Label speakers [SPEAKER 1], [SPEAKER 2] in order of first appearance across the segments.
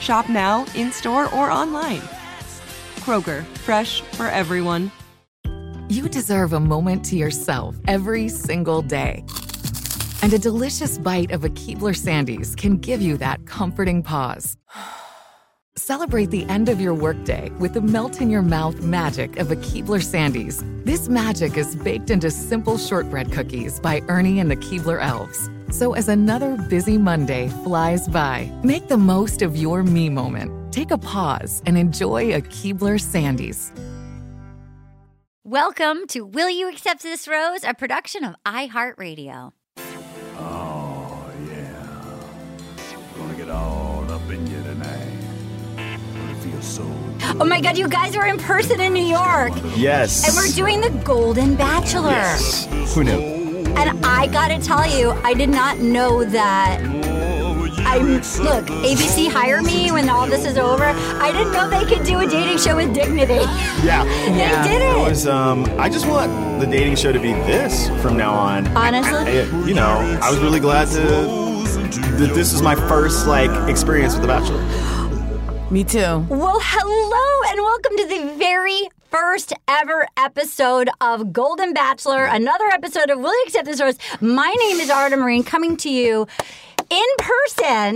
[SPEAKER 1] Shop now, in store, or online. Kroger, fresh for everyone.
[SPEAKER 2] You deserve a moment to yourself every single day. And a delicious bite of a Keebler Sandies can give you that comforting pause. Celebrate the end of your workday with the melt in your mouth magic of a Keebler Sandies. This magic is baked into simple shortbread cookies by Ernie and the Keebler Elves. So, as another busy Monday flies by, make the most of your me moment. Take a pause and enjoy a Keebler Sandies.
[SPEAKER 3] Welcome to Will You Accept This Rose, a production of iHeartRadio.
[SPEAKER 4] Oh, yeah. Gonna get all up in you tonight. Gonna feel so.
[SPEAKER 3] Oh my god, you guys are in person in New York.
[SPEAKER 5] Yes.
[SPEAKER 3] And we're doing the Golden Bachelor.
[SPEAKER 5] Who knew?
[SPEAKER 3] And I gotta tell you, I did not know that. I look, ABC hire me when all this is over. I didn't know they could do a dating show with dignity.
[SPEAKER 5] Yeah.
[SPEAKER 3] They did it.
[SPEAKER 5] It was, um, I just want the dating show to be this from now on.
[SPEAKER 3] Honestly,
[SPEAKER 5] I- you know, I was really glad to that this was my first like experience with The Bachelor.
[SPEAKER 6] Me too.
[SPEAKER 3] Well, hello and welcome to the very first ever episode of Golden Bachelor, another episode of Will You Accept This Rose? My name is Arda Marine, coming to you in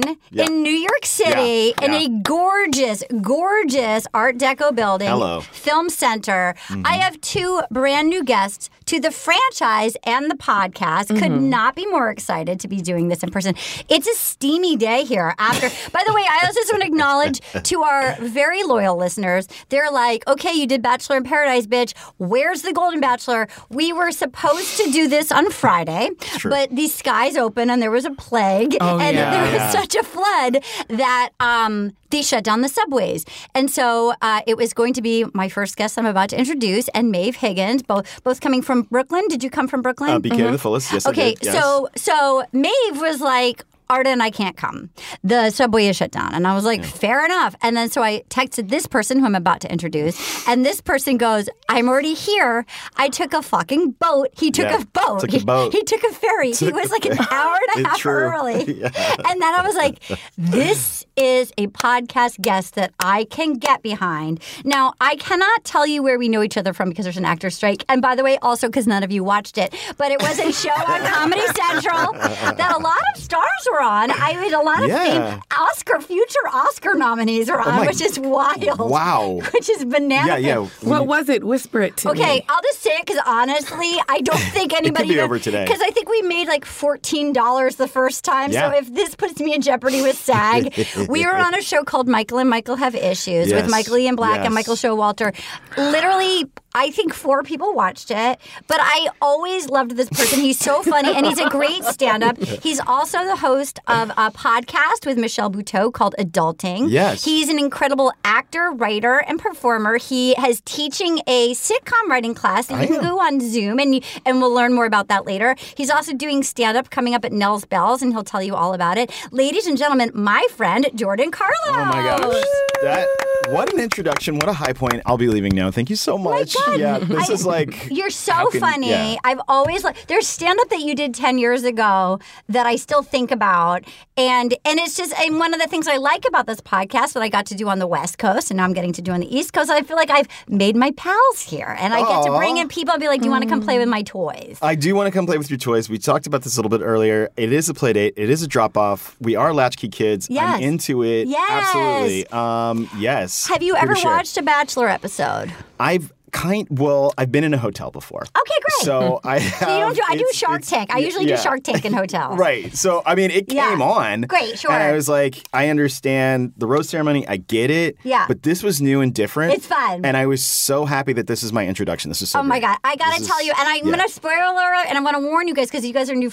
[SPEAKER 3] person
[SPEAKER 5] Yeah.
[SPEAKER 3] in New York City
[SPEAKER 5] Yeah,
[SPEAKER 3] in
[SPEAKER 5] yeah.
[SPEAKER 3] a gorgeous, gorgeous Art Deco building,
[SPEAKER 5] Hello.
[SPEAKER 3] Film Center. I have two brand new guests to the franchise and the podcast. Could not be more excited to be doing this in person. It's a steamy day here after. By the way, I also just want to acknowledge to our very loyal listeners, they're like, okay, you did Bachelor in Paradise, bitch. Where's the Golden Bachelor? We were supposed to do this on Friday, but the skies open and there was a plague and
[SPEAKER 6] yeah.
[SPEAKER 3] there was
[SPEAKER 5] Oh, Yeah.
[SPEAKER 3] such a flood that um, they shut down the subways. And so uh, it was going to be my first guest I'm about to introduce and Maeve Higgins, both both coming from Brooklyn. Did you come from Brooklyn? Mm-hmm.
[SPEAKER 5] Uh, BK to the fullest. Yes, I
[SPEAKER 3] Okay,
[SPEAKER 5] did. Yes.
[SPEAKER 3] so so Maeve was like, Arda and I can't come. The subway is shut down. And I was like, fair enough. And then so I texted this person who I'm about to introduce. And this person goes, I'm already here. I took a fucking boat. He took
[SPEAKER 5] Yeah,
[SPEAKER 3] a boat.
[SPEAKER 5] took a
[SPEAKER 3] He-
[SPEAKER 5] boat.
[SPEAKER 3] He, took a ferry. he was like an hour and a
[SPEAKER 5] It's
[SPEAKER 3] half
[SPEAKER 5] true.
[SPEAKER 3] early.
[SPEAKER 5] Yeah.
[SPEAKER 3] And then I was like, this is a podcast guest that I can get behind. Now, I cannot tell you where we know each other from because there's an actor strike. And by the way, also because none of you watched it, but it was a show on Comedy Central that a lot of stars were on. I mean, a lot of
[SPEAKER 5] Yeah. Oh
[SPEAKER 3] fame- Oscar, future Oscar nominees were on,
[SPEAKER 5] my-
[SPEAKER 3] which is wild.
[SPEAKER 5] Wow.
[SPEAKER 3] Which is banana.
[SPEAKER 5] Yeah, yeah.
[SPEAKER 6] What was it? Whisper it to me.
[SPEAKER 3] Okay, I'll just say it because honestly, I don't think anybody.
[SPEAKER 5] be over today.
[SPEAKER 3] Because I think we made like fourteen dollars the first time.
[SPEAKER 5] Yeah.
[SPEAKER 3] So if this puts me in jeopardy with SAG, we were on a show called Michael and Michael Have Issues with
[SPEAKER 5] Yes,
[SPEAKER 3] Michael Ian Black and
[SPEAKER 5] yes.
[SPEAKER 3] Michael Showalter. Literally, I think four people watched it. But I always loved this person. He's so funny and he's a great stand-up. He's also the host of a podcast with Michelle Buteau called Adulting.
[SPEAKER 5] Yes.
[SPEAKER 3] He He's an incredible actor, writer, and performer. He has teaching a sitcom writing class that you can go on Zoom, and you, and we'll learn more about that later. He's also doing stand up coming up at Nell's Bells, and he'll tell you all about it. Ladies and gentlemen, my friend Jordan Carlo.
[SPEAKER 5] Oh my Oh gosh. That What an introduction. What a high point. I'll be leaving now. Thank you so much.
[SPEAKER 3] Oh God.
[SPEAKER 5] Yeah, this
[SPEAKER 3] I-
[SPEAKER 5] is like.
[SPEAKER 3] You're so
[SPEAKER 5] how can-
[SPEAKER 3] funny.
[SPEAKER 5] yeah.
[SPEAKER 3] I've always li- there's stand up that you did 10 years ago that I still think about and and it's just and one of the things I like about this podcast that I got to do on the West Coast and now I'm getting to do on the East Coast I feel like I've made my pals here and I get to bring in people and be like do you want to come play with my toys?
[SPEAKER 5] I do want to come play with your toys. We talked about this a little bit earlier. It is a play date. It is a drop off. We are latchkey kids.
[SPEAKER 3] Yes.
[SPEAKER 5] I'm into it.
[SPEAKER 3] Yes.
[SPEAKER 5] Absolutely. Um, yes.
[SPEAKER 3] Have you
[SPEAKER 5] Here to
[SPEAKER 3] ever
[SPEAKER 5] share.
[SPEAKER 3] watched a Bachelor episode?
[SPEAKER 5] I've kind. Well, I've been in a hotel before.
[SPEAKER 3] Okay, great.
[SPEAKER 5] So I.
[SPEAKER 3] So you don't
[SPEAKER 5] have-
[SPEAKER 3] do, I do
[SPEAKER 5] it's-
[SPEAKER 3] Shark
[SPEAKER 5] it's-
[SPEAKER 3] Tank. I
[SPEAKER 5] y-
[SPEAKER 3] usually
[SPEAKER 5] yeah.
[SPEAKER 3] do Shark Tank in hotels.
[SPEAKER 5] Right. So I mean, it came
[SPEAKER 3] Yeah.
[SPEAKER 5] on.
[SPEAKER 3] Great, sure.
[SPEAKER 5] And I was like, I understand the rose ceremony. I get it.
[SPEAKER 3] Yeah.
[SPEAKER 5] But this was new and different.
[SPEAKER 3] It's fun.
[SPEAKER 5] And I was so happy that this is my introduction. This is so.
[SPEAKER 3] Oh my
[SPEAKER 5] great.
[SPEAKER 3] god, I gotta
[SPEAKER 5] This
[SPEAKER 3] tell
[SPEAKER 5] is-
[SPEAKER 3] you, and I'm
[SPEAKER 5] yeah.
[SPEAKER 3] gonna spoiler alert, and I'm gonna warn you guys because you guys are new
[SPEAKER 5] Mm-hmm.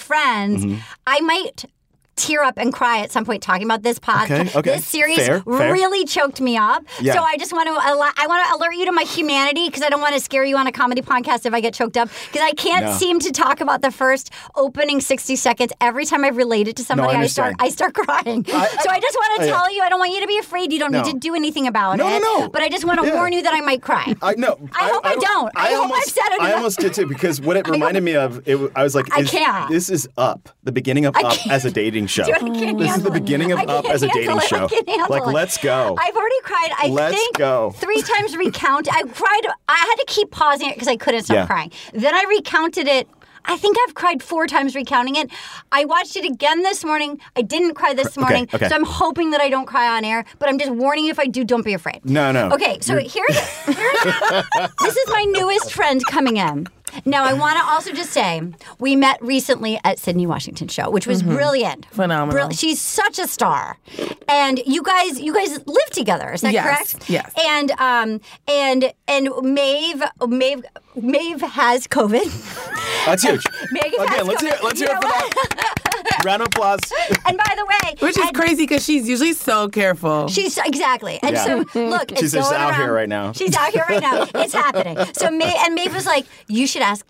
[SPEAKER 3] friends. I might tear up and cry at some point talking about this podcast.
[SPEAKER 5] Okay, okay.
[SPEAKER 3] This series
[SPEAKER 5] Fair, fair.
[SPEAKER 3] really choked me up.
[SPEAKER 5] Yeah.
[SPEAKER 3] So I just want to I want to alert you to my humanity because I don't want to scare you on a comedy podcast if I get choked up because I can't
[SPEAKER 5] No.
[SPEAKER 3] seem to talk about the first opening 60 seconds every time I've related to somebody I start
[SPEAKER 5] understand. Oh,
[SPEAKER 3] I start crying. so I just want to
[SPEAKER 5] yeah.
[SPEAKER 3] tell you I don't want you to be afraid you don't
[SPEAKER 5] No.
[SPEAKER 3] need to do anything about
[SPEAKER 5] No, no,
[SPEAKER 3] it.
[SPEAKER 5] no.
[SPEAKER 3] But I just want to
[SPEAKER 5] Yeah.
[SPEAKER 3] warn you that I might cry.
[SPEAKER 5] I know.
[SPEAKER 3] I hope I don't. I hope I've
[SPEAKER 5] almost,
[SPEAKER 3] said it
[SPEAKER 5] I
[SPEAKER 3] enough.
[SPEAKER 5] almost did too because what it reminded me of, it, wa- I was like,
[SPEAKER 3] I
[SPEAKER 5] is-
[SPEAKER 3] can't.
[SPEAKER 5] This is Up, the beginning of Up
[SPEAKER 3] can't.
[SPEAKER 5] as a dating show.
[SPEAKER 3] Dude, I can't
[SPEAKER 5] this is the
[SPEAKER 3] handle it.
[SPEAKER 5] beginning of
[SPEAKER 3] I
[SPEAKER 5] Up
[SPEAKER 3] can't
[SPEAKER 5] as a
[SPEAKER 3] handle
[SPEAKER 5] dating
[SPEAKER 3] it. I
[SPEAKER 5] show.
[SPEAKER 3] can't handle
[SPEAKER 5] Like,
[SPEAKER 3] it.
[SPEAKER 5] let's go.
[SPEAKER 3] I've already cried. I
[SPEAKER 5] Let's
[SPEAKER 3] think
[SPEAKER 5] go.
[SPEAKER 3] three times recount. I cried. I had to keep pausing it because I couldn't stop
[SPEAKER 5] Yeah.
[SPEAKER 3] crying. Then I recounted it. I think I've cried four times recounting it. I watched it again this morning. I didn't cry this morning,
[SPEAKER 5] okay.
[SPEAKER 3] so I'm hoping that I don't cry on air. But I'm just warning you if I do, don't be afraid.
[SPEAKER 5] No, no.
[SPEAKER 3] Okay, so here's, here's this is my newest friend coming in. Now I want to also just say we met recently at Sydney Washington show, which was brilliant,
[SPEAKER 6] Mm-hmm. Phenomenal.
[SPEAKER 3] Brill- she's such a star, and you guys, you guys live together. Is that
[SPEAKER 6] Yes,
[SPEAKER 3] correct?
[SPEAKER 6] yes.
[SPEAKER 3] And um and and Maeve Maeve Maeve has COVID.
[SPEAKER 5] That's huge.
[SPEAKER 3] Megan has
[SPEAKER 5] Again, let's
[SPEAKER 3] COVID.
[SPEAKER 5] hear, let's hear
[SPEAKER 3] You
[SPEAKER 5] it for
[SPEAKER 3] know
[SPEAKER 5] that. Round of applause.
[SPEAKER 3] And by the way,
[SPEAKER 6] Which is
[SPEAKER 3] and-
[SPEAKER 6] crazy because she's usually so careful.
[SPEAKER 3] She's exactly, and
[SPEAKER 5] Yeah.
[SPEAKER 3] so look, it's
[SPEAKER 5] She's just
[SPEAKER 3] going
[SPEAKER 5] out here
[SPEAKER 3] around.
[SPEAKER 5] right now.
[SPEAKER 3] She's out here right now. It's happening. So Mae and Maeve was like, "You should ask."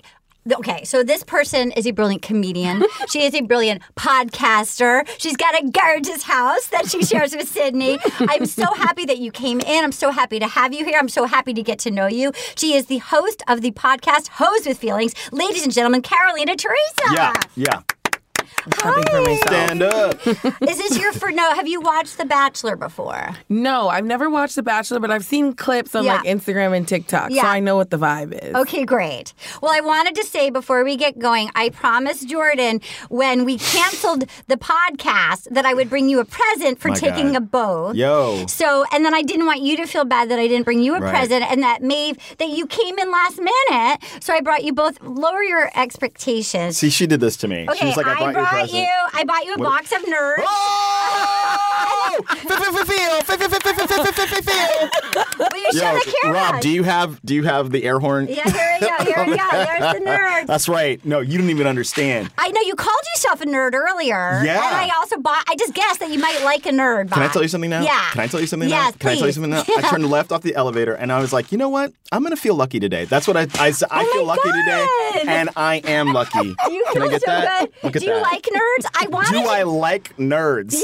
[SPEAKER 3] Okay, so this person is a brilliant comedian. She is a brilliant podcaster. She's got a gorgeous house that she shares with Sydney. I'm so happy that you came in. I'm so happy to have you here. I'm so happy to get to know you. She is the host of the podcast Hose with Feelings. Ladies and gentlemen, Carolina Teresa.
[SPEAKER 5] Yeah, yeah.
[SPEAKER 6] Happy for myself.
[SPEAKER 5] Stand up.
[SPEAKER 3] Is this your for no? Have you watched The Bachelor before?
[SPEAKER 6] No, I've never watched The Bachelor, but I've seen clips on
[SPEAKER 3] Yeah.
[SPEAKER 6] like Instagram and TikTok,
[SPEAKER 3] Yeah.
[SPEAKER 6] so I know what the vibe is.
[SPEAKER 3] Okay, great. Well, I wanted to say before we get going, I promised Jordan when we canceled the podcast that I would bring you a present for
[SPEAKER 5] My
[SPEAKER 3] taking
[SPEAKER 5] God.
[SPEAKER 3] a bow.
[SPEAKER 5] Yo.
[SPEAKER 3] So, and then I didn't want you to feel bad that I didn't bring you a
[SPEAKER 5] Right.
[SPEAKER 3] present and that Maeve, that you came in last minute. So I brought you both, lower your expectations.
[SPEAKER 5] See, she did this to me. she
[SPEAKER 3] okay,
[SPEAKER 5] was like, I brought, your
[SPEAKER 3] brought
[SPEAKER 5] present.
[SPEAKER 3] you, Oh, I bought you a
[SPEAKER 5] What- Oh!
[SPEAKER 3] box of nerds. Will you show
[SPEAKER 5] Yo,
[SPEAKER 3] the camera?
[SPEAKER 5] Rob, do you have do you have the air horn?
[SPEAKER 3] yeah, here we go. Here we go. There's the nerds.
[SPEAKER 5] That's right. No, you didn't even understand.
[SPEAKER 3] I know you called yourself a nerd earlier.
[SPEAKER 5] Yeah.
[SPEAKER 3] And I also bought. I just guessed that you might like a nerd.
[SPEAKER 5] Can I
[SPEAKER 3] vibe.
[SPEAKER 5] tell you something now?
[SPEAKER 3] Yeah.
[SPEAKER 5] Can I tell you something now?
[SPEAKER 3] yes,
[SPEAKER 5] Can I tell you
[SPEAKER 3] please.
[SPEAKER 5] something now? I turned left off the elevator and I was like, you know what? I'm gonna feel lucky today. That's what I I, s- I
[SPEAKER 3] Oh
[SPEAKER 5] feel
[SPEAKER 3] my
[SPEAKER 5] lucky
[SPEAKER 3] God.
[SPEAKER 5] today, and I am lucky.
[SPEAKER 3] You
[SPEAKER 5] Can
[SPEAKER 3] feel
[SPEAKER 5] I get
[SPEAKER 3] so
[SPEAKER 5] that?
[SPEAKER 3] good.
[SPEAKER 5] Look at
[SPEAKER 3] Do you
[SPEAKER 5] that.
[SPEAKER 3] like nerds? I wanted.
[SPEAKER 5] Do
[SPEAKER 3] to-
[SPEAKER 5] I like nerds?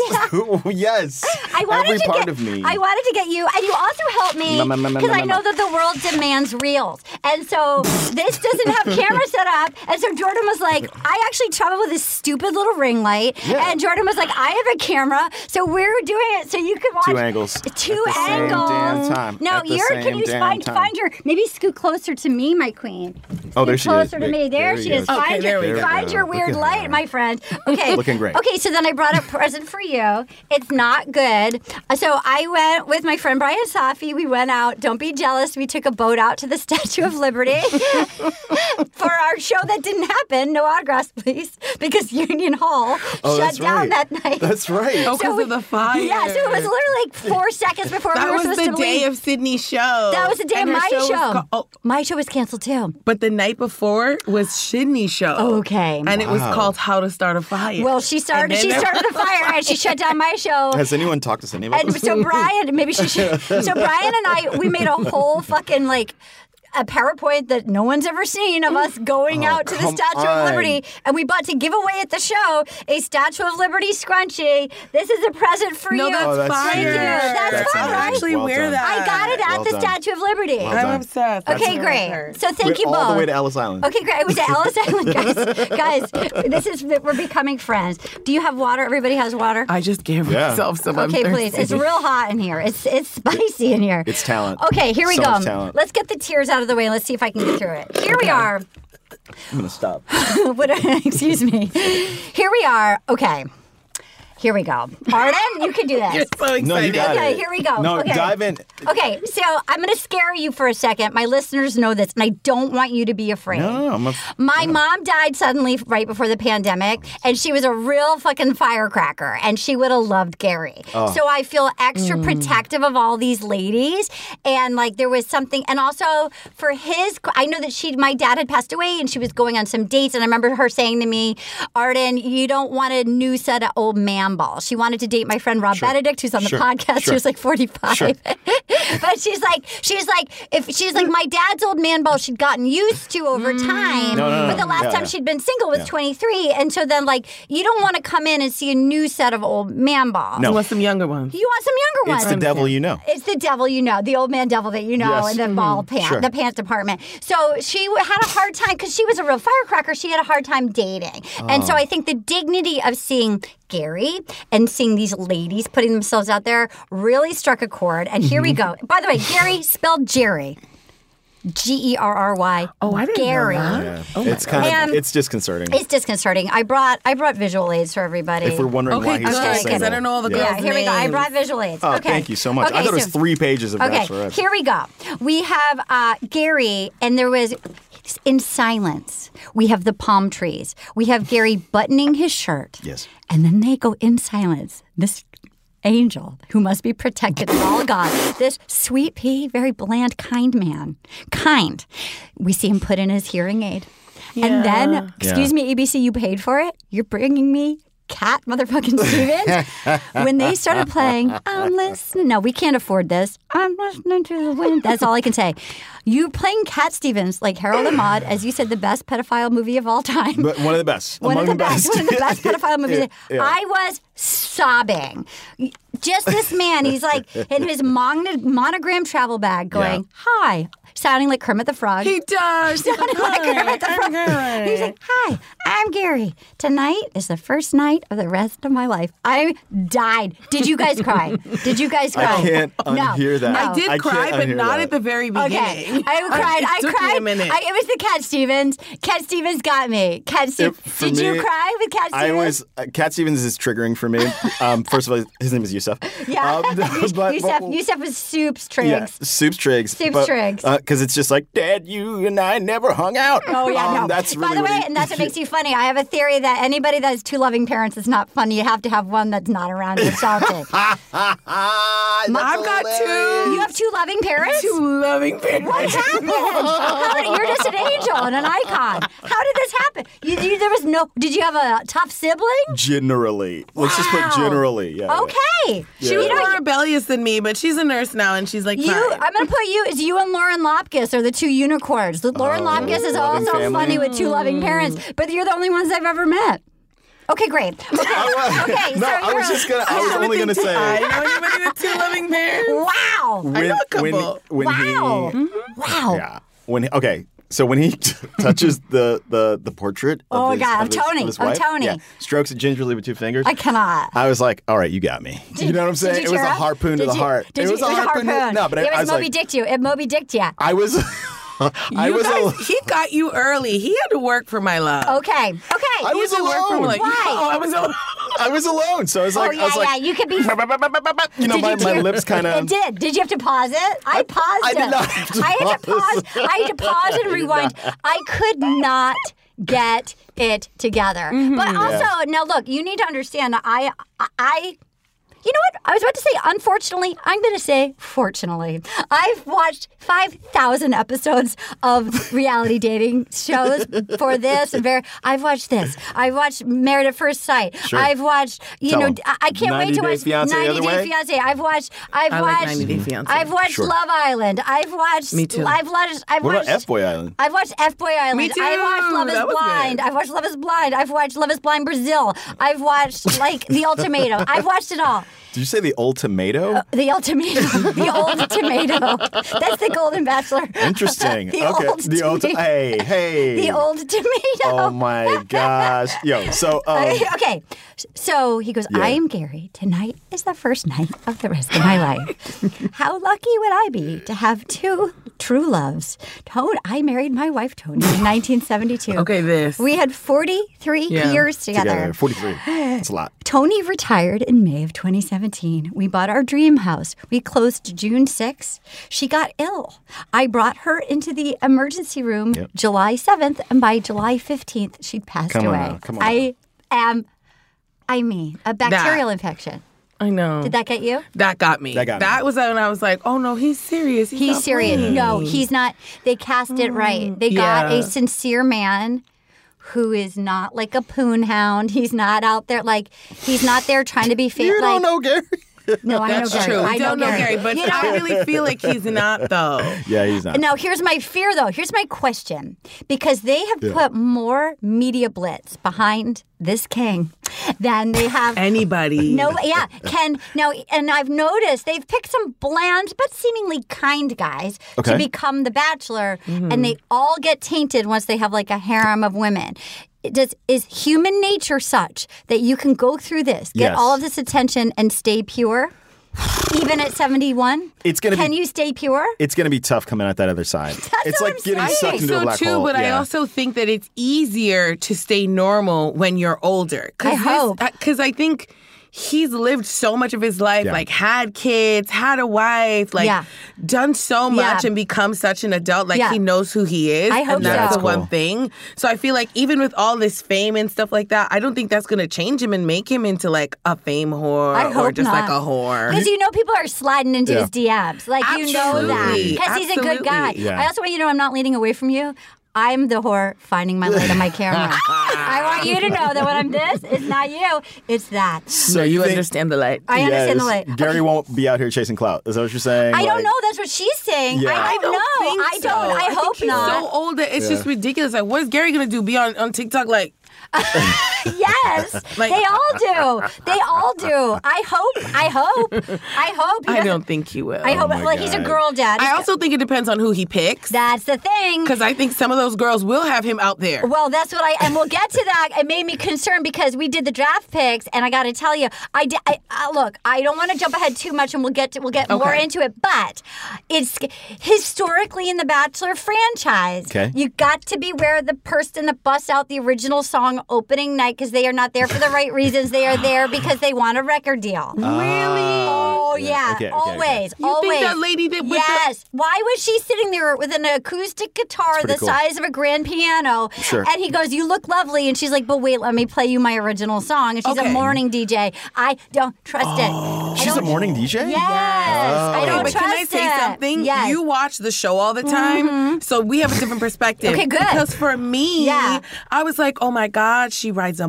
[SPEAKER 5] yes.
[SPEAKER 3] I wanted
[SPEAKER 5] Every
[SPEAKER 3] to
[SPEAKER 5] part
[SPEAKER 3] get,
[SPEAKER 5] of me.
[SPEAKER 3] I wanted to get you, and you also helped me
[SPEAKER 5] No, no, no, no,
[SPEAKER 3] because
[SPEAKER 5] no,
[SPEAKER 3] I
[SPEAKER 5] no.
[SPEAKER 3] know that the world demands reels, and so this doesn't have camera set up. And so Jordan was like, "I actually travel with this stupid little ring light,"
[SPEAKER 5] Yeah.
[SPEAKER 3] and Jordan was like, "I have a camera," so we're doing it so you can watch
[SPEAKER 5] Two angles.
[SPEAKER 3] Two
[SPEAKER 5] At the same
[SPEAKER 3] angles.
[SPEAKER 5] damn time.
[SPEAKER 3] No,
[SPEAKER 5] At the
[SPEAKER 3] you're.
[SPEAKER 5] same
[SPEAKER 3] Can you
[SPEAKER 5] damn
[SPEAKER 3] find
[SPEAKER 5] time.
[SPEAKER 3] find your? Maybe scoot closer to me, my queen.
[SPEAKER 5] Oh, there
[SPEAKER 3] Scoot
[SPEAKER 5] she is.
[SPEAKER 3] closer to
[SPEAKER 5] Wait,
[SPEAKER 3] me. There,
[SPEAKER 5] there
[SPEAKER 3] she
[SPEAKER 5] you
[SPEAKER 3] is.
[SPEAKER 5] go.
[SPEAKER 6] Okay,
[SPEAKER 3] find
[SPEAKER 6] there
[SPEAKER 3] your,
[SPEAKER 6] we go.
[SPEAKER 3] find your
[SPEAKER 5] Look
[SPEAKER 3] weird
[SPEAKER 5] at
[SPEAKER 3] light,
[SPEAKER 5] her.
[SPEAKER 3] my friend. Okay.
[SPEAKER 5] Looking great.
[SPEAKER 3] Okay, so then I brought a present for you. It's not good. Uh, So I went with my friend Brian Safi. We went out. Don't be jealous. We took a boat out to the Statue of Liberty for our show that didn't happen. No autographs, please, because Union Hall
[SPEAKER 5] Oh,
[SPEAKER 3] shut
[SPEAKER 5] that's
[SPEAKER 3] down
[SPEAKER 5] right.
[SPEAKER 3] that night.
[SPEAKER 5] That's right.
[SPEAKER 6] Oh, 'cause
[SPEAKER 3] we-
[SPEAKER 6] of the fire.
[SPEAKER 3] Yeah, so it was literally like four seconds before we
[SPEAKER 6] that
[SPEAKER 3] were
[SPEAKER 6] was
[SPEAKER 3] supposed
[SPEAKER 6] the
[SPEAKER 3] to
[SPEAKER 6] day
[SPEAKER 3] leave.
[SPEAKER 6] of Sydney's show.
[SPEAKER 3] that was the day
[SPEAKER 6] And
[SPEAKER 3] of
[SPEAKER 6] her
[SPEAKER 3] my show.
[SPEAKER 6] was ca- oh,
[SPEAKER 3] My show was canceled too.
[SPEAKER 6] but the night before was Sydney's show.
[SPEAKER 3] Okay.
[SPEAKER 6] And it was called How to Start a Fire.
[SPEAKER 3] Well, she started.
[SPEAKER 6] then
[SPEAKER 3] She
[SPEAKER 6] there-
[SPEAKER 3] started the fire, and she shut down my show.
[SPEAKER 5] Has anyone talked to Cindy about
[SPEAKER 3] And
[SPEAKER 5] this?
[SPEAKER 3] so Brian, maybe she should. So Brian and I, we made a whole fucking like a PowerPoint that no one's ever seen of us going out to the
[SPEAKER 5] Oh, come
[SPEAKER 3] Statue of
[SPEAKER 5] on.
[SPEAKER 3] Liberty, and we bought to give away at the show a Statue of Liberty scrunchie. This is a present for
[SPEAKER 6] No,
[SPEAKER 3] you.
[SPEAKER 6] that's,
[SPEAKER 5] Oh, that's
[SPEAKER 6] fire.
[SPEAKER 3] Thank you. That's That's fire.
[SPEAKER 6] I'll
[SPEAKER 3] amazing.
[SPEAKER 6] actually
[SPEAKER 5] Well
[SPEAKER 6] wear
[SPEAKER 5] done.
[SPEAKER 6] that.
[SPEAKER 3] I got it at
[SPEAKER 5] Well
[SPEAKER 3] the
[SPEAKER 5] done.
[SPEAKER 3] Statue of Liberty.
[SPEAKER 5] Well
[SPEAKER 6] I'm
[SPEAKER 5] done.
[SPEAKER 6] obsessed. That's
[SPEAKER 3] Okay,
[SPEAKER 6] what I
[SPEAKER 3] great.
[SPEAKER 6] heard.
[SPEAKER 3] So thank you both.
[SPEAKER 5] all the way to Ellis Island.
[SPEAKER 3] Okay, great. I was at Ellis Island, guys. Guys, this is we're becoming friends. Do you have water? Everybody has water.
[SPEAKER 6] I just gave
[SPEAKER 5] Yeah.
[SPEAKER 6] myself some. I'm
[SPEAKER 3] Okay, please.
[SPEAKER 6] thirsty.
[SPEAKER 3] It's real hot in here. It's it's spicy in here.
[SPEAKER 5] It's talent.
[SPEAKER 3] Okay, here we
[SPEAKER 5] So
[SPEAKER 3] go.
[SPEAKER 5] much talent.
[SPEAKER 3] Let's get the tears out of the way. and Let's see if I can get through it. Here we are.
[SPEAKER 5] I'm gonna stop.
[SPEAKER 3] What- excuse me. Here we are. Okay. Here we go. Arden, you can do
[SPEAKER 6] You're
[SPEAKER 3] this.
[SPEAKER 6] so excited.
[SPEAKER 5] No, you got
[SPEAKER 3] Okay,
[SPEAKER 5] it.
[SPEAKER 3] here we go.
[SPEAKER 5] No,
[SPEAKER 3] Okay.
[SPEAKER 5] dive in.
[SPEAKER 3] Okay, so I'm going to scare you for a second. My listeners know this, and I don't want you to be afraid.
[SPEAKER 5] No, no, no, I'm a-
[SPEAKER 3] My mom died suddenly right before the pandemic, and she was a real fucking firecracker, and she would have loved Gary.
[SPEAKER 5] Oh.
[SPEAKER 3] So I feel extra protective of all these ladies, and like there was something, and also for his, I know that she, my dad had passed away, and she was going on some dates, and I remember her saying to me, "Arden, you don't want a new set of old man ball." She wanted to date my friend Rob Benedict, who's on the
[SPEAKER 5] Sure.
[SPEAKER 3] podcast. She
[SPEAKER 5] Sure.
[SPEAKER 3] was like 45.
[SPEAKER 5] Sure.
[SPEAKER 3] but she's like, she's like, if she's like, my dad's old man ball she'd gotten used to over time.
[SPEAKER 5] Mm. No, no, no,
[SPEAKER 3] but the
[SPEAKER 5] no.
[SPEAKER 3] last
[SPEAKER 5] Yeah,
[SPEAKER 3] time
[SPEAKER 5] yeah.
[SPEAKER 3] she'd been single was
[SPEAKER 5] Yeah.
[SPEAKER 3] 23. And so then, like, you don't want to come in and see a new set of old man balls.
[SPEAKER 5] No.
[SPEAKER 6] You want some younger ones?
[SPEAKER 3] You want some younger
[SPEAKER 5] It's
[SPEAKER 3] ones.
[SPEAKER 5] the devil you know.
[SPEAKER 3] It's the devil you know, the old man devil that you know
[SPEAKER 5] Yes. Mm-hmm.
[SPEAKER 3] in the ball pant,
[SPEAKER 5] Sure.
[SPEAKER 3] the pants department. So she w- had a hard time because she was a real firecracker. She had a hard time dating, and
[SPEAKER 5] Oh.
[SPEAKER 3] so I think the dignity of seeing Gary and seeing these ladies putting themselves out there really struck a chord. And here we
[SPEAKER 5] Mm-hmm.
[SPEAKER 3] go. By the way, Gary spelled Jerry, G E R R Y.
[SPEAKER 6] Oh, I didn't know
[SPEAKER 3] Gary.
[SPEAKER 6] that. Oh,
[SPEAKER 5] Yeah. it's kind
[SPEAKER 3] God.
[SPEAKER 5] of it's disconcerting.
[SPEAKER 3] It's disconcerting. I brought I brought visual aids for everybody.
[SPEAKER 5] if we're wondering why
[SPEAKER 6] Okay,
[SPEAKER 5] he's still
[SPEAKER 3] good,
[SPEAKER 5] single.
[SPEAKER 3] because I
[SPEAKER 6] don't know all the
[SPEAKER 3] yeah,
[SPEAKER 6] girls'
[SPEAKER 3] here we go. I
[SPEAKER 6] names.
[SPEAKER 3] brought visual aids.
[SPEAKER 5] Oh,
[SPEAKER 3] okay.
[SPEAKER 5] thank you so much. I
[SPEAKER 3] Okay,
[SPEAKER 5] thought it was
[SPEAKER 3] so-
[SPEAKER 5] three pages of
[SPEAKER 3] Okay,
[SPEAKER 5] Bachelorette.
[SPEAKER 3] here we go. We have uh, Gary, and there was in silence. We have the palm trees. We have Gary buttoning his shirt.
[SPEAKER 5] Yes.
[SPEAKER 3] And then they go in silence. This angel, who must be protected of all God, this sweet pea, very bland, kind man, kind. We see him put in his hearing aid. And then, excuse me, ABC, you paid for it? You're bringing me cat motherfucking Stevens? when they started playing, I'm listening. No, we can't afford this. I'm listening to the wind. That's all I can say. You playing Cat Stevens, like Harold and Maude, as you said, the best pedophile movie of all time
[SPEAKER 5] But one of the best.
[SPEAKER 3] one
[SPEAKER 5] Among
[SPEAKER 3] of the best, one of the best pedophile movies.
[SPEAKER 5] Yeah, yeah.
[SPEAKER 3] I was sobbing. Just this man, he's like in his mon- monogram travel bag, going hi, sounding like Kermit the Frog.
[SPEAKER 6] He does. He's like,
[SPEAKER 3] Like
[SPEAKER 6] "Hi,
[SPEAKER 3] Kermit the
[SPEAKER 6] I'm
[SPEAKER 3] Frog. He's
[SPEAKER 6] Gary."
[SPEAKER 3] like, "Hi, I'm Gary. Tonight is the first night of the rest of my life. I died. Did you guys cry? Did you guys cry?
[SPEAKER 5] I can't
[SPEAKER 3] No.
[SPEAKER 5] unhear that.
[SPEAKER 3] No.
[SPEAKER 6] I did
[SPEAKER 5] I can't
[SPEAKER 6] cry, but
[SPEAKER 5] unhear
[SPEAKER 6] not
[SPEAKER 5] that.
[SPEAKER 6] at the very beginning.
[SPEAKER 3] Okay, I cried.
[SPEAKER 6] It
[SPEAKER 3] I,
[SPEAKER 6] took
[SPEAKER 3] cried.
[SPEAKER 6] Me a minute.
[SPEAKER 3] I, it was the Cat Stevens. Cat Stevens got me. Cat
[SPEAKER 5] It-
[SPEAKER 3] Stevens.
[SPEAKER 5] for
[SPEAKER 3] Did you
[SPEAKER 5] me,
[SPEAKER 3] cry with Cat Stevens?
[SPEAKER 5] I always uh, Cat Stevens is triggering for me. Um, first of all, his name is Yusuf.
[SPEAKER 3] Yeah.
[SPEAKER 5] Um,
[SPEAKER 3] Yus-
[SPEAKER 5] but-
[SPEAKER 3] Yusef,
[SPEAKER 5] but-
[SPEAKER 3] Yusef was soups,
[SPEAKER 5] Yeah,
[SPEAKER 3] Triggs.
[SPEAKER 5] Soup's Triggs.
[SPEAKER 3] Soup's
[SPEAKER 5] but,
[SPEAKER 3] Triggs.
[SPEAKER 5] Because it's just like, Dad, you and I never hung out.
[SPEAKER 3] Oh yeah,
[SPEAKER 5] Um,
[SPEAKER 3] no.
[SPEAKER 5] That's really
[SPEAKER 3] By the
[SPEAKER 5] what
[SPEAKER 3] way,
[SPEAKER 5] he-
[SPEAKER 3] and that's what makes you funny. I have a theory that anybody that has two loving parents is not funny. You have to have one that's not around to solve it.
[SPEAKER 5] Ah, that's
[SPEAKER 6] I've got
[SPEAKER 5] hilarious.
[SPEAKER 6] two.
[SPEAKER 3] You have two loving parents?
[SPEAKER 6] Two loving
[SPEAKER 3] What
[SPEAKER 6] parents.
[SPEAKER 3] happened? How did, you're just an angel and an icon. How did this happen? You, you, there was no. Did you have a tough sibling?
[SPEAKER 5] Generally. Let's just put
[SPEAKER 3] Wow.
[SPEAKER 5] generally. Yeah, yeah.
[SPEAKER 3] Okay.
[SPEAKER 6] She was more rebellious than me, but she's a nurse now, and she's like,
[SPEAKER 3] You,
[SPEAKER 6] fine.
[SPEAKER 3] I'm gonna put you. Is you and Lauren Lopkis are the two unicorns. Lauren Lopkis is
[SPEAKER 5] Oh, loving
[SPEAKER 3] also
[SPEAKER 5] family. Mm.
[SPEAKER 3] funny with two loving parents, but you're the only ones I've ever met. Okay, great. Okay, okay.
[SPEAKER 5] No,
[SPEAKER 3] so
[SPEAKER 5] I was
[SPEAKER 3] you're-
[SPEAKER 5] just gonna. I was only gonna say.
[SPEAKER 3] uh,
[SPEAKER 6] I know you're making the two loving parents.
[SPEAKER 3] Wow.
[SPEAKER 5] when,
[SPEAKER 6] know a
[SPEAKER 5] when,
[SPEAKER 6] couple.
[SPEAKER 5] when
[SPEAKER 3] Wow.
[SPEAKER 5] he
[SPEAKER 6] Mm-hmm.
[SPEAKER 3] Wow.
[SPEAKER 5] yeah when he, okay so when he t- touches the the the portrait of
[SPEAKER 3] Oh my
[SPEAKER 5] his-
[SPEAKER 3] God,
[SPEAKER 5] of
[SPEAKER 3] of
[SPEAKER 5] his-
[SPEAKER 3] Tony,
[SPEAKER 5] of, his
[SPEAKER 3] of
[SPEAKER 5] wife,
[SPEAKER 3] Tony.
[SPEAKER 5] yeah, strokes it gingerly with two fingers
[SPEAKER 3] I cannot.
[SPEAKER 5] I was like all right you got me you know what I'm
[SPEAKER 3] Did
[SPEAKER 5] saying
[SPEAKER 3] you
[SPEAKER 5] it was
[SPEAKER 3] tear
[SPEAKER 5] a
[SPEAKER 3] up?
[SPEAKER 5] harpoon to
[SPEAKER 3] Did
[SPEAKER 5] the
[SPEAKER 3] you-
[SPEAKER 5] heart
[SPEAKER 3] Did
[SPEAKER 5] it
[SPEAKER 3] you-
[SPEAKER 5] was a harpoon, to-
[SPEAKER 3] harpoon.
[SPEAKER 5] no but I-
[SPEAKER 3] it
[SPEAKER 5] I,
[SPEAKER 3] was
[SPEAKER 5] was
[SPEAKER 3] Moby
[SPEAKER 5] like
[SPEAKER 3] Dicked you. It Moby Dicked you.
[SPEAKER 5] I was I
[SPEAKER 6] You
[SPEAKER 5] was
[SPEAKER 6] guys-
[SPEAKER 5] alone.
[SPEAKER 6] he got you early. He had to work for my love.
[SPEAKER 3] Okay. Okay.
[SPEAKER 5] I
[SPEAKER 6] He
[SPEAKER 5] was
[SPEAKER 6] had to work for
[SPEAKER 5] alone.
[SPEAKER 6] my like,
[SPEAKER 3] Why?
[SPEAKER 6] Oh, I was alone.
[SPEAKER 5] I was alone so I was like
[SPEAKER 3] oh yeah,
[SPEAKER 5] I was
[SPEAKER 3] yeah.
[SPEAKER 5] like
[SPEAKER 3] You could be.
[SPEAKER 5] you know
[SPEAKER 3] Did
[SPEAKER 5] my,
[SPEAKER 3] you
[SPEAKER 5] my
[SPEAKER 3] tear-
[SPEAKER 5] lips kind
[SPEAKER 3] It
[SPEAKER 5] of
[SPEAKER 3] did. Did you have to pause it? I paused
[SPEAKER 5] I
[SPEAKER 3] it.
[SPEAKER 5] did not have to
[SPEAKER 3] I had to pause.
[SPEAKER 5] pause.
[SPEAKER 3] I had to pause and rewind. I could not get
[SPEAKER 5] Mm-hmm.
[SPEAKER 3] it together. But also, now look, you need to understand I I You know what? I was about to say, unfortunately, I'm going to say, fortunately. I've watched 5,000 episodes of reality dating shows for this. And very, I've watched this. I've watched Married at First Sight.
[SPEAKER 5] Sure.
[SPEAKER 3] I've watched, you
[SPEAKER 5] Tell
[SPEAKER 3] know,
[SPEAKER 5] 'em.
[SPEAKER 3] I I can't wait
[SPEAKER 5] 90
[SPEAKER 3] to
[SPEAKER 5] Day
[SPEAKER 3] watch
[SPEAKER 5] Fiancé the
[SPEAKER 3] 90
[SPEAKER 5] other
[SPEAKER 3] Day
[SPEAKER 5] way?
[SPEAKER 3] Fiancé. I've watched, I've
[SPEAKER 6] I like
[SPEAKER 3] watched,
[SPEAKER 6] 90 Day Fiancé.
[SPEAKER 3] I've watched
[SPEAKER 5] Sure.
[SPEAKER 3] Love Island. I've watched,
[SPEAKER 6] Me too.
[SPEAKER 3] I've watched, I've
[SPEAKER 5] What
[SPEAKER 3] watched,
[SPEAKER 5] about F Boy Island?
[SPEAKER 3] I've watched F Boy Island.
[SPEAKER 6] Me too.
[SPEAKER 3] I've watched Love
[SPEAKER 6] That
[SPEAKER 3] Is
[SPEAKER 6] was good.
[SPEAKER 3] Blind. I've watched Love Is Blind. I've watched Love Is Blind Brazil. I've watched like The Ultimatum. I've watched it all.
[SPEAKER 5] Did you say the ultimato?
[SPEAKER 3] The Ultimatum. The Old Tomato. That's the Golden Bachelor.
[SPEAKER 5] Interesting.
[SPEAKER 3] the
[SPEAKER 5] okay.
[SPEAKER 3] Old
[SPEAKER 5] the old.
[SPEAKER 3] Tomato.
[SPEAKER 5] Hey, hey.
[SPEAKER 3] The Old Tomato.
[SPEAKER 5] Oh my gosh. Yo. So um,
[SPEAKER 3] Uh, okay, so he goes, I
[SPEAKER 5] Yeah.
[SPEAKER 3] am Gary. Tonight is the first night of the rest of my life. How lucky would I be to have two true loves? Tone, I married my wife, Tony, in 1972.
[SPEAKER 6] Okay, this.
[SPEAKER 3] We had 43
[SPEAKER 6] Yeah.
[SPEAKER 3] years together.
[SPEAKER 5] together. Forty-three. That's a lot.
[SPEAKER 3] Tony retired in May of 2017. We bought our dream house. We closed June 6. She got ill. I brought her into the emergency room
[SPEAKER 5] Yep.
[SPEAKER 3] July 7th, and by July 15th, she'd passed
[SPEAKER 5] Come on
[SPEAKER 3] away.
[SPEAKER 5] now, come on
[SPEAKER 3] I am, I mean, a bacterial infection.
[SPEAKER 6] I know.
[SPEAKER 3] Did that get you?
[SPEAKER 6] That got me.
[SPEAKER 5] That got me.
[SPEAKER 6] was when I was like, oh no, he's serious. He's,
[SPEAKER 3] He's
[SPEAKER 6] not
[SPEAKER 3] serious.
[SPEAKER 6] playing. Mm.
[SPEAKER 3] No, he's not. They cast it right. They got
[SPEAKER 6] yeah.
[SPEAKER 3] a sincere man who is not like a poon hound. He's not out there like he's not there trying to be fake.
[SPEAKER 5] You
[SPEAKER 3] like,
[SPEAKER 5] don't know Gary.
[SPEAKER 3] No, I
[SPEAKER 6] That's
[SPEAKER 3] know Gary.
[SPEAKER 6] true.
[SPEAKER 3] I
[SPEAKER 6] We don't know Gary, but
[SPEAKER 3] You know-
[SPEAKER 6] I really feel like he's not though.
[SPEAKER 5] Yeah, he's not.
[SPEAKER 3] Now, here's my fear, though. Here's my question. Because they have put more media blitz behind this king than they have.
[SPEAKER 6] Anybody?
[SPEAKER 3] no, yeah, Ken. Now, and I've noticed they've picked some bland but seemingly kind guys
[SPEAKER 5] Okay. Mm-hmm.
[SPEAKER 3] to become the bachelor, and they all get tainted once they have like a harem of women. It Does is human nature such that you can go through this, get
[SPEAKER 5] Yes.
[SPEAKER 3] all of this attention, and stay pure, even at seventy-one?
[SPEAKER 5] It's gonna
[SPEAKER 3] Can
[SPEAKER 5] be-
[SPEAKER 3] you stay pure?
[SPEAKER 5] It's gonna be tough coming out that other side. it's
[SPEAKER 3] what
[SPEAKER 5] like
[SPEAKER 3] I'm
[SPEAKER 5] getting
[SPEAKER 3] saying.
[SPEAKER 6] I
[SPEAKER 5] sucked
[SPEAKER 6] think
[SPEAKER 5] into a
[SPEAKER 6] so
[SPEAKER 5] black
[SPEAKER 6] too,
[SPEAKER 5] hole.
[SPEAKER 6] but I
[SPEAKER 5] Yeah.
[SPEAKER 6] also think that it's easier to stay normal when you're older.
[SPEAKER 3] I hope.
[SPEAKER 6] because I think he's lived so much of his life,
[SPEAKER 5] Yeah.
[SPEAKER 6] like had kids, had a wife, like
[SPEAKER 3] Yeah.
[SPEAKER 6] done so
[SPEAKER 3] Yeah.
[SPEAKER 6] much and become such an adult. Like
[SPEAKER 3] Yeah.
[SPEAKER 6] he knows who he is.
[SPEAKER 3] I hope
[SPEAKER 6] and that's
[SPEAKER 3] so.
[SPEAKER 6] the one thing. So I feel like even with all this fame and stuff like that, I don't think that's gonna change him and make him into like a fame whore
[SPEAKER 3] I
[SPEAKER 6] or
[SPEAKER 3] hope
[SPEAKER 6] just like
[SPEAKER 3] not.
[SPEAKER 6] a whore.
[SPEAKER 3] Because you know people are sliding into his DMs. Like you know that.
[SPEAKER 6] Absolutely.
[SPEAKER 3] Because he's a good guy.
[SPEAKER 6] Absolutely.
[SPEAKER 5] Yeah.
[SPEAKER 3] I also want you to know I'm not leaning away from you. I'm the whore finding my light on my camera. I want you to know that when I'm this, it's not you, it's that.
[SPEAKER 5] so
[SPEAKER 6] you
[SPEAKER 5] think-
[SPEAKER 6] understand the light.
[SPEAKER 3] I understand the
[SPEAKER 5] Yes,
[SPEAKER 3] light.
[SPEAKER 5] Gary won't be out here chasing clout. Is that what you're saying?
[SPEAKER 3] I don't
[SPEAKER 5] Like-
[SPEAKER 3] know. That's what she's saying.
[SPEAKER 5] Yeah.
[SPEAKER 3] I
[SPEAKER 6] I
[SPEAKER 3] don't
[SPEAKER 6] don't
[SPEAKER 3] know.
[SPEAKER 6] think
[SPEAKER 3] I don't.
[SPEAKER 6] so.
[SPEAKER 3] I,
[SPEAKER 6] think
[SPEAKER 3] hope
[SPEAKER 6] he's
[SPEAKER 3] not.
[SPEAKER 6] so old that it's just ridiculous. Like, what's Gary gonna do? Be on, on TikTok like
[SPEAKER 3] Yes,
[SPEAKER 6] Like-
[SPEAKER 3] they all do. They all do. I hope. I hope. I hope. he
[SPEAKER 6] I
[SPEAKER 3] doesn't-
[SPEAKER 6] don't think he will.
[SPEAKER 3] I hope.
[SPEAKER 5] Oh my
[SPEAKER 3] like he's a
[SPEAKER 5] God.
[SPEAKER 3] girl dad.
[SPEAKER 6] I also think it depends on who he picks.
[SPEAKER 3] That's the thing.
[SPEAKER 6] Because I think some of those girls will have him out there.
[SPEAKER 3] Well, that's what I and we'll get to that. It made me concerned because we did the draft picks, and I got to tell you, I did. I, I, look, I don't want to jump ahead too much, and we'll get to, we'll get more
[SPEAKER 6] Okay.
[SPEAKER 3] into it. But it's historically in the Bachelor franchise,
[SPEAKER 5] Okay.
[SPEAKER 3] you got to beware the person that busts out the original song opening night because they are not there for the right reasons. They are there because they want a record deal.
[SPEAKER 5] Really?
[SPEAKER 3] Oh
[SPEAKER 5] yeah.
[SPEAKER 3] yeah,
[SPEAKER 5] Okay, okay, okay.
[SPEAKER 3] always,
[SPEAKER 6] You
[SPEAKER 3] always.
[SPEAKER 6] think that lady did with the-
[SPEAKER 3] yes. Why was she sitting there with an acoustic guitar the
[SPEAKER 5] pretty cool.
[SPEAKER 3] size of a grand piano?
[SPEAKER 5] Sure.
[SPEAKER 3] And he goes, "You look lovely," and she's like, "But wait, let me play you my original song." And she's a
[SPEAKER 6] Okay. Oh.
[SPEAKER 3] morning DJ. I don't trust it. I
[SPEAKER 5] She's a
[SPEAKER 3] don't-
[SPEAKER 5] morning Oh. DJ.
[SPEAKER 3] Yes, I
[SPEAKER 5] Okay,
[SPEAKER 3] don't
[SPEAKER 6] but
[SPEAKER 3] trust
[SPEAKER 6] can I say
[SPEAKER 3] it.
[SPEAKER 6] something?
[SPEAKER 3] Yes. Mm-hmm.
[SPEAKER 6] You watch the show all the time, so we have a different perspective.
[SPEAKER 3] Okay, good.
[SPEAKER 6] Because for me,
[SPEAKER 3] Yeah.
[SPEAKER 6] I was like, oh my God, she rides a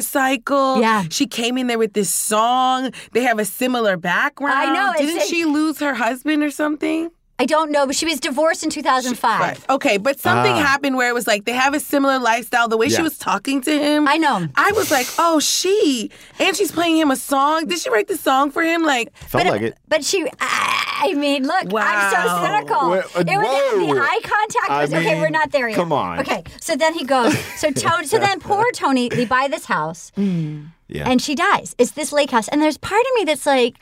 [SPEAKER 6] motorcycle.
[SPEAKER 3] Yeah.
[SPEAKER 6] She came in there with this song. They have a similar background.
[SPEAKER 3] I know, it's-
[SPEAKER 6] Didn't she lose her husband or something?
[SPEAKER 3] I don't know, but she was divorced in 2005.
[SPEAKER 6] Right. Okay, but
[SPEAKER 5] Ah.
[SPEAKER 6] something happened where it was like they have a similar lifestyle. The way
[SPEAKER 5] Yeah.
[SPEAKER 6] she was talking to him,
[SPEAKER 3] I know.
[SPEAKER 6] I was like, oh, she and she's playing him a song. Did she write the song for him? Like,
[SPEAKER 5] Felt like it.
[SPEAKER 3] But she, I I mean, look, I'm so
[SPEAKER 6] Wow.
[SPEAKER 3] cynical.
[SPEAKER 5] Well, uh,
[SPEAKER 3] it was
[SPEAKER 5] whoa.
[SPEAKER 3] the eye contact
[SPEAKER 5] I
[SPEAKER 3] was okay. We're
[SPEAKER 5] mean,
[SPEAKER 3] not there yet.
[SPEAKER 5] come on.
[SPEAKER 3] Okay, so then he goes. So Tony. so then poor Tony. They buy this house,
[SPEAKER 5] Yeah.
[SPEAKER 3] Mm. and she dies. It's this lake house, and there's part of me that's like.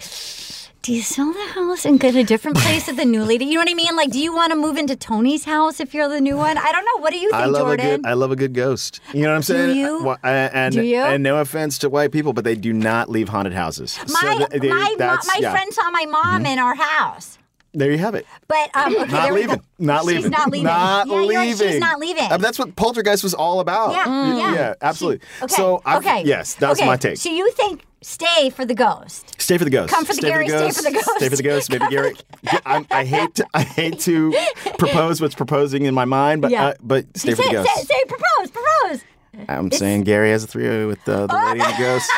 [SPEAKER 3] Do you sell the house and go to a different place with the new lady? You know what I mean? Like, do you want to move into Tony's house if you're the new one? I don't know. What do you think,
[SPEAKER 5] I love
[SPEAKER 3] Jordan?
[SPEAKER 5] a good. I love a good ghost. You know what I'm saying?
[SPEAKER 3] you?
[SPEAKER 5] Wha- And, and,
[SPEAKER 3] Do you?
[SPEAKER 5] and no offense to white people, but they do not leave haunted houses.
[SPEAKER 3] my
[SPEAKER 5] th- they-
[SPEAKER 3] my, mo-
[SPEAKER 5] that's-
[SPEAKER 3] my
[SPEAKER 5] yeah.
[SPEAKER 3] friend saw my mom in our house.
[SPEAKER 5] There you have it.
[SPEAKER 3] But um, okay,
[SPEAKER 5] Not
[SPEAKER 3] there we go.
[SPEAKER 5] leaving. Not leaving.
[SPEAKER 3] She's not leaving.
[SPEAKER 5] Not
[SPEAKER 3] yeah, You're right. She's
[SPEAKER 5] leaving.
[SPEAKER 3] not leaving.
[SPEAKER 5] Uh, that's what Poltergeist was all about.
[SPEAKER 3] yeah,
[SPEAKER 5] Y-
[SPEAKER 3] yeah.
[SPEAKER 5] absolutely.
[SPEAKER 3] She- okay.
[SPEAKER 5] So, I've,
[SPEAKER 3] okay.
[SPEAKER 5] yes, that's
[SPEAKER 3] okay.
[SPEAKER 5] my take.
[SPEAKER 3] So you think Stay for the ghost.
[SPEAKER 5] Stay for the ghost.
[SPEAKER 3] Come for the
[SPEAKER 5] stay
[SPEAKER 3] Gary,
[SPEAKER 5] for the ghost.
[SPEAKER 3] stay for the ghost.
[SPEAKER 5] Stay for the ghost, baby Gary. Yeah, I'm, I hate to, I hate to propose what's proposing in my mind, but
[SPEAKER 3] Yeah.
[SPEAKER 5] uh, but stay for
[SPEAKER 3] say,
[SPEAKER 5] the ghost.
[SPEAKER 3] Say, say, propose, propose.
[SPEAKER 5] I'm saying Gary has a three with uh, the lady and the ghost.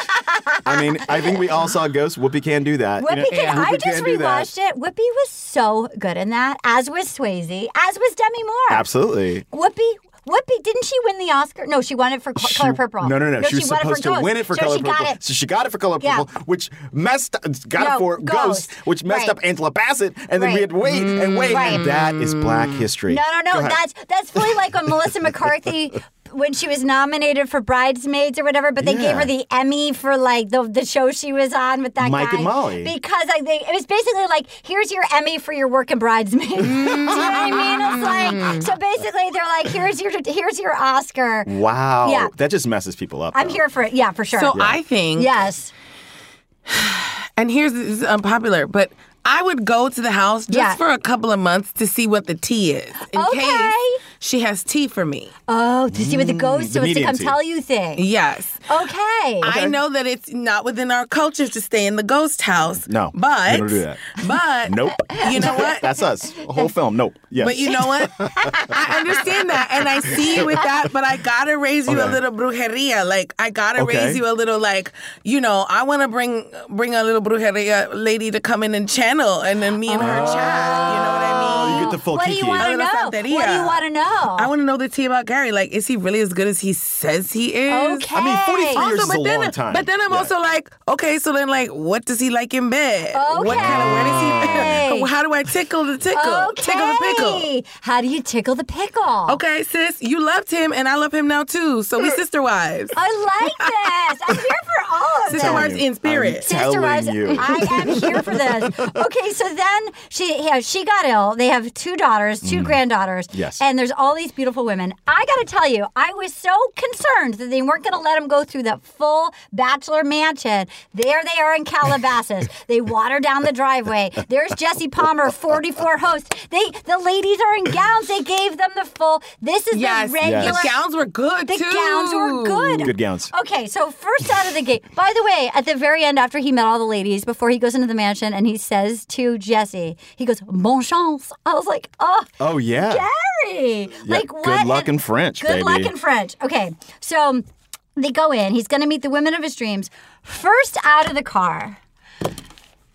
[SPEAKER 5] I mean, I think we all saw Ghost. Whoopi can do that.
[SPEAKER 3] Whoopi, can, I just
[SPEAKER 5] do that.
[SPEAKER 3] rewatched it. Whoopi was so good in that, as was Swayze, as was Demi Moore.
[SPEAKER 5] Absolutely.
[SPEAKER 3] Whoopi. Whoopi, didn't she win the Oscar? No, she won it for Col- Color Purple.
[SPEAKER 5] No, no, no. she was
[SPEAKER 3] won
[SPEAKER 5] supposed
[SPEAKER 3] for
[SPEAKER 5] to win
[SPEAKER 3] Ghost.
[SPEAKER 5] it for
[SPEAKER 3] so
[SPEAKER 5] Color
[SPEAKER 3] she
[SPEAKER 5] Purple.
[SPEAKER 3] Got it.
[SPEAKER 5] So she got it for Color
[SPEAKER 3] Yeah.
[SPEAKER 5] Purple, which messed got
[SPEAKER 3] No,
[SPEAKER 5] it for
[SPEAKER 3] Ghost.
[SPEAKER 5] Ghost, which messed
[SPEAKER 3] Right.
[SPEAKER 5] up Angela Bassett, and then
[SPEAKER 3] Right. Mm,
[SPEAKER 5] we had to wait and wait,
[SPEAKER 3] Right.
[SPEAKER 5] and Mm. that is Black History.
[SPEAKER 3] No, no,
[SPEAKER 5] Go
[SPEAKER 3] no.
[SPEAKER 5] ahead.
[SPEAKER 3] That's that's fully like when Melissa McCarthy, when she was nominated for Bridesmaids or whatever, but they gave
[SPEAKER 5] Yeah.
[SPEAKER 3] her the Emmy for like the the show she was on with that
[SPEAKER 5] Mike
[SPEAKER 3] guy.
[SPEAKER 5] and Molly.
[SPEAKER 3] Because I think it was basically like, here's your Emmy for your work in Bridesmaids. Do you know what I mean? It's like so basically they're like, here's your here's your Oscar.
[SPEAKER 5] wow.
[SPEAKER 3] Yeah.
[SPEAKER 5] That just messes people up.
[SPEAKER 3] I'm
[SPEAKER 5] though.
[SPEAKER 3] here for it. Yeah, for sure.
[SPEAKER 6] So I think,
[SPEAKER 3] yes.
[SPEAKER 6] and here's this is unpopular, but I would go to the house just
[SPEAKER 3] Yeah.
[SPEAKER 6] for a couple of months to see what the tea is in
[SPEAKER 3] Okay.
[SPEAKER 6] case she has tea for me.
[SPEAKER 3] Oh, to see what the ghost
[SPEAKER 5] Mm, the
[SPEAKER 3] was to
[SPEAKER 5] medium
[SPEAKER 3] come
[SPEAKER 5] tea.
[SPEAKER 3] tell you thing.
[SPEAKER 6] Yes.
[SPEAKER 3] Okay.
[SPEAKER 6] I know that it's not within our culture to stay in the ghost house.
[SPEAKER 5] No, we
[SPEAKER 6] but
[SPEAKER 5] don't do that.
[SPEAKER 6] But
[SPEAKER 5] Nope.
[SPEAKER 6] You know what?
[SPEAKER 5] That's us. A whole film. Nope. Yes.
[SPEAKER 6] But you know what? I understand that, and I see you with that. But I gotta raise you a
[SPEAKER 5] Okay.
[SPEAKER 6] little brujeria. Like I gotta
[SPEAKER 5] Okay.
[SPEAKER 6] raise you a little. Like you know, I want to bring bring a little brujeria lady to come in and channel, and then me and her
[SPEAKER 5] Ah.
[SPEAKER 6] chat. You know what I mean?
[SPEAKER 5] Oh, you get the full
[SPEAKER 3] what do
[SPEAKER 5] kiki.
[SPEAKER 3] you want to
[SPEAKER 6] Ahora la
[SPEAKER 3] know? What do you
[SPEAKER 6] santería.
[SPEAKER 3] want to know?
[SPEAKER 6] I want to know the tea about Gary. Like, is he really as good as he says he is?
[SPEAKER 3] Okay.
[SPEAKER 5] I mean, 43 years
[SPEAKER 6] Also,
[SPEAKER 5] is a
[SPEAKER 6] but then,
[SPEAKER 5] long time.
[SPEAKER 6] but then I'm
[SPEAKER 5] Yeah.
[SPEAKER 6] also like, okay, so then like, what does he like in bed? What kind of where does
[SPEAKER 3] Okay.
[SPEAKER 6] he? how do I tickle the tickle? Tickle the pickle.
[SPEAKER 3] Okay. How do you tickle the pickle?
[SPEAKER 6] Okay, sis, you loved him, and I love him now too. So
[SPEAKER 3] Uh,
[SPEAKER 6] we sister wives.
[SPEAKER 3] I like this. I'm here for all of
[SPEAKER 6] Sister
[SPEAKER 3] this.
[SPEAKER 6] wives in spirit.
[SPEAKER 5] I'm telling
[SPEAKER 3] Wives,
[SPEAKER 5] you.
[SPEAKER 3] I am here for this. Okay, so then she yeah, she got ill. They have two daughters, two granddaughters.
[SPEAKER 5] Mm. Yes.
[SPEAKER 3] And there's all these beautiful women. I got to tell you, I was so concerned that they weren't going to let them go through that full bachelor mansion. There they are in Calabasas. they water down the driveway. There's Jesse Palmer, 44 host. They the ladies are in gowns. They gave them the full. This is
[SPEAKER 6] yes,
[SPEAKER 3] the regular.
[SPEAKER 5] Yes.
[SPEAKER 6] the gowns were good
[SPEAKER 3] The
[SPEAKER 6] too.
[SPEAKER 3] gowns were good.
[SPEAKER 5] Good gowns.
[SPEAKER 3] Okay, so first out of the gate. By the way, at the very end, after he met all the ladies, before he goes into the mansion, and he says to Jesse, he goes, "Bon chance." I was like, "Oh,
[SPEAKER 5] Oh, yeah.
[SPEAKER 3] Gary!"
[SPEAKER 5] Yeah,
[SPEAKER 3] Like what?
[SPEAKER 5] good luck
[SPEAKER 3] an-
[SPEAKER 5] in French,
[SPEAKER 3] Good luck
[SPEAKER 5] baby.
[SPEAKER 3] in French. Okay, so they go in. He's going to meet the women of his dreams. First out of the car,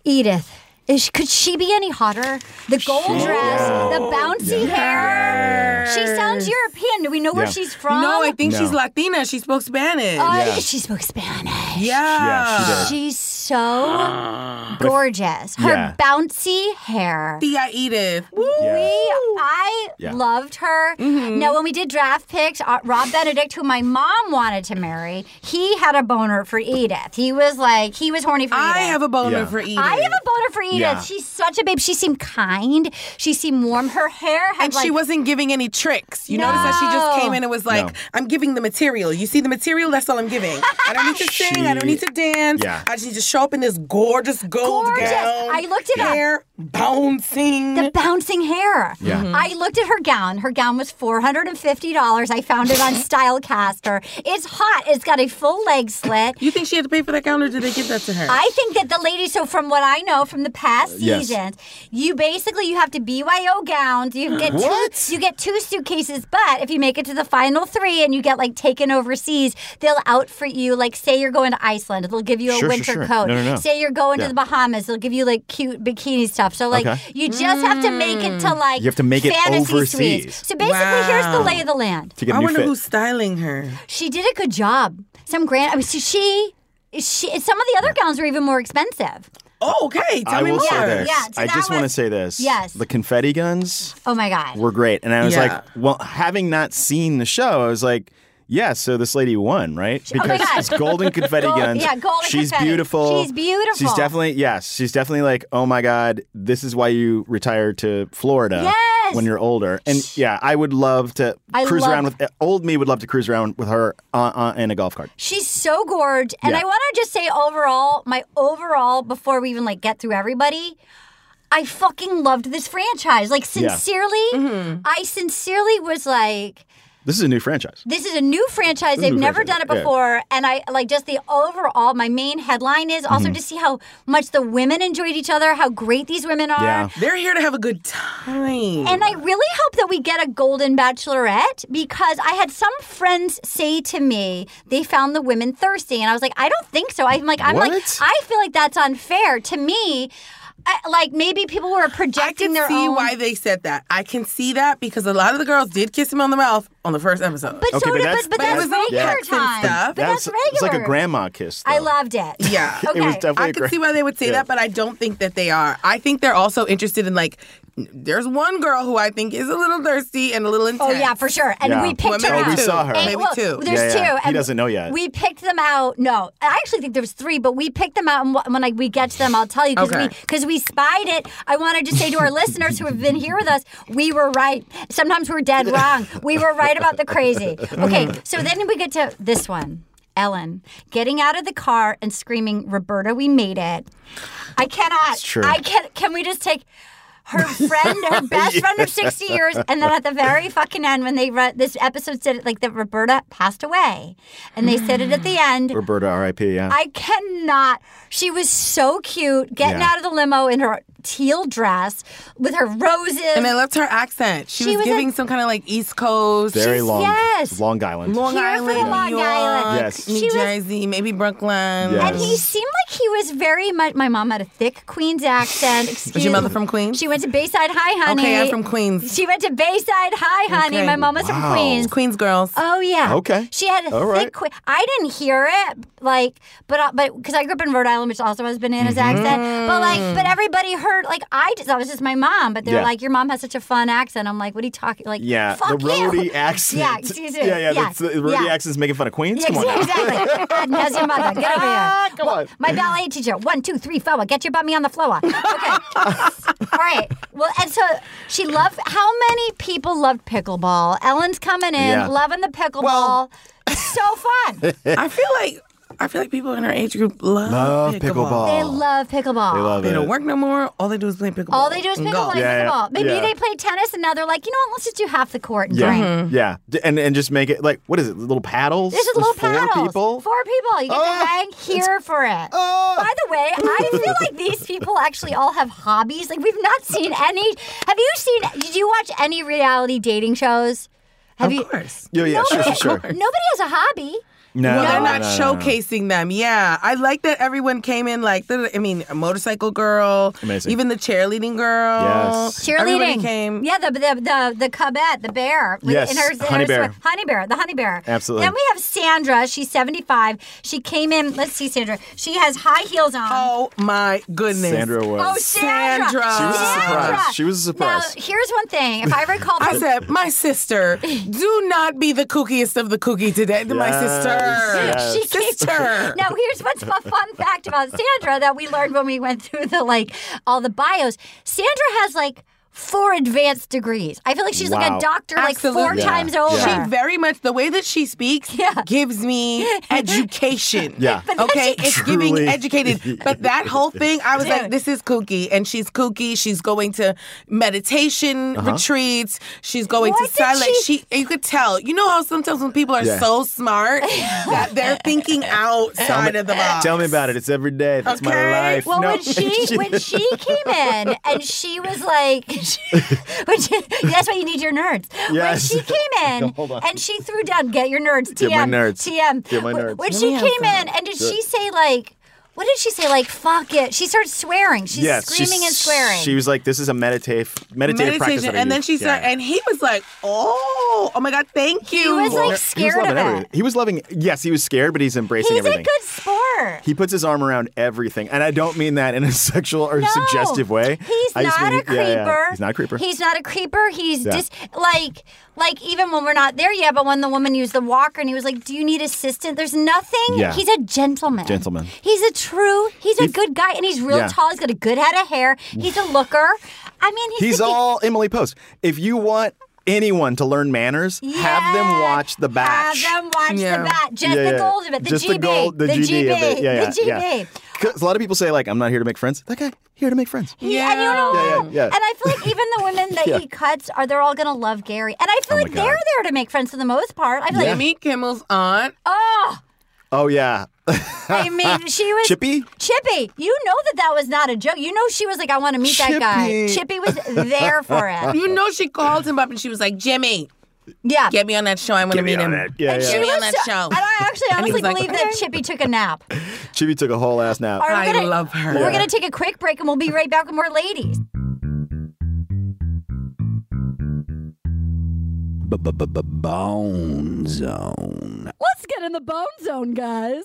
[SPEAKER 3] Edith. Is, could she be any hotter? The gold dress, the bouncy hair. She sounds European. Do we know where
[SPEAKER 5] Yeah.
[SPEAKER 3] she's from?
[SPEAKER 6] No, I think
[SPEAKER 5] No.
[SPEAKER 6] she's Latina. She spoke Spanish.
[SPEAKER 3] Uh,
[SPEAKER 5] Yeah.
[SPEAKER 3] She spoke Spanish.
[SPEAKER 5] Yeah, she does.
[SPEAKER 3] She's so gorgeous. Her
[SPEAKER 5] yeah.
[SPEAKER 3] bouncy hair.
[SPEAKER 6] Tia Edith. Woo.
[SPEAKER 5] Yeah.
[SPEAKER 3] We- I
[SPEAKER 5] Yeah.
[SPEAKER 3] loved her.
[SPEAKER 6] Mm-hmm.
[SPEAKER 3] Now, when we did draft picks, uh, Rob Benedict, who my mom wanted to marry, he had a boner for Edith. He was like, he was horny for Edith.
[SPEAKER 6] I have a boner
[SPEAKER 5] Yeah.
[SPEAKER 6] for Edith.
[SPEAKER 3] I have a boner for Edith.
[SPEAKER 5] Yeah.
[SPEAKER 3] She's such a babe. She seemed kind. She seemed warm. Her hair had
[SPEAKER 6] and
[SPEAKER 3] like
[SPEAKER 6] she wasn't giving any tricks. You notice that she just came in and was like,
[SPEAKER 5] No.
[SPEAKER 6] I'm giving the material. You see the material? That's all I'm giving. I don't need to sing. I don't need to dance.
[SPEAKER 5] Yeah.
[SPEAKER 6] I just need to show up in this gorgeous gold
[SPEAKER 3] Gorgeous.
[SPEAKER 6] gown.
[SPEAKER 3] I looked it up.
[SPEAKER 6] hair bouncing.
[SPEAKER 3] the bouncing hair. Mm-hmm.
[SPEAKER 5] Yeah. Mhm.
[SPEAKER 3] I looked at her gown. Her gown was $450. I found it on Stylecaster. It's hot. It's got a full leg slit.
[SPEAKER 6] you think she had to pay for that gown or did they give that to her?
[SPEAKER 3] I think that the lady, so from what I know from the past
[SPEAKER 5] Yes.
[SPEAKER 3] seasons, you basically you have to BYO gowns. You get
[SPEAKER 5] What?
[SPEAKER 3] two you get two suitcases, but if you make it to the final three and you get like taken overseas, they'll outfit you. Like say you're going to Iceland, they'll give you a
[SPEAKER 5] Sure, sure,
[SPEAKER 3] winter
[SPEAKER 5] sure.
[SPEAKER 3] coat.
[SPEAKER 5] No, no, no.
[SPEAKER 3] Say you're going
[SPEAKER 5] Yeah.
[SPEAKER 3] to the Bahamas, they'll give you like cute bikini stuff. So like
[SPEAKER 5] Okay.
[SPEAKER 3] you just have to make it to like
[SPEAKER 5] You have to make it
[SPEAKER 3] fantasy
[SPEAKER 5] overseas.
[SPEAKER 3] Suites. So basically, here's the
[SPEAKER 6] Mm. Wow.
[SPEAKER 3] lay of the land.
[SPEAKER 5] To get a
[SPEAKER 6] I
[SPEAKER 5] new
[SPEAKER 6] wonder
[SPEAKER 5] fit.
[SPEAKER 6] who's styling her.
[SPEAKER 3] She did a good job. Some grand. I mean, so she. She, some of the other gowns were even more expensive.
[SPEAKER 6] Oh, okay. Tell
[SPEAKER 5] I
[SPEAKER 6] me
[SPEAKER 5] will
[SPEAKER 6] more.
[SPEAKER 5] say this.
[SPEAKER 3] Yeah, so
[SPEAKER 5] I
[SPEAKER 3] that
[SPEAKER 5] just want to
[SPEAKER 3] was-
[SPEAKER 5] say this.
[SPEAKER 3] Yes.
[SPEAKER 5] The confetti guns
[SPEAKER 3] Oh my god!
[SPEAKER 5] were great. And I was
[SPEAKER 6] Yeah.
[SPEAKER 5] like, well, having not seen the show, I was like, yeah, so this lady won, right?
[SPEAKER 3] oh my
[SPEAKER 5] Because
[SPEAKER 3] God.
[SPEAKER 5] it's golden confetti
[SPEAKER 3] Gold-
[SPEAKER 5] guns.
[SPEAKER 3] yeah, golden
[SPEAKER 5] she's
[SPEAKER 3] confetti.
[SPEAKER 5] beautiful.
[SPEAKER 3] She's beautiful.
[SPEAKER 5] She's definitely yes. She's definitely like, oh my god, this is why you retired to Florida
[SPEAKER 3] Yes.
[SPEAKER 5] when you're older. And yeah, I would love to
[SPEAKER 3] I
[SPEAKER 5] cruise
[SPEAKER 3] love-
[SPEAKER 5] around with eh, old me. Would love to cruise around with her on, on, in a golf cart.
[SPEAKER 3] She's so gorge. And
[SPEAKER 5] Yeah.
[SPEAKER 3] I want to just say overall, my overall, before we even like get through everybody, I
[SPEAKER 6] Mm-hmm.
[SPEAKER 3] fucking loved this franchise. Like sincerely, I sincerely was like,
[SPEAKER 5] This is a new franchise.
[SPEAKER 3] This is a new franchise.
[SPEAKER 5] This is a
[SPEAKER 3] They've
[SPEAKER 5] new
[SPEAKER 3] never
[SPEAKER 5] franchise,
[SPEAKER 3] done it
[SPEAKER 5] yeah.
[SPEAKER 3] before. And I like just the overall, my main headline is
[SPEAKER 5] Mm-hmm.
[SPEAKER 3] also to see how much the women enjoyed each other, how great these women are.
[SPEAKER 5] Yeah.
[SPEAKER 6] They're here to have a good time.
[SPEAKER 3] And I really hope that we get a Golden Bachelorette because I had some friends say to me they found the women thirsty, and I was like, I don't think so. I'm like, I'm like,
[SPEAKER 5] What?
[SPEAKER 3] I feel like that's unfair to me. I, like maybe people were
[SPEAKER 6] I
[SPEAKER 3] projecting
[SPEAKER 6] can
[SPEAKER 3] their
[SPEAKER 6] see
[SPEAKER 3] own.
[SPEAKER 6] why they said that. I can see that because a lot of the girls did kiss him on the mouth on the first episode.
[SPEAKER 3] but
[SPEAKER 5] Okay,
[SPEAKER 3] so
[SPEAKER 5] but
[SPEAKER 3] did,
[SPEAKER 5] that's-
[SPEAKER 3] but, but
[SPEAKER 6] but it
[SPEAKER 3] that's
[SPEAKER 6] was all
[SPEAKER 3] regular
[SPEAKER 6] cats and
[SPEAKER 3] time.
[SPEAKER 6] stuff.
[SPEAKER 3] But that's,
[SPEAKER 5] That's- It's like a
[SPEAKER 3] regular.
[SPEAKER 5] grandma kiss. Though.
[SPEAKER 3] I loved it.
[SPEAKER 6] Yeah. It
[SPEAKER 3] Okay.
[SPEAKER 5] It was definitely
[SPEAKER 6] I
[SPEAKER 5] a
[SPEAKER 6] could
[SPEAKER 5] gra-
[SPEAKER 6] see why they would say
[SPEAKER 5] Yeah.
[SPEAKER 6] that, but I don't think that they are. I think they're also interested in like. There's one girl who I think is a little thirsty and a little intense.
[SPEAKER 3] Oh yeah, for sure. And
[SPEAKER 5] Yeah.
[SPEAKER 3] we picked
[SPEAKER 6] Well,
[SPEAKER 3] her
[SPEAKER 6] maybe
[SPEAKER 3] out.
[SPEAKER 6] Oh, we saw her.
[SPEAKER 3] And,
[SPEAKER 6] Maybe
[SPEAKER 3] well,
[SPEAKER 6] two.
[SPEAKER 3] There's
[SPEAKER 5] Yeah, yeah.
[SPEAKER 3] two.
[SPEAKER 5] He
[SPEAKER 3] and
[SPEAKER 5] doesn't know yet.
[SPEAKER 3] We picked them out. No, I actually think there was three, but we picked them out. And wh- when I, we get to them, I'll tell you because
[SPEAKER 6] Okay.
[SPEAKER 3] we because we spied it. I wanted to say to our listeners who have been here with us, we were right. Sometimes we're dead wrong. We were right about the crazy. Okay, so then we get to this one. Ellen getting out of the car and screaming, "Roberta, we made it!" I cannot.
[SPEAKER 5] true.
[SPEAKER 3] I can. Can we just take? her friend, her best friend of 60 years, and then at the very fucking end, when they run this episode, said it like that Roberta passed away, and they said it at the end.
[SPEAKER 5] Roberta, R.I.P. Yeah.
[SPEAKER 3] I cannot. She was so cute, getting
[SPEAKER 5] Yeah.
[SPEAKER 3] out of the limo in her teal dress with her roses.
[SPEAKER 6] And I loved her accent. She,
[SPEAKER 3] She
[SPEAKER 6] was,
[SPEAKER 3] was
[SPEAKER 6] giving
[SPEAKER 3] like-
[SPEAKER 6] some kind of like East Coast,
[SPEAKER 5] Very
[SPEAKER 3] she's-
[SPEAKER 5] long.
[SPEAKER 3] yes.
[SPEAKER 5] Long Island.
[SPEAKER 6] Long
[SPEAKER 3] Here for
[SPEAKER 6] Island,
[SPEAKER 3] the
[SPEAKER 6] New
[SPEAKER 3] Long
[SPEAKER 6] York,
[SPEAKER 3] Island.
[SPEAKER 5] Yes.
[SPEAKER 6] New
[SPEAKER 3] She was-
[SPEAKER 6] Jersey, maybe Brooklyn.
[SPEAKER 5] Yes.
[SPEAKER 3] and he seemed like he was very much. My mom had a thick Queens accent. Excuse
[SPEAKER 6] Is your mother from Queens?
[SPEAKER 3] She went to Bayside High, honey.
[SPEAKER 6] Okay, I'm from Queens.
[SPEAKER 3] She went to Bayside High, honey.
[SPEAKER 6] Okay.
[SPEAKER 3] My mom was from
[SPEAKER 5] Wow.
[SPEAKER 3] Queens.
[SPEAKER 6] Queens girls.
[SPEAKER 3] Oh yeah.
[SPEAKER 5] Okay.
[SPEAKER 3] She had a
[SPEAKER 5] All
[SPEAKER 3] thick.
[SPEAKER 5] right.
[SPEAKER 3] Qu- I didn't hear it, like, but uh, but because I grew up in Rhode Island, which also has bananas
[SPEAKER 5] Mm-hmm.
[SPEAKER 3] accent. But like, but everybody heard like I just that was just my mom. But they were
[SPEAKER 5] Yeah.
[SPEAKER 3] like, your mom has such a fun accent. I'm like, what are you talking? Like,
[SPEAKER 5] yeah.
[SPEAKER 3] fuck
[SPEAKER 5] the roadie
[SPEAKER 3] you.
[SPEAKER 5] accent.
[SPEAKER 3] Yeah, excuse me.
[SPEAKER 5] Yeah, yeah.
[SPEAKER 3] Yeah.
[SPEAKER 5] The, the roadie
[SPEAKER 3] Yeah.
[SPEAKER 5] accent's making fun of Queens.
[SPEAKER 3] Yeah,
[SPEAKER 5] Come on. now.
[SPEAKER 3] exactly. and as your mother, get over here.
[SPEAKER 5] Ah, Come on.
[SPEAKER 3] My ballet teacher, one, two, three, four. Get your bummy on the floor. Okay. All right. Well, and so she loved. How many people loved pickleball? Ellen's coming in,
[SPEAKER 5] Yeah.
[SPEAKER 3] loving the pickleball.
[SPEAKER 5] Well-
[SPEAKER 3] so fun.
[SPEAKER 6] I feel like I feel like people in her age group love,
[SPEAKER 5] Love pickleball.
[SPEAKER 3] They love pickleball.
[SPEAKER 5] They love
[SPEAKER 6] They
[SPEAKER 5] it.
[SPEAKER 6] don't work no more. All they do is play pickleball.
[SPEAKER 3] All they do is
[SPEAKER 6] and
[SPEAKER 5] Mm-hmm.
[SPEAKER 3] pickleball.
[SPEAKER 6] golf.
[SPEAKER 3] and
[SPEAKER 5] Yeah, yeah,
[SPEAKER 3] pickleball. Maybe
[SPEAKER 5] yeah.
[SPEAKER 3] they play tennis, and now they're like, you know what? Let's just do half the court and
[SPEAKER 5] Yeah,
[SPEAKER 3] drink.
[SPEAKER 6] Mm-hmm.
[SPEAKER 5] yeah, D- and and just make it like what is it? Little paddles.
[SPEAKER 3] This is
[SPEAKER 5] There's
[SPEAKER 3] little
[SPEAKER 5] four
[SPEAKER 3] paddles.
[SPEAKER 5] people.
[SPEAKER 3] Four people. You get
[SPEAKER 5] Oh,
[SPEAKER 3] to hang here for it. By the way, I feel like these people actually all have hobbies. Like we've not seen any. Have you seen? Did you watch any reality dating shows? Have
[SPEAKER 6] Of
[SPEAKER 3] you?
[SPEAKER 6] course.
[SPEAKER 5] Yeah, yeah, sure, sure, sure.
[SPEAKER 3] Nobody has a hobby.
[SPEAKER 5] No,
[SPEAKER 6] Well, they're
[SPEAKER 5] no,
[SPEAKER 6] not
[SPEAKER 5] no, no, no.
[SPEAKER 6] showcasing them. Yeah, I like that everyone came in like the- I mean, a motorcycle girl,
[SPEAKER 5] Amazing.
[SPEAKER 6] even the cheerleading girl.
[SPEAKER 5] Yes.
[SPEAKER 3] Cheerleading.
[SPEAKER 6] Everybody came.
[SPEAKER 3] Yeah, the the the, the cubette, the bear. with-
[SPEAKER 5] Yes, honey bear.
[SPEAKER 3] sweat- Honey bear, the honey bear.
[SPEAKER 5] Absolutely.
[SPEAKER 3] Then we have Sandra. She's 75. She came in. Let's see, Sandra. She has high heels on.
[SPEAKER 6] Oh my goodness.
[SPEAKER 5] Sandra was.
[SPEAKER 3] Oh, Sandra.
[SPEAKER 6] Sandra. She was a
[SPEAKER 5] surprise. She was a surprise.
[SPEAKER 3] Now, here's one thing. If I recall,
[SPEAKER 6] I said, my sister, do not be the kookiest of the kooky today. My
[SPEAKER 5] Yes,
[SPEAKER 6] sister.
[SPEAKER 5] yes.
[SPEAKER 3] She kicked-
[SPEAKER 6] sister.
[SPEAKER 3] Now, here's what's a fun fact about Sandra that we learned when we went through the like all the bios. Sandra has like four advanced degrees. I feel like she's like a
[SPEAKER 5] Wow.
[SPEAKER 3] doctor
[SPEAKER 6] Absolutely.
[SPEAKER 3] like four
[SPEAKER 6] Yeah,
[SPEAKER 3] times over.
[SPEAKER 5] yeah.
[SPEAKER 6] She very much the way that she speaks
[SPEAKER 3] Yeah.
[SPEAKER 6] gives me education.
[SPEAKER 5] Yeah. But
[SPEAKER 3] then
[SPEAKER 6] Okay.
[SPEAKER 5] she-
[SPEAKER 6] It's giving
[SPEAKER 5] Truly.
[SPEAKER 6] educated. But that whole thing, I was like,
[SPEAKER 3] Dude.
[SPEAKER 6] this is kooky, and she's kooky. She's going to meditation
[SPEAKER 5] Uh-huh.
[SPEAKER 6] retreats. She's going
[SPEAKER 3] What
[SPEAKER 6] to
[SPEAKER 3] did
[SPEAKER 6] silent.
[SPEAKER 3] she-
[SPEAKER 6] She, you could tell. You know how sometimes when people are
[SPEAKER 5] Yeah.
[SPEAKER 6] so smart that they're thinking outside of the box.
[SPEAKER 5] Tell me about it. It's every day. That's
[SPEAKER 6] Okay.
[SPEAKER 5] my life.
[SPEAKER 3] Well,
[SPEAKER 5] No.
[SPEAKER 3] when she when she came in and she was like, when she, that's why you need your nerds.
[SPEAKER 5] Yes.
[SPEAKER 3] When she came in
[SPEAKER 5] Hold on.
[SPEAKER 3] and she threw down, get your nerds, TM,
[SPEAKER 5] Get my nerds.
[SPEAKER 3] TM.
[SPEAKER 5] Get my
[SPEAKER 3] When-
[SPEAKER 5] nerds.
[SPEAKER 3] When she
[SPEAKER 6] have
[SPEAKER 3] came
[SPEAKER 6] that.
[SPEAKER 3] in and did she say like, what did she say like, fuck it? She started swearing. She's
[SPEAKER 5] yes, she's-
[SPEAKER 3] screaming and swearing.
[SPEAKER 5] She was like, "This is a meditative meditative practice." that I
[SPEAKER 6] and then
[SPEAKER 5] use.
[SPEAKER 6] she
[SPEAKER 5] Yeah.
[SPEAKER 6] said, and he was like, "Oh, oh my God, thank you."
[SPEAKER 3] he was
[SPEAKER 5] Well,
[SPEAKER 3] like
[SPEAKER 5] he was
[SPEAKER 3] scared
[SPEAKER 5] loving
[SPEAKER 3] of
[SPEAKER 5] everything.
[SPEAKER 3] it.
[SPEAKER 5] He was loving. Yes, he was scared, but he's embracing
[SPEAKER 3] He's
[SPEAKER 5] everything.
[SPEAKER 3] a good sport.
[SPEAKER 5] He puts his arm around everything, and I don't mean that in a sexual or
[SPEAKER 3] No.
[SPEAKER 5] suggestive way.
[SPEAKER 3] He's
[SPEAKER 5] I just
[SPEAKER 3] not
[SPEAKER 5] mean-
[SPEAKER 3] a creeper.
[SPEAKER 5] yeah, yeah, He's not a creeper.
[SPEAKER 3] He's not a creeper. He's
[SPEAKER 5] Yeah.
[SPEAKER 3] just like like even when we're not there yet, but when the woman used the walker and he was like, "Do you need assistance?" There's nothing.
[SPEAKER 5] Yeah.
[SPEAKER 3] He's a gentleman.
[SPEAKER 5] Gentleman.
[SPEAKER 3] He's a true. He's a good guy, and he's real
[SPEAKER 5] Yeah.
[SPEAKER 3] tall. He's got a good head of hair. He's a looker. I mean, he's,
[SPEAKER 5] He's
[SPEAKER 3] the-
[SPEAKER 5] all Emily Post. If you want anyone to learn manners, have them
[SPEAKER 3] Yeah.
[SPEAKER 5] watch The Batch.
[SPEAKER 3] Have them watch
[SPEAKER 6] Yeah.
[SPEAKER 3] the batch. Just
[SPEAKER 5] Yeah,
[SPEAKER 3] the
[SPEAKER 5] yeah.
[SPEAKER 3] gold of it. The
[SPEAKER 5] Just
[SPEAKER 3] GB.
[SPEAKER 5] the gold, the, GD
[SPEAKER 3] GB.
[SPEAKER 5] of it. Yeah, yeah,
[SPEAKER 3] the GB.
[SPEAKER 5] yeah. 'Cause a lot of people say like, I'm not here to make friends. That guy here to make friends.
[SPEAKER 3] He- and you don't
[SPEAKER 5] Yeah, yeah,
[SPEAKER 3] know.
[SPEAKER 5] yeah.
[SPEAKER 3] And I feel like even the women that
[SPEAKER 5] Yeah.
[SPEAKER 3] he cuts are they're all gonna love Gary. And I feel
[SPEAKER 5] Oh my
[SPEAKER 3] like they're
[SPEAKER 5] God.
[SPEAKER 3] there to make friends for the most part. I feel like
[SPEAKER 6] Jimmy Kimmel's aunt.
[SPEAKER 3] oh
[SPEAKER 5] Oh yeah,
[SPEAKER 3] I mean she was
[SPEAKER 5] Chippy.
[SPEAKER 3] Chippy, you know that that was not a joke. You know she was like, I want to meet that guy.
[SPEAKER 5] Chippy.
[SPEAKER 3] Chippy was there for it.
[SPEAKER 6] You know she called him up and she was like, Jimmy,
[SPEAKER 3] Yeah.
[SPEAKER 6] get me on that show. I want to meet him.
[SPEAKER 5] Yeah,
[SPEAKER 3] And she
[SPEAKER 5] yeah.
[SPEAKER 6] Jimmy on
[SPEAKER 3] was
[SPEAKER 6] that
[SPEAKER 3] so-
[SPEAKER 6] show.
[SPEAKER 3] And I actually
[SPEAKER 6] And he
[SPEAKER 3] honestly
[SPEAKER 6] was like,
[SPEAKER 3] believe that Chippy took a nap.
[SPEAKER 5] Chippy took a whole ass nap.
[SPEAKER 3] All right,
[SPEAKER 6] I
[SPEAKER 3] we're gonna-
[SPEAKER 6] love her.
[SPEAKER 3] We're going to take a quick break and we'll be right back with more ladies.
[SPEAKER 4] Bone zone.
[SPEAKER 7] Let's get in the bone zone, guys.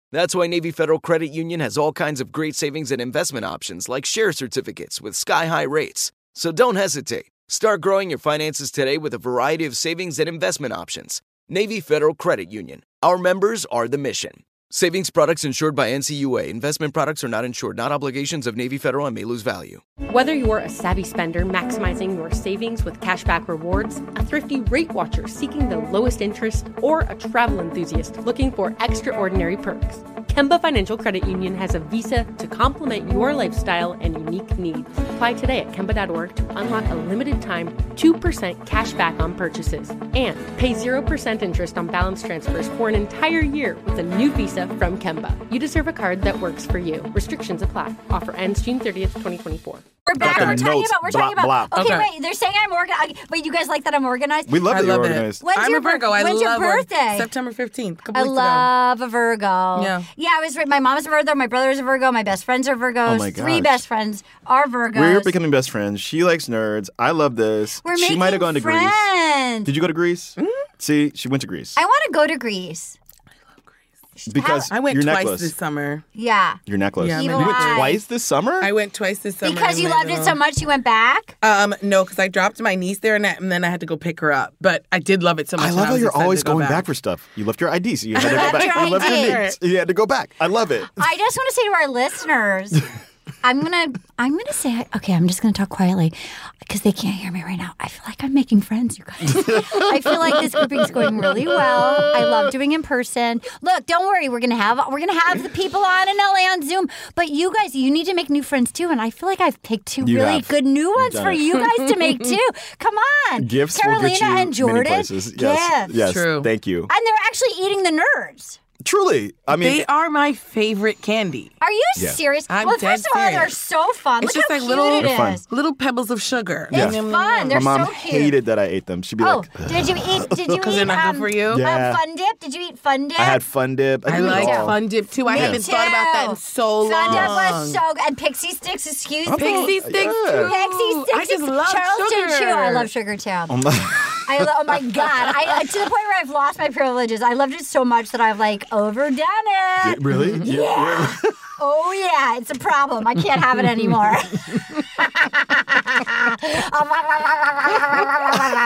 [SPEAKER 8] That's why Navy Federal Credit Union has all kinds of great savings and investment options like share certificates with sky high rates. So don't hesitate. Start growing your finances today with a variety of savings and investment options. Navy Federal Credit Union. Our members are the mission. Savings products insured by NCUA. Investment products are not insured, not obligations of Navy Federal and may lose value.
[SPEAKER 9] Whether you're a savvy spender maximizing your savings with cashback rewards, a thrifty rate watcher seeking the lowest interest, or a travel enthusiast looking for extraordinary perks, Kemba Financial Credit Union has a visa to complement your lifestyle and unique needs. Apply today at Kemba.org to unlock a limited time 2% cash back on purchases and pay 0% interest on balance transfers for an entire year with a new visa from Kemba. You deserve a card that works for you. Restrictions apply. Offer ends June 30th, 2024.
[SPEAKER 3] We're back.
[SPEAKER 5] Got the
[SPEAKER 3] We're talking
[SPEAKER 5] notes.
[SPEAKER 3] about. We're talking
[SPEAKER 5] Blah,
[SPEAKER 3] about.
[SPEAKER 5] blah.
[SPEAKER 3] Okay,
[SPEAKER 6] Okay.
[SPEAKER 3] wait. They're saying I'm organized. Wait, you guys like that I'm organized?
[SPEAKER 5] We love
[SPEAKER 6] I
[SPEAKER 5] that you're
[SPEAKER 6] love it.
[SPEAKER 5] organized.
[SPEAKER 3] When's
[SPEAKER 6] I'm
[SPEAKER 3] your
[SPEAKER 6] a Virgo. I
[SPEAKER 3] when's
[SPEAKER 6] love
[SPEAKER 3] your
[SPEAKER 6] one.
[SPEAKER 3] birthday?
[SPEAKER 6] September 15th. Couple
[SPEAKER 3] I
[SPEAKER 6] weeks ago.
[SPEAKER 3] love a Virgo.
[SPEAKER 6] Yeah.
[SPEAKER 3] Yeah, I was right. My mom is a Virgo. My brother is a Virgo. My best friends are Virgos.
[SPEAKER 5] Oh my
[SPEAKER 3] Three
[SPEAKER 5] gosh.
[SPEAKER 3] best friends are Virgos.
[SPEAKER 5] We're becoming best friends. She likes nerds. I love this.
[SPEAKER 3] We're
[SPEAKER 5] she might
[SPEAKER 3] making
[SPEAKER 5] have gone to Greece.
[SPEAKER 3] friends.
[SPEAKER 5] Did you go to Greece? See, she went to Greece
[SPEAKER 3] I want to go to Greece.
[SPEAKER 5] because
[SPEAKER 6] I went
[SPEAKER 5] your
[SPEAKER 6] twice
[SPEAKER 5] necklace.
[SPEAKER 6] this summer.
[SPEAKER 3] Yeah.
[SPEAKER 5] Your necklace.
[SPEAKER 6] Yeah,
[SPEAKER 5] you
[SPEAKER 3] my
[SPEAKER 5] went
[SPEAKER 3] necklace.
[SPEAKER 5] twice this summer.
[SPEAKER 6] I went twice this summer.
[SPEAKER 3] Because
[SPEAKER 6] and
[SPEAKER 3] you
[SPEAKER 6] my
[SPEAKER 3] loved it
[SPEAKER 6] little-
[SPEAKER 3] so much, you went back.
[SPEAKER 6] Um, no, because I dropped my niece there and, that, and then I had to go pick her up. But I did love it so much.
[SPEAKER 5] I
[SPEAKER 6] and
[SPEAKER 5] love how
[SPEAKER 6] was
[SPEAKER 5] you're
[SPEAKER 6] excited
[SPEAKER 5] always
[SPEAKER 6] to go
[SPEAKER 5] going back. for stuff. You left your ID, so you had to
[SPEAKER 3] left
[SPEAKER 5] go back.
[SPEAKER 3] your
[SPEAKER 5] you left
[SPEAKER 3] ID.
[SPEAKER 5] your dates. You had to go back. I love it.
[SPEAKER 3] I just want to say to our listeners, I'm gonna, I'm gonna say, okay, I'm just gonna talk quietly because they can't hear me right now. I feel like I'm making friends, you guys. I feel like this grouping is going really well. I love doing in person. Look, don't worry, we're gonna have, we're gonna have the people on in LA on Zoom. But you guys, you need to make new friends too, and I feel like I've picked two
[SPEAKER 5] You
[SPEAKER 3] really
[SPEAKER 5] have.
[SPEAKER 3] good new ones
[SPEAKER 5] done
[SPEAKER 3] for
[SPEAKER 5] it.
[SPEAKER 3] you guys to make too. Come on,
[SPEAKER 5] Gifts
[SPEAKER 3] Carolina
[SPEAKER 5] will get you
[SPEAKER 3] and Jordan.
[SPEAKER 5] many places. Yes,
[SPEAKER 3] Gifts.
[SPEAKER 5] yes.
[SPEAKER 6] True.
[SPEAKER 5] Thank you.
[SPEAKER 3] and they're actually eating the nerds.
[SPEAKER 5] Truly, I mean,
[SPEAKER 6] They are my favorite candy.
[SPEAKER 3] Are you
[SPEAKER 5] Yeah.
[SPEAKER 3] serious?
[SPEAKER 6] I'm
[SPEAKER 3] well,
[SPEAKER 6] dead
[SPEAKER 3] first of all, they're
[SPEAKER 6] serious.
[SPEAKER 3] so fun.
[SPEAKER 6] It's
[SPEAKER 3] Look
[SPEAKER 6] just
[SPEAKER 3] how
[SPEAKER 6] like
[SPEAKER 3] cute
[SPEAKER 6] little-
[SPEAKER 3] it
[SPEAKER 5] They're fun.
[SPEAKER 3] is.
[SPEAKER 6] Little pebbles of sugar.
[SPEAKER 5] Yeah.
[SPEAKER 3] It's fun. They're
[SPEAKER 5] my mom
[SPEAKER 3] so cute.
[SPEAKER 5] hated that I ate them. She'd be
[SPEAKER 3] Oh,
[SPEAKER 5] like,
[SPEAKER 3] did you eat? Did you
[SPEAKER 6] Because they're
[SPEAKER 3] eat?
[SPEAKER 6] not
[SPEAKER 3] Um,
[SPEAKER 6] good for you.
[SPEAKER 5] Yeah.
[SPEAKER 3] um, fun dip? Did you eat fun dip?
[SPEAKER 5] I had fun dip.
[SPEAKER 6] I
[SPEAKER 5] did it
[SPEAKER 6] like
[SPEAKER 5] all.
[SPEAKER 6] fun dip too. I
[SPEAKER 3] Me
[SPEAKER 6] haven't thought about that in
[SPEAKER 3] too.
[SPEAKER 6] so long.
[SPEAKER 3] Fun dip was so good. And pixie sticks. Excuse me.
[SPEAKER 6] Pixie
[SPEAKER 5] Yeah.
[SPEAKER 6] sticks too.
[SPEAKER 3] Pixie sticks.
[SPEAKER 6] I just love
[SPEAKER 3] Charleston
[SPEAKER 6] sugar.
[SPEAKER 3] Chew. I love Sugar Town.
[SPEAKER 5] Oh my-
[SPEAKER 3] I lo- oh my god! I, I- to the point where I've lost my privileges. I loved it so much that I've like overdone it.
[SPEAKER 5] really?
[SPEAKER 6] Mm-hmm.
[SPEAKER 5] Yeah.
[SPEAKER 3] Oh yeah, it's a problem. I can't have it anymore.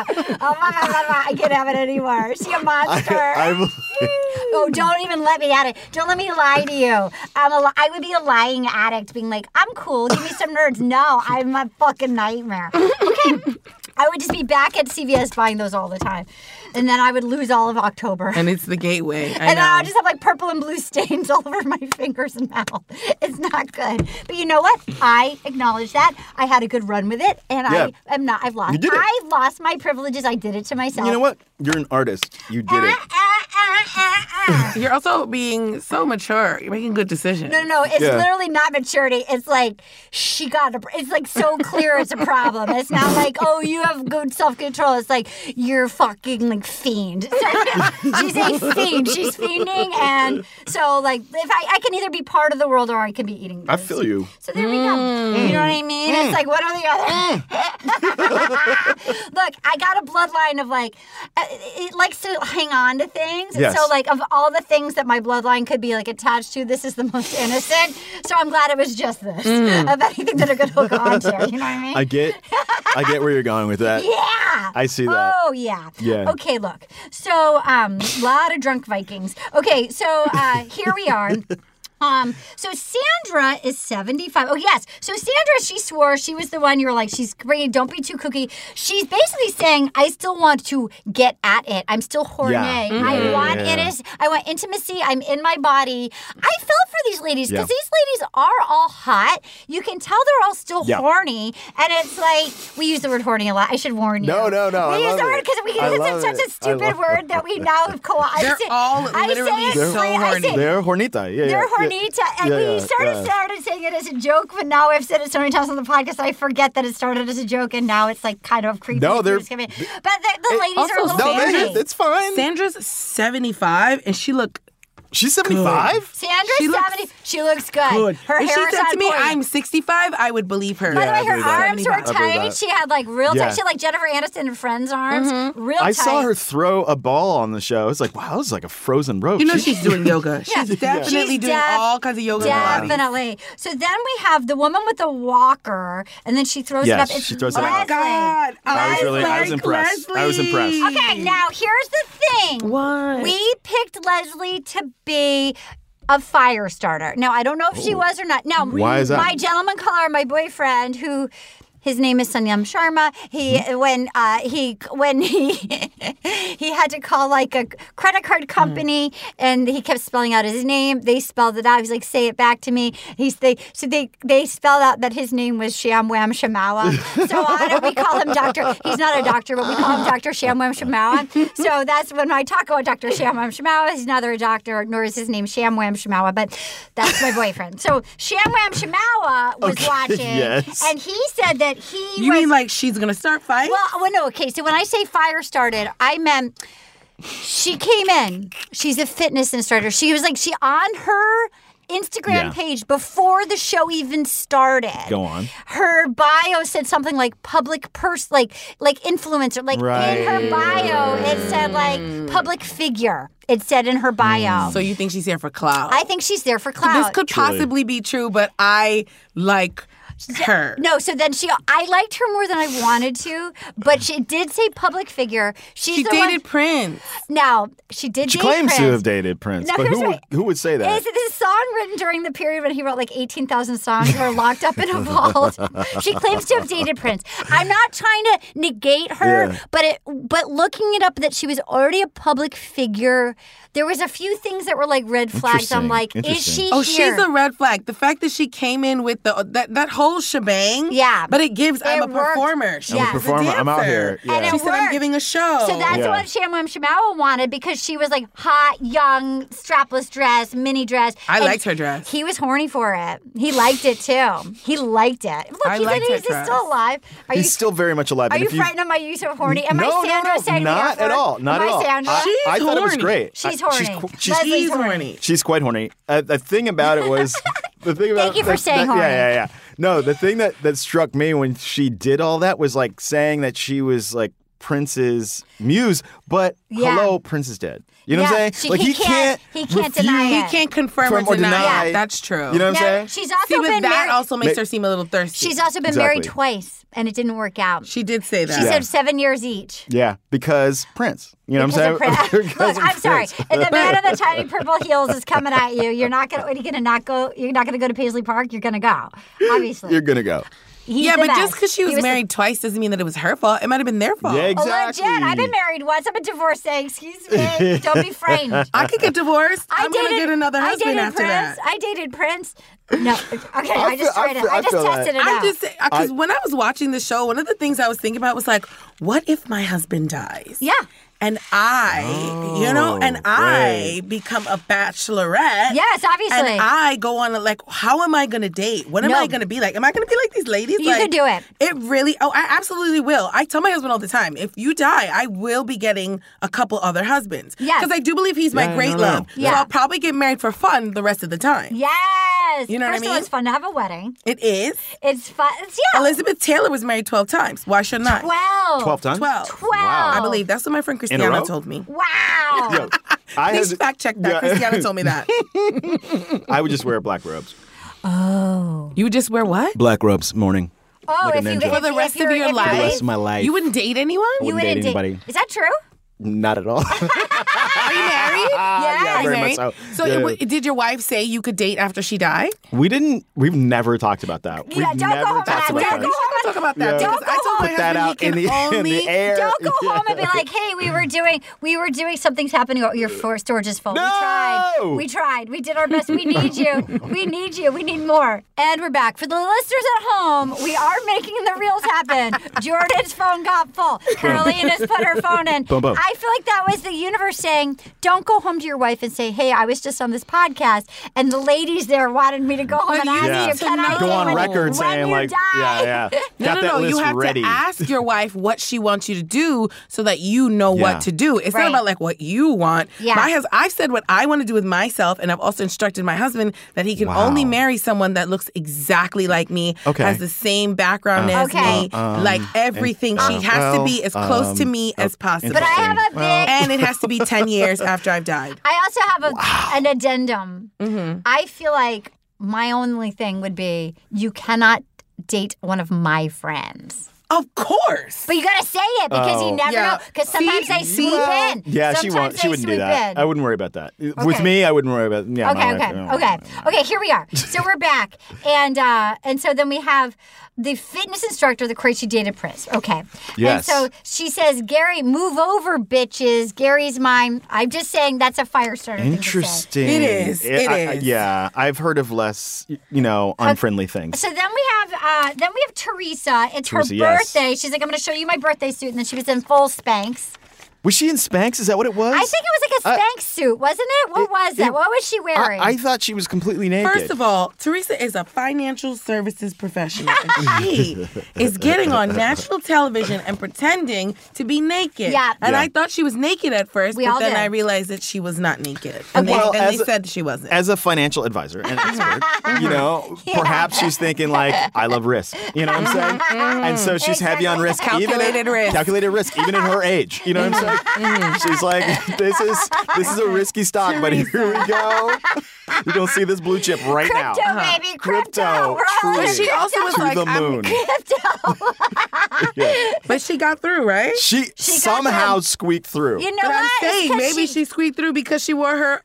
[SPEAKER 3] I can't have it anymore. She a monster.
[SPEAKER 5] I, I,
[SPEAKER 3] oh, don't even let me at it. Don't let me lie to you. I'm a, li- I would be a lying addict, being like, I'm cool. Give me some nerds. No, I'm a fucking nightmare. Okay. I would just be back at CVS buying those all the time, and then I would lose all of October.
[SPEAKER 6] And it's the gateway. I
[SPEAKER 3] And
[SPEAKER 6] know.
[SPEAKER 3] then I'll just have like purple and blue stains all over my fingers and mouth. It's not good. But you know what? I acknowledge that. I had a good run with it and
[SPEAKER 5] Yeah.
[SPEAKER 3] I am not I've lost
[SPEAKER 5] You did it.
[SPEAKER 3] I lost my privileges. I did it to myself.
[SPEAKER 5] you know what? You're an artist. You did
[SPEAKER 3] Ah,
[SPEAKER 5] it.
[SPEAKER 3] ah, ah, ah,
[SPEAKER 6] You're also being so mature. You're making good decisions.
[SPEAKER 3] No, no, it's
[SPEAKER 6] Yeah.
[SPEAKER 3] literally not maturity. It's like she got a. It's like so clear it's a problem. It's not like oh you have good self control. It's like you're fucking like fiend. So, she's a fiend. She's fiending, and so like if I, I can either be part of the world or I can be eating.
[SPEAKER 5] I feel you.
[SPEAKER 3] So there we go.
[SPEAKER 5] Mm.
[SPEAKER 6] Mm.
[SPEAKER 3] You know what I mean? It's like one or the other. Look, I got a bloodline of like uh, it likes to hang on to things. And so
[SPEAKER 10] Yes.
[SPEAKER 3] like of all the things that my bloodline could be like attached to, this is the most innocent. So I'm glad it was just this
[SPEAKER 5] Mm.
[SPEAKER 3] of anything that I could hook on to. You know what I mean?
[SPEAKER 5] I get, I get where you're going with that.
[SPEAKER 3] Yeah.
[SPEAKER 5] I see that.
[SPEAKER 3] Oh yeah.
[SPEAKER 5] Yeah.
[SPEAKER 3] Okay, look. So um lot of drunk Vikings. Okay, so uh here we are. Um, so Sandra is 75. Oh, yes. So Sandra, she swore she was the one you were like, she's great. Don't be too cookie. She's basically saying, I still want to get at it. I'm still horny.
[SPEAKER 10] Yeah,
[SPEAKER 3] I
[SPEAKER 10] yeah,
[SPEAKER 3] want
[SPEAKER 10] yeah.
[SPEAKER 3] it is. I want intimacy. I'm in my body. I felt for these ladies
[SPEAKER 10] Yeah.
[SPEAKER 3] because these ladies are all hot. You can tell they're all still
[SPEAKER 10] Yeah.
[SPEAKER 3] horny. And it's like, we use the word horny a lot. I should warn you.
[SPEAKER 10] No, no, no,
[SPEAKER 3] We
[SPEAKER 10] I
[SPEAKER 3] use
[SPEAKER 10] love
[SPEAKER 3] the
[SPEAKER 10] it.
[SPEAKER 3] word because we
[SPEAKER 10] I
[SPEAKER 3] use it
[SPEAKER 5] love
[SPEAKER 3] such
[SPEAKER 5] it.
[SPEAKER 3] a
[SPEAKER 5] I
[SPEAKER 3] stupid
[SPEAKER 5] love
[SPEAKER 3] word that we now have co opted.
[SPEAKER 6] They're all
[SPEAKER 3] I say it, slang- I say
[SPEAKER 5] they're hornita. Yeah,
[SPEAKER 3] they're
[SPEAKER 5] yeah, yeah.
[SPEAKER 3] hornita, and
[SPEAKER 5] Yeah,
[SPEAKER 3] we
[SPEAKER 5] yeah,
[SPEAKER 3] sort of
[SPEAKER 5] yeah.
[SPEAKER 3] started saying it as a joke, but now I've said it so many times on the podcast, I forget that it started as a joke, and now it's like kind of creepy.
[SPEAKER 6] No,
[SPEAKER 3] and
[SPEAKER 6] they're-
[SPEAKER 3] just giving- But the, the ladies are a little horny.
[SPEAKER 5] it's fine.
[SPEAKER 6] Sandra's 75 and she looked.
[SPEAKER 5] She's
[SPEAKER 3] Sandra's
[SPEAKER 6] She looks
[SPEAKER 3] seventy. She looks good.
[SPEAKER 6] good.
[SPEAKER 3] Her
[SPEAKER 6] if
[SPEAKER 3] hair
[SPEAKER 6] she
[SPEAKER 3] is
[SPEAKER 6] said
[SPEAKER 3] on
[SPEAKER 6] to me,
[SPEAKER 3] point.
[SPEAKER 6] "I'm 65," I would believe her.
[SPEAKER 3] By the way, her arms were tight. She had like real
[SPEAKER 5] Yeah.
[SPEAKER 3] tight. She had like Jennifer Aniston and Friends arms, real
[SPEAKER 5] I
[SPEAKER 3] tight.
[SPEAKER 5] saw her throw a ball on the show. It's like, wow, this is like a frozen rope.
[SPEAKER 6] You know she's doing yoga.
[SPEAKER 3] Yeah.
[SPEAKER 6] She's definitely
[SPEAKER 3] She's
[SPEAKER 6] doing
[SPEAKER 3] def-
[SPEAKER 6] all kinds of yoga. Pilates.
[SPEAKER 3] Definitely. So then we have the woman with the walker, and then she throws
[SPEAKER 5] Yes,
[SPEAKER 3] it up. It's
[SPEAKER 5] she throws it up.
[SPEAKER 3] Leslie.
[SPEAKER 6] God,
[SPEAKER 5] I was really, I was impressed. I was impressed.
[SPEAKER 3] Okay, now here's the thing.
[SPEAKER 6] What?
[SPEAKER 3] We picked Leslie to be a fire starter. Now I don't know if she
[SPEAKER 10] Oh.
[SPEAKER 3] was or not. Now
[SPEAKER 10] Why is that?
[SPEAKER 3] my gentleman caller, my boyfriend, who his name is Sanyam Sharma. He
[SPEAKER 6] Hmm?
[SPEAKER 3] when uh, he when he he had to call like a credit
[SPEAKER 6] Hmm.
[SPEAKER 3] card company, and he kept spelling out his name. They spelled it out. He's like, "Say it back to me." He's they so they they spelled out that his name was Sham Wham Shamawa. So why don't we call him Doctor? He's not a doctor, but we call him Doctor Sham Wham Shamawa. So that's when I talk about Doctor Sham Wham Shamawa. He's neither a doctor nor is his name Sham Wham Shamawa, but that's my boyfriend. So Sham Wham Shamawa was
[SPEAKER 6] Okay,
[SPEAKER 3] watching,
[SPEAKER 6] yes.
[SPEAKER 3] and he said that he
[SPEAKER 6] You
[SPEAKER 3] was.
[SPEAKER 6] mean like she's gonna start fighting?
[SPEAKER 3] well, well, no. Okay, so when I say fire started, I meant she came in. She's a fitness instructor. She was like she on her Instagram
[SPEAKER 10] Yeah.
[SPEAKER 3] page before the show even started.
[SPEAKER 10] Go on.
[SPEAKER 3] Her bio said something like public person, like like influencer. Like in her
[SPEAKER 10] Right.
[SPEAKER 3] bio, it said like public figure. It said in her bio.
[SPEAKER 6] Mm. So you think she's here for clout?
[SPEAKER 3] I think she's there for clout.
[SPEAKER 6] This could possibly be true, but I like her.
[SPEAKER 3] No, so then she, I liked her more than I wanted to, but she did say public figure. She's
[SPEAKER 6] She
[SPEAKER 3] the
[SPEAKER 6] dated
[SPEAKER 3] one,
[SPEAKER 6] Prince.
[SPEAKER 3] Now she did.
[SPEAKER 5] She
[SPEAKER 3] date
[SPEAKER 5] claims
[SPEAKER 3] Prince.
[SPEAKER 5] to have dated Prince,
[SPEAKER 3] Now,
[SPEAKER 5] but
[SPEAKER 3] here's
[SPEAKER 5] who would,
[SPEAKER 3] what-
[SPEAKER 5] who would say that?
[SPEAKER 3] Is this song written during the period when he wrote like 18,000 songs who are locked up in a vault? she claims to have dated Prince. I'm not trying to negate her,
[SPEAKER 10] Yeah.
[SPEAKER 3] but it, but looking it up that she was already a public figure, there was a few things that were like red flags. I'm like, is she
[SPEAKER 6] Oh,
[SPEAKER 3] here?
[SPEAKER 6] she's a red flag. The fact that she came in with the that that whole shebang.
[SPEAKER 3] Yeah,
[SPEAKER 6] but it gives. I'm a performer. She's
[SPEAKER 5] I'm a performer. I'm out here. Yeah.
[SPEAKER 3] And it
[SPEAKER 6] she said, "I'm
[SPEAKER 3] worked.
[SPEAKER 6] giving a show."
[SPEAKER 3] So that's
[SPEAKER 5] Yeah.
[SPEAKER 3] what Sham Wham Shamawa wanted because she was like hot, young, strapless dress, mini dress.
[SPEAKER 6] I
[SPEAKER 3] And
[SPEAKER 6] liked her dress.
[SPEAKER 3] He was horny for it. He liked it too. He liked it. Look,
[SPEAKER 5] I
[SPEAKER 3] he
[SPEAKER 5] liked
[SPEAKER 3] said
[SPEAKER 5] her
[SPEAKER 3] he's
[SPEAKER 5] dress.
[SPEAKER 3] still alive. Are
[SPEAKER 5] He's
[SPEAKER 3] you
[SPEAKER 5] still very much alive.
[SPEAKER 3] are
[SPEAKER 5] and
[SPEAKER 3] you
[SPEAKER 5] if you,
[SPEAKER 3] frightened of my use of horny? Am
[SPEAKER 5] No,
[SPEAKER 3] I
[SPEAKER 5] no,
[SPEAKER 3] Sandra
[SPEAKER 5] no,
[SPEAKER 3] saying the
[SPEAKER 5] not
[SPEAKER 3] F
[SPEAKER 5] at
[SPEAKER 3] word?
[SPEAKER 5] all. Not
[SPEAKER 3] Am
[SPEAKER 5] at all.
[SPEAKER 3] I Sandra?
[SPEAKER 5] I, I thought it was great.
[SPEAKER 3] She's
[SPEAKER 5] I-
[SPEAKER 3] horny.
[SPEAKER 5] qu-
[SPEAKER 3] Leslie's horny.
[SPEAKER 5] She's quite horny. Uh, the thing about it was the thing about
[SPEAKER 3] you for
[SPEAKER 5] that-
[SPEAKER 3] saying
[SPEAKER 5] that-
[SPEAKER 3] horny.
[SPEAKER 5] Yeah, yeah, yeah. No, the thing that that struck me when she did all that was like saying that she was like Prince's muse, but
[SPEAKER 6] Yeah.
[SPEAKER 5] hello, Prince is dead. You know what I'm saying? like
[SPEAKER 6] He
[SPEAKER 5] refuse-
[SPEAKER 6] can't confirm
[SPEAKER 5] from-
[SPEAKER 6] or
[SPEAKER 5] or
[SPEAKER 6] deny.
[SPEAKER 5] deny.
[SPEAKER 6] it. That's true.
[SPEAKER 5] You know what I'm Now, saying?
[SPEAKER 3] she's also
[SPEAKER 6] See, but
[SPEAKER 3] been
[SPEAKER 6] that
[SPEAKER 3] married-
[SPEAKER 6] also makes
[SPEAKER 5] Ma-
[SPEAKER 6] her seem a little thirsty.
[SPEAKER 3] She's also been married
[SPEAKER 5] Exactly.
[SPEAKER 3] twice and it didn't work out.
[SPEAKER 6] She did say
[SPEAKER 3] She
[SPEAKER 5] that.
[SPEAKER 3] said
[SPEAKER 5] Yeah.
[SPEAKER 3] seven years each.
[SPEAKER 5] Yeah, because Prince. You know
[SPEAKER 3] Because of
[SPEAKER 5] what I'm saying?
[SPEAKER 3] Prince.
[SPEAKER 5] Because
[SPEAKER 3] Look,
[SPEAKER 5] of
[SPEAKER 3] I'm sorry.
[SPEAKER 5] Prince.
[SPEAKER 3] If the man in the tiny purple heels is coming at you, you're not gonna. What are you gonna not go? You're not gonna go to Paisley Park. You're gonna go. Obviously.
[SPEAKER 5] You're gonna go.
[SPEAKER 3] He's
[SPEAKER 6] yeah,
[SPEAKER 3] the
[SPEAKER 6] but just
[SPEAKER 3] best.
[SPEAKER 6] because she
[SPEAKER 3] He
[SPEAKER 6] was,
[SPEAKER 3] was the-
[SPEAKER 6] married twice doesn't mean that it was her fault. It might have been their fault.
[SPEAKER 5] Yeah,
[SPEAKER 3] Legit. I've been married once. I'm a divorcee. Excuse me. Don't be framed.
[SPEAKER 6] I could get divorced.
[SPEAKER 3] I
[SPEAKER 6] I'm gonna
[SPEAKER 3] dated-
[SPEAKER 6] get another
[SPEAKER 3] I
[SPEAKER 6] husband
[SPEAKER 3] dated
[SPEAKER 6] after
[SPEAKER 3] Prince.
[SPEAKER 6] that.
[SPEAKER 3] I dated Prince. No. Okay. I,
[SPEAKER 6] I
[SPEAKER 3] just
[SPEAKER 6] feel- I
[SPEAKER 3] tried it.
[SPEAKER 6] feel-
[SPEAKER 3] I
[SPEAKER 6] I
[SPEAKER 3] just
[SPEAKER 6] feel that.
[SPEAKER 3] tested it
[SPEAKER 6] I'm
[SPEAKER 3] out.
[SPEAKER 6] just uh, because when I was watching the show, one of the things I was thinking about was like, what if my husband dies?
[SPEAKER 3] Yeah.
[SPEAKER 6] and I, you know, and I become a bachelorette.
[SPEAKER 3] Yes, obviously.
[SPEAKER 6] And I go on a, like, how am I going to date? What am
[SPEAKER 3] No.
[SPEAKER 6] I going to be like? Am I going to be like these ladies?
[SPEAKER 3] You
[SPEAKER 6] like,
[SPEAKER 3] could do it.
[SPEAKER 6] It really. Oh, I absolutely will. I tell my husband all the time, if you die, I will be getting a couple other husbands.
[SPEAKER 3] Yes.
[SPEAKER 6] because I do believe he's
[SPEAKER 3] Yeah,
[SPEAKER 6] my
[SPEAKER 3] no,
[SPEAKER 6] great
[SPEAKER 3] no.
[SPEAKER 6] love.
[SPEAKER 3] Yeah.
[SPEAKER 6] So I'll probably get married for fun the rest of the time.
[SPEAKER 3] Yes.
[SPEAKER 6] You know what I
[SPEAKER 3] First of all,
[SPEAKER 6] mean?
[SPEAKER 3] it's fun to have a wedding.
[SPEAKER 6] It is.
[SPEAKER 3] It's fun. It's, yeah.
[SPEAKER 6] Elizabeth Taylor was married twelve times. Why shouldn't I?
[SPEAKER 3] 12.
[SPEAKER 5] 12 times?
[SPEAKER 6] 12.
[SPEAKER 3] 12. Wow.
[SPEAKER 6] Oh, I believe that's what my friend
[SPEAKER 5] In a
[SPEAKER 6] Christiana
[SPEAKER 5] row?
[SPEAKER 6] told me.
[SPEAKER 3] Wow.
[SPEAKER 5] I
[SPEAKER 6] Please
[SPEAKER 5] had-
[SPEAKER 6] fact check that.
[SPEAKER 5] Yeah.
[SPEAKER 6] Christiana told me that.
[SPEAKER 5] I would just wear black robes.
[SPEAKER 3] Oh.
[SPEAKER 10] You just wear what?
[SPEAKER 5] Black robes, morning.
[SPEAKER 3] Oh,
[SPEAKER 5] Like a
[SPEAKER 3] if you
[SPEAKER 5] ninja.
[SPEAKER 3] if,
[SPEAKER 5] For
[SPEAKER 10] the
[SPEAKER 3] if
[SPEAKER 10] rest of
[SPEAKER 3] you're-
[SPEAKER 10] your
[SPEAKER 3] if you're-
[SPEAKER 10] life?
[SPEAKER 5] The rest of my life.
[SPEAKER 10] You wouldn't date anyone?
[SPEAKER 5] I wouldn't date anybody.
[SPEAKER 3] Is that true?
[SPEAKER 5] Not at all.
[SPEAKER 10] Are you married?
[SPEAKER 5] Yeah, very
[SPEAKER 10] Married?
[SPEAKER 5] much so.
[SPEAKER 10] it
[SPEAKER 5] Yeah.
[SPEAKER 10] w- did your wife say you could date after she died?
[SPEAKER 5] we didn't. We've never talked about that.
[SPEAKER 10] Yeah,
[SPEAKER 5] we've
[SPEAKER 10] don't
[SPEAKER 5] never
[SPEAKER 10] go home about
[SPEAKER 5] talked about
[SPEAKER 10] that.
[SPEAKER 5] that.
[SPEAKER 10] Don't go
[SPEAKER 6] Don't talk about that.
[SPEAKER 5] Yeah.
[SPEAKER 6] Because I told my
[SPEAKER 5] Put that
[SPEAKER 6] husband
[SPEAKER 5] out
[SPEAKER 6] he
[SPEAKER 5] in
[SPEAKER 6] can
[SPEAKER 5] the, in
[SPEAKER 6] only
[SPEAKER 5] the air.
[SPEAKER 3] Don't go home and be like, "Hey, we were doing, we were doing something's happening. or Your for- storage is full. We tried, we tried, we did our best. We need you, we need you, we need more." And we're back for the listeners at home. We are making the reels happen. Jordan's phone got full. Carolina's put her phone in.
[SPEAKER 10] Boom, boom.
[SPEAKER 3] I feel like that was the universe saying, "Don't go home to your wife and say, hey, I was just on this podcast, and the ladies there wanted me to go home and ask you, can I
[SPEAKER 5] go
[SPEAKER 3] date
[SPEAKER 5] on
[SPEAKER 3] when-
[SPEAKER 5] record
[SPEAKER 3] when
[SPEAKER 5] saying
[SPEAKER 3] you
[SPEAKER 5] like,
[SPEAKER 3] die?"
[SPEAKER 5] yeah, yeah.
[SPEAKER 10] No,
[SPEAKER 5] Got
[SPEAKER 10] no,
[SPEAKER 5] that
[SPEAKER 10] no.
[SPEAKER 5] list
[SPEAKER 10] You have
[SPEAKER 5] ready.
[SPEAKER 10] to ask your wife what she wants you to do so that you know
[SPEAKER 5] Yeah.
[SPEAKER 10] what to do. It's
[SPEAKER 6] Right.
[SPEAKER 10] not about like what you want.
[SPEAKER 6] Yeah.
[SPEAKER 10] My hus- I've said what I want to do with myself, and I've also instructed my husband that he can
[SPEAKER 6] Wow.
[SPEAKER 10] only marry someone that looks exactly like me,
[SPEAKER 6] Okay.
[SPEAKER 10] has the same background
[SPEAKER 6] Uh,
[SPEAKER 10] as
[SPEAKER 6] okay.
[SPEAKER 10] me,
[SPEAKER 6] uh, um,
[SPEAKER 10] like everything.
[SPEAKER 6] and-
[SPEAKER 10] she
[SPEAKER 6] uh,
[SPEAKER 10] has to be
[SPEAKER 6] well,
[SPEAKER 10] as close to
[SPEAKER 6] um,
[SPEAKER 10] me as possible.
[SPEAKER 6] But I have a interesting. big-
[SPEAKER 10] and it has to be ten years after I've died. Mm-hmm.
[SPEAKER 3] I also have a, an addendum. I feel like my only thing would be you cannot date one of my friends.
[SPEAKER 6] Of course.
[SPEAKER 3] But you gotta say it because you
[SPEAKER 5] Oh.
[SPEAKER 3] never
[SPEAKER 6] Yeah.
[SPEAKER 3] know. Because sometimes they swoop in.
[SPEAKER 5] Yeah,
[SPEAKER 3] sometimes
[SPEAKER 5] she won't. She
[SPEAKER 3] they
[SPEAKER 5] wouldn't do
[SPEAKER 3] swoop
[SPEAKER 5] that.
[SPEAKER 3] in.
[SPEAKER 5] I wouldn't worry about that.
[SPEAKER 3] Okay.
[SPEAKER 5] With me, I wouldn't worry about. Yeah,
[SPEAKER 3] okay,
[SPEAKER 5] my wife,
[SPEAKER 3] okay, okay, okay. Here we are. So we're back, and uh, and so then we have the fitness instructor, the crazy dated Pris. Okay,
[SPEAKER 5] Yes.
[SPEAKER 3] And so she says, "Gary, move over, bitches." Gary's mine. I'm just saying that's a fire starter. thing to say.
[SPEAKER 5] Interesting.
[SPEAKER 3] It is, it
[SPEAKER 5] I- I-
[SPEAKER 3] is.
[SPEAKER 5] yeah, I've heard of less, you know,
[SPEAKER 3] Okay.
[SPEAKER 5] unfriendly things.
[SPEAKER 3] So then we have uh, then we have Teresa. It's
[SPEAKER 5] Teresa,
[SPEAKER 3] her
[SPEAKER 5] yes.
[SPEAKER 3] birthday. She's like, I'm going to show you my birthday suit, and then she was in full Spanx.
[SPEAKER 5] Was she in Spanx? Is that what it was?
[SPEAKER 3] I think it was like a Spanx suit, wasn't it? What was that?
[SPEAKER 5] it-
[SPEAKER 3] What was she wearing?
[SPEAKER 5] I thought she was completely naked.
[SPEAKER 6] First of all, Teresa is a financial services professional. And she is getting on national television and pretending to be naked.
[SPEAKER 3] Yeah.
[SPEAKER 6] And
[SPEAKER 5] Yeah.
[SPEAKER 6] I thought she was naked at first,
[SPEAKER 3] We all
[SPEAKER 6] but then
[SPEAKER 3] did.
[SPEAKER 6] I realized that she was not naked. And
[SPEAKER 5] Well,
[SPEAKER 6] they, and
[SPEAKER 5] as
[SPEAKER 6] they
[SPEAKER 5] a-
[SPEAKER 6] said she wasn't.
[SPEAKER 5] as a financial advisor and expert, you know,
[SPEAKER 6] Yeah.
[SPEAKER 5] perhaps she's thinking like, I love risk. You know what I'm saying? And so she's heavy on risk. even
[SPEAKER 6] Calculated
[SPEAKER 5] at,
[SPEAKER 6] risk. Mm-hmm.
[SPEAKER 5] Calculated risk, even at her age. You know what I'm saying? she's like, this is this is a risky stock, but here we go. You're gonna see this blue chip right now. Uh-huh.
[SPEAKER 3] Crypto, baby,
[SPEAKER 5] Crypto.
[SPEAKER 6] But
[SPEAKER 5] truly,
[SPEAKER 6] she also was
[SPEAKER 5] to
[SPEAKER 6] like,
[SPEAKER 5] the
[SPEAKER 6] I'm
[SPEAKER 5] moon.
[SPEAKER 6] But she got through, right?
[SPEAKER 5] She, somehow squeaked through.
[SPEAKER 3] You know
[SPEAKER 6] but
[SPEAKER 3] what?
[SPEAKER 6] I'm
[SPEAKER 3] It's
[SPEAKER 6] saying
[SPEAKER 3] 'cause
[SPEAKER 6] maybe she... squeaked through because she wore her.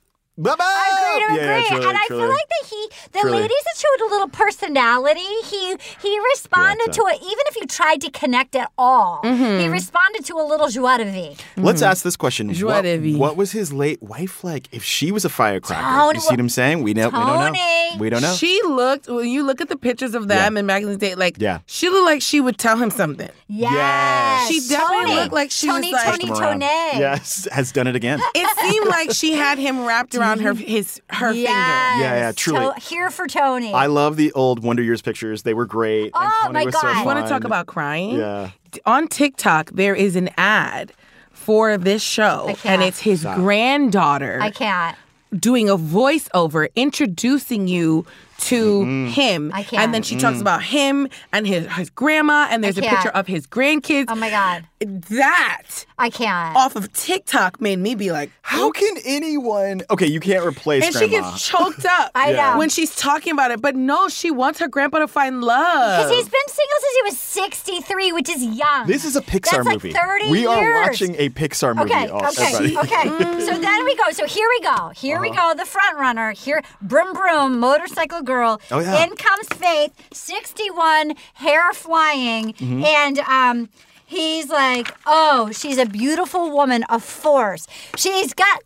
[SPEAKER 3] I agree to
[SPEAKER 5] Yeah,
[SPEAKER 3] agree,
[SPEAKER 5] truly,
[SPEAKER 3] oh, and I
[SPEAKER 5] truly.
[SPEAKER 3] feel like that he, the
[SPEAKER 5] Truly.
[SPEAKER 3] ladies that showed a little personality, he he responded
[SPEAKER 5] Gotcha.
[SPEAKER 3] to it. Even if you tried to connect at all, he
[SPEAKER 6] Mm-hmm.
[SPEAKER 3] responded to a little joie de vivre.
[SPEAKER 5] Let's ask this question.
[SPEAKER 3] Hmm. Joie
[SPEAKER 5] What,
[SPEAKER 3] de
[SPEAKER 5] what was his late wife like? If she was a firecracker,
[SPEAKER 6] Tony-
[SPEAKER 5] you see what I'm saying? We, know, we don't know. We don't know.
[SPEAKER 6] She looked, when you look at the pictures of them in Maggie's Day, like,
[SPEAKER 5] Yeah.
[SPEAKER 6] she looked like she would tell him something.
[SPEAKER 5] Yes.
[SPEAKER 6] She definitely
[SPEAKER 5] Tony.
[SPEAKER 6] looked like she
[SPEAKER 3] Tony,
[SPEAKER 6] was like
[SPEAKER 3] Tony,
[SPEAKER 5] Come around. Yes, has done it again.
[SPEAKER 6] It seemed like she had him wrapped around her his her
[SPEAKER 3] Yes.
[SPEAKER 5] Yeah, yeah, truly.
[SPEAKER 3] To- here for Tony.
[SPEAKER 5] I love the old Wonder Years pictures. They were great. and
[SPEAKER 3] Oh,
[SPEAKER 5] Tony
[SPEAKER 3] my
[SPEAKER 5] was
[SPEAKER 3] God.
[SPEAKER 5] So
[SPEAKER 3] You wanna
[SPEAKER 5] fun.
[SPEAKER 3] talk about
[SPEAKER 6] crying?
[SPEAKER 5] Yeah.
[SPEAKER 6] finger. On TikTok, there is an ad for this show, and it's his granddaughter
[SPEAKER 3] I can't.
[SPEAKER 6] doing a voiceover introducing you to
[SPEAKER 5] Mm.
[SPEAKER 6] him.
[SPEAKER 3] Mm. I can't.
[SPEAKER 6] And then she talks
[SPEAKER 3] Mm.
[SPEAKER 6] about him and his, his grandma, and there's a
[SPEAKER 3] can't.
[SPEAKER 6] picture of his grandkids.
[SPEAKER 3] Oh my God.
[SPEAKER 6] That
[SPEAKER 3] I can't.
[SPEAKER 6] off of TikTok made me be like,
[SPEAKER 5] how can anyone? Okay, you can't replace
[SPEAKER 6] and she
[SPEAKER 5] Grandma.
[SPEAKER 6] gets choked up
[SPEAKER 5] I Yeah. know.
[SPEAKER 6] when she's talking about it. But no, she wants her grandpa to find love.
[SPEAKER 3] Because he's been single since he was 63, which is young.
[SPEAKER 5] this is a Pixar
[SPEAKER 3] That's like
[SPEAKER 5] movie.
[SPEAKER 3] 30
[SPEAKER 5] we are
[SPEAKER 3] years.
[SPEAKER 5] watching a Pixar movie.
[SPEAKER 3] Okay,
[SPEAKER 5] all-
[SPEAKER 3] okay,
[SPEAKER 5] everybody.
[SPEAKER 3] okay. Mm. so then we go. So here we go. Here we
[SPEAKER 10] Uh-huh.
[SPEAKER 3] go. The front runner. Here, broom broom, motorcycle girl.
[SPEAKER 10] Oh, yeah.
[SPEAKER 3] In comes Faith, 61, hair flying,
[SPEAKER 10] Mhm.
[SPEAKER 3] and um. He's like, oh, she's a beautiful woman, of force. She's got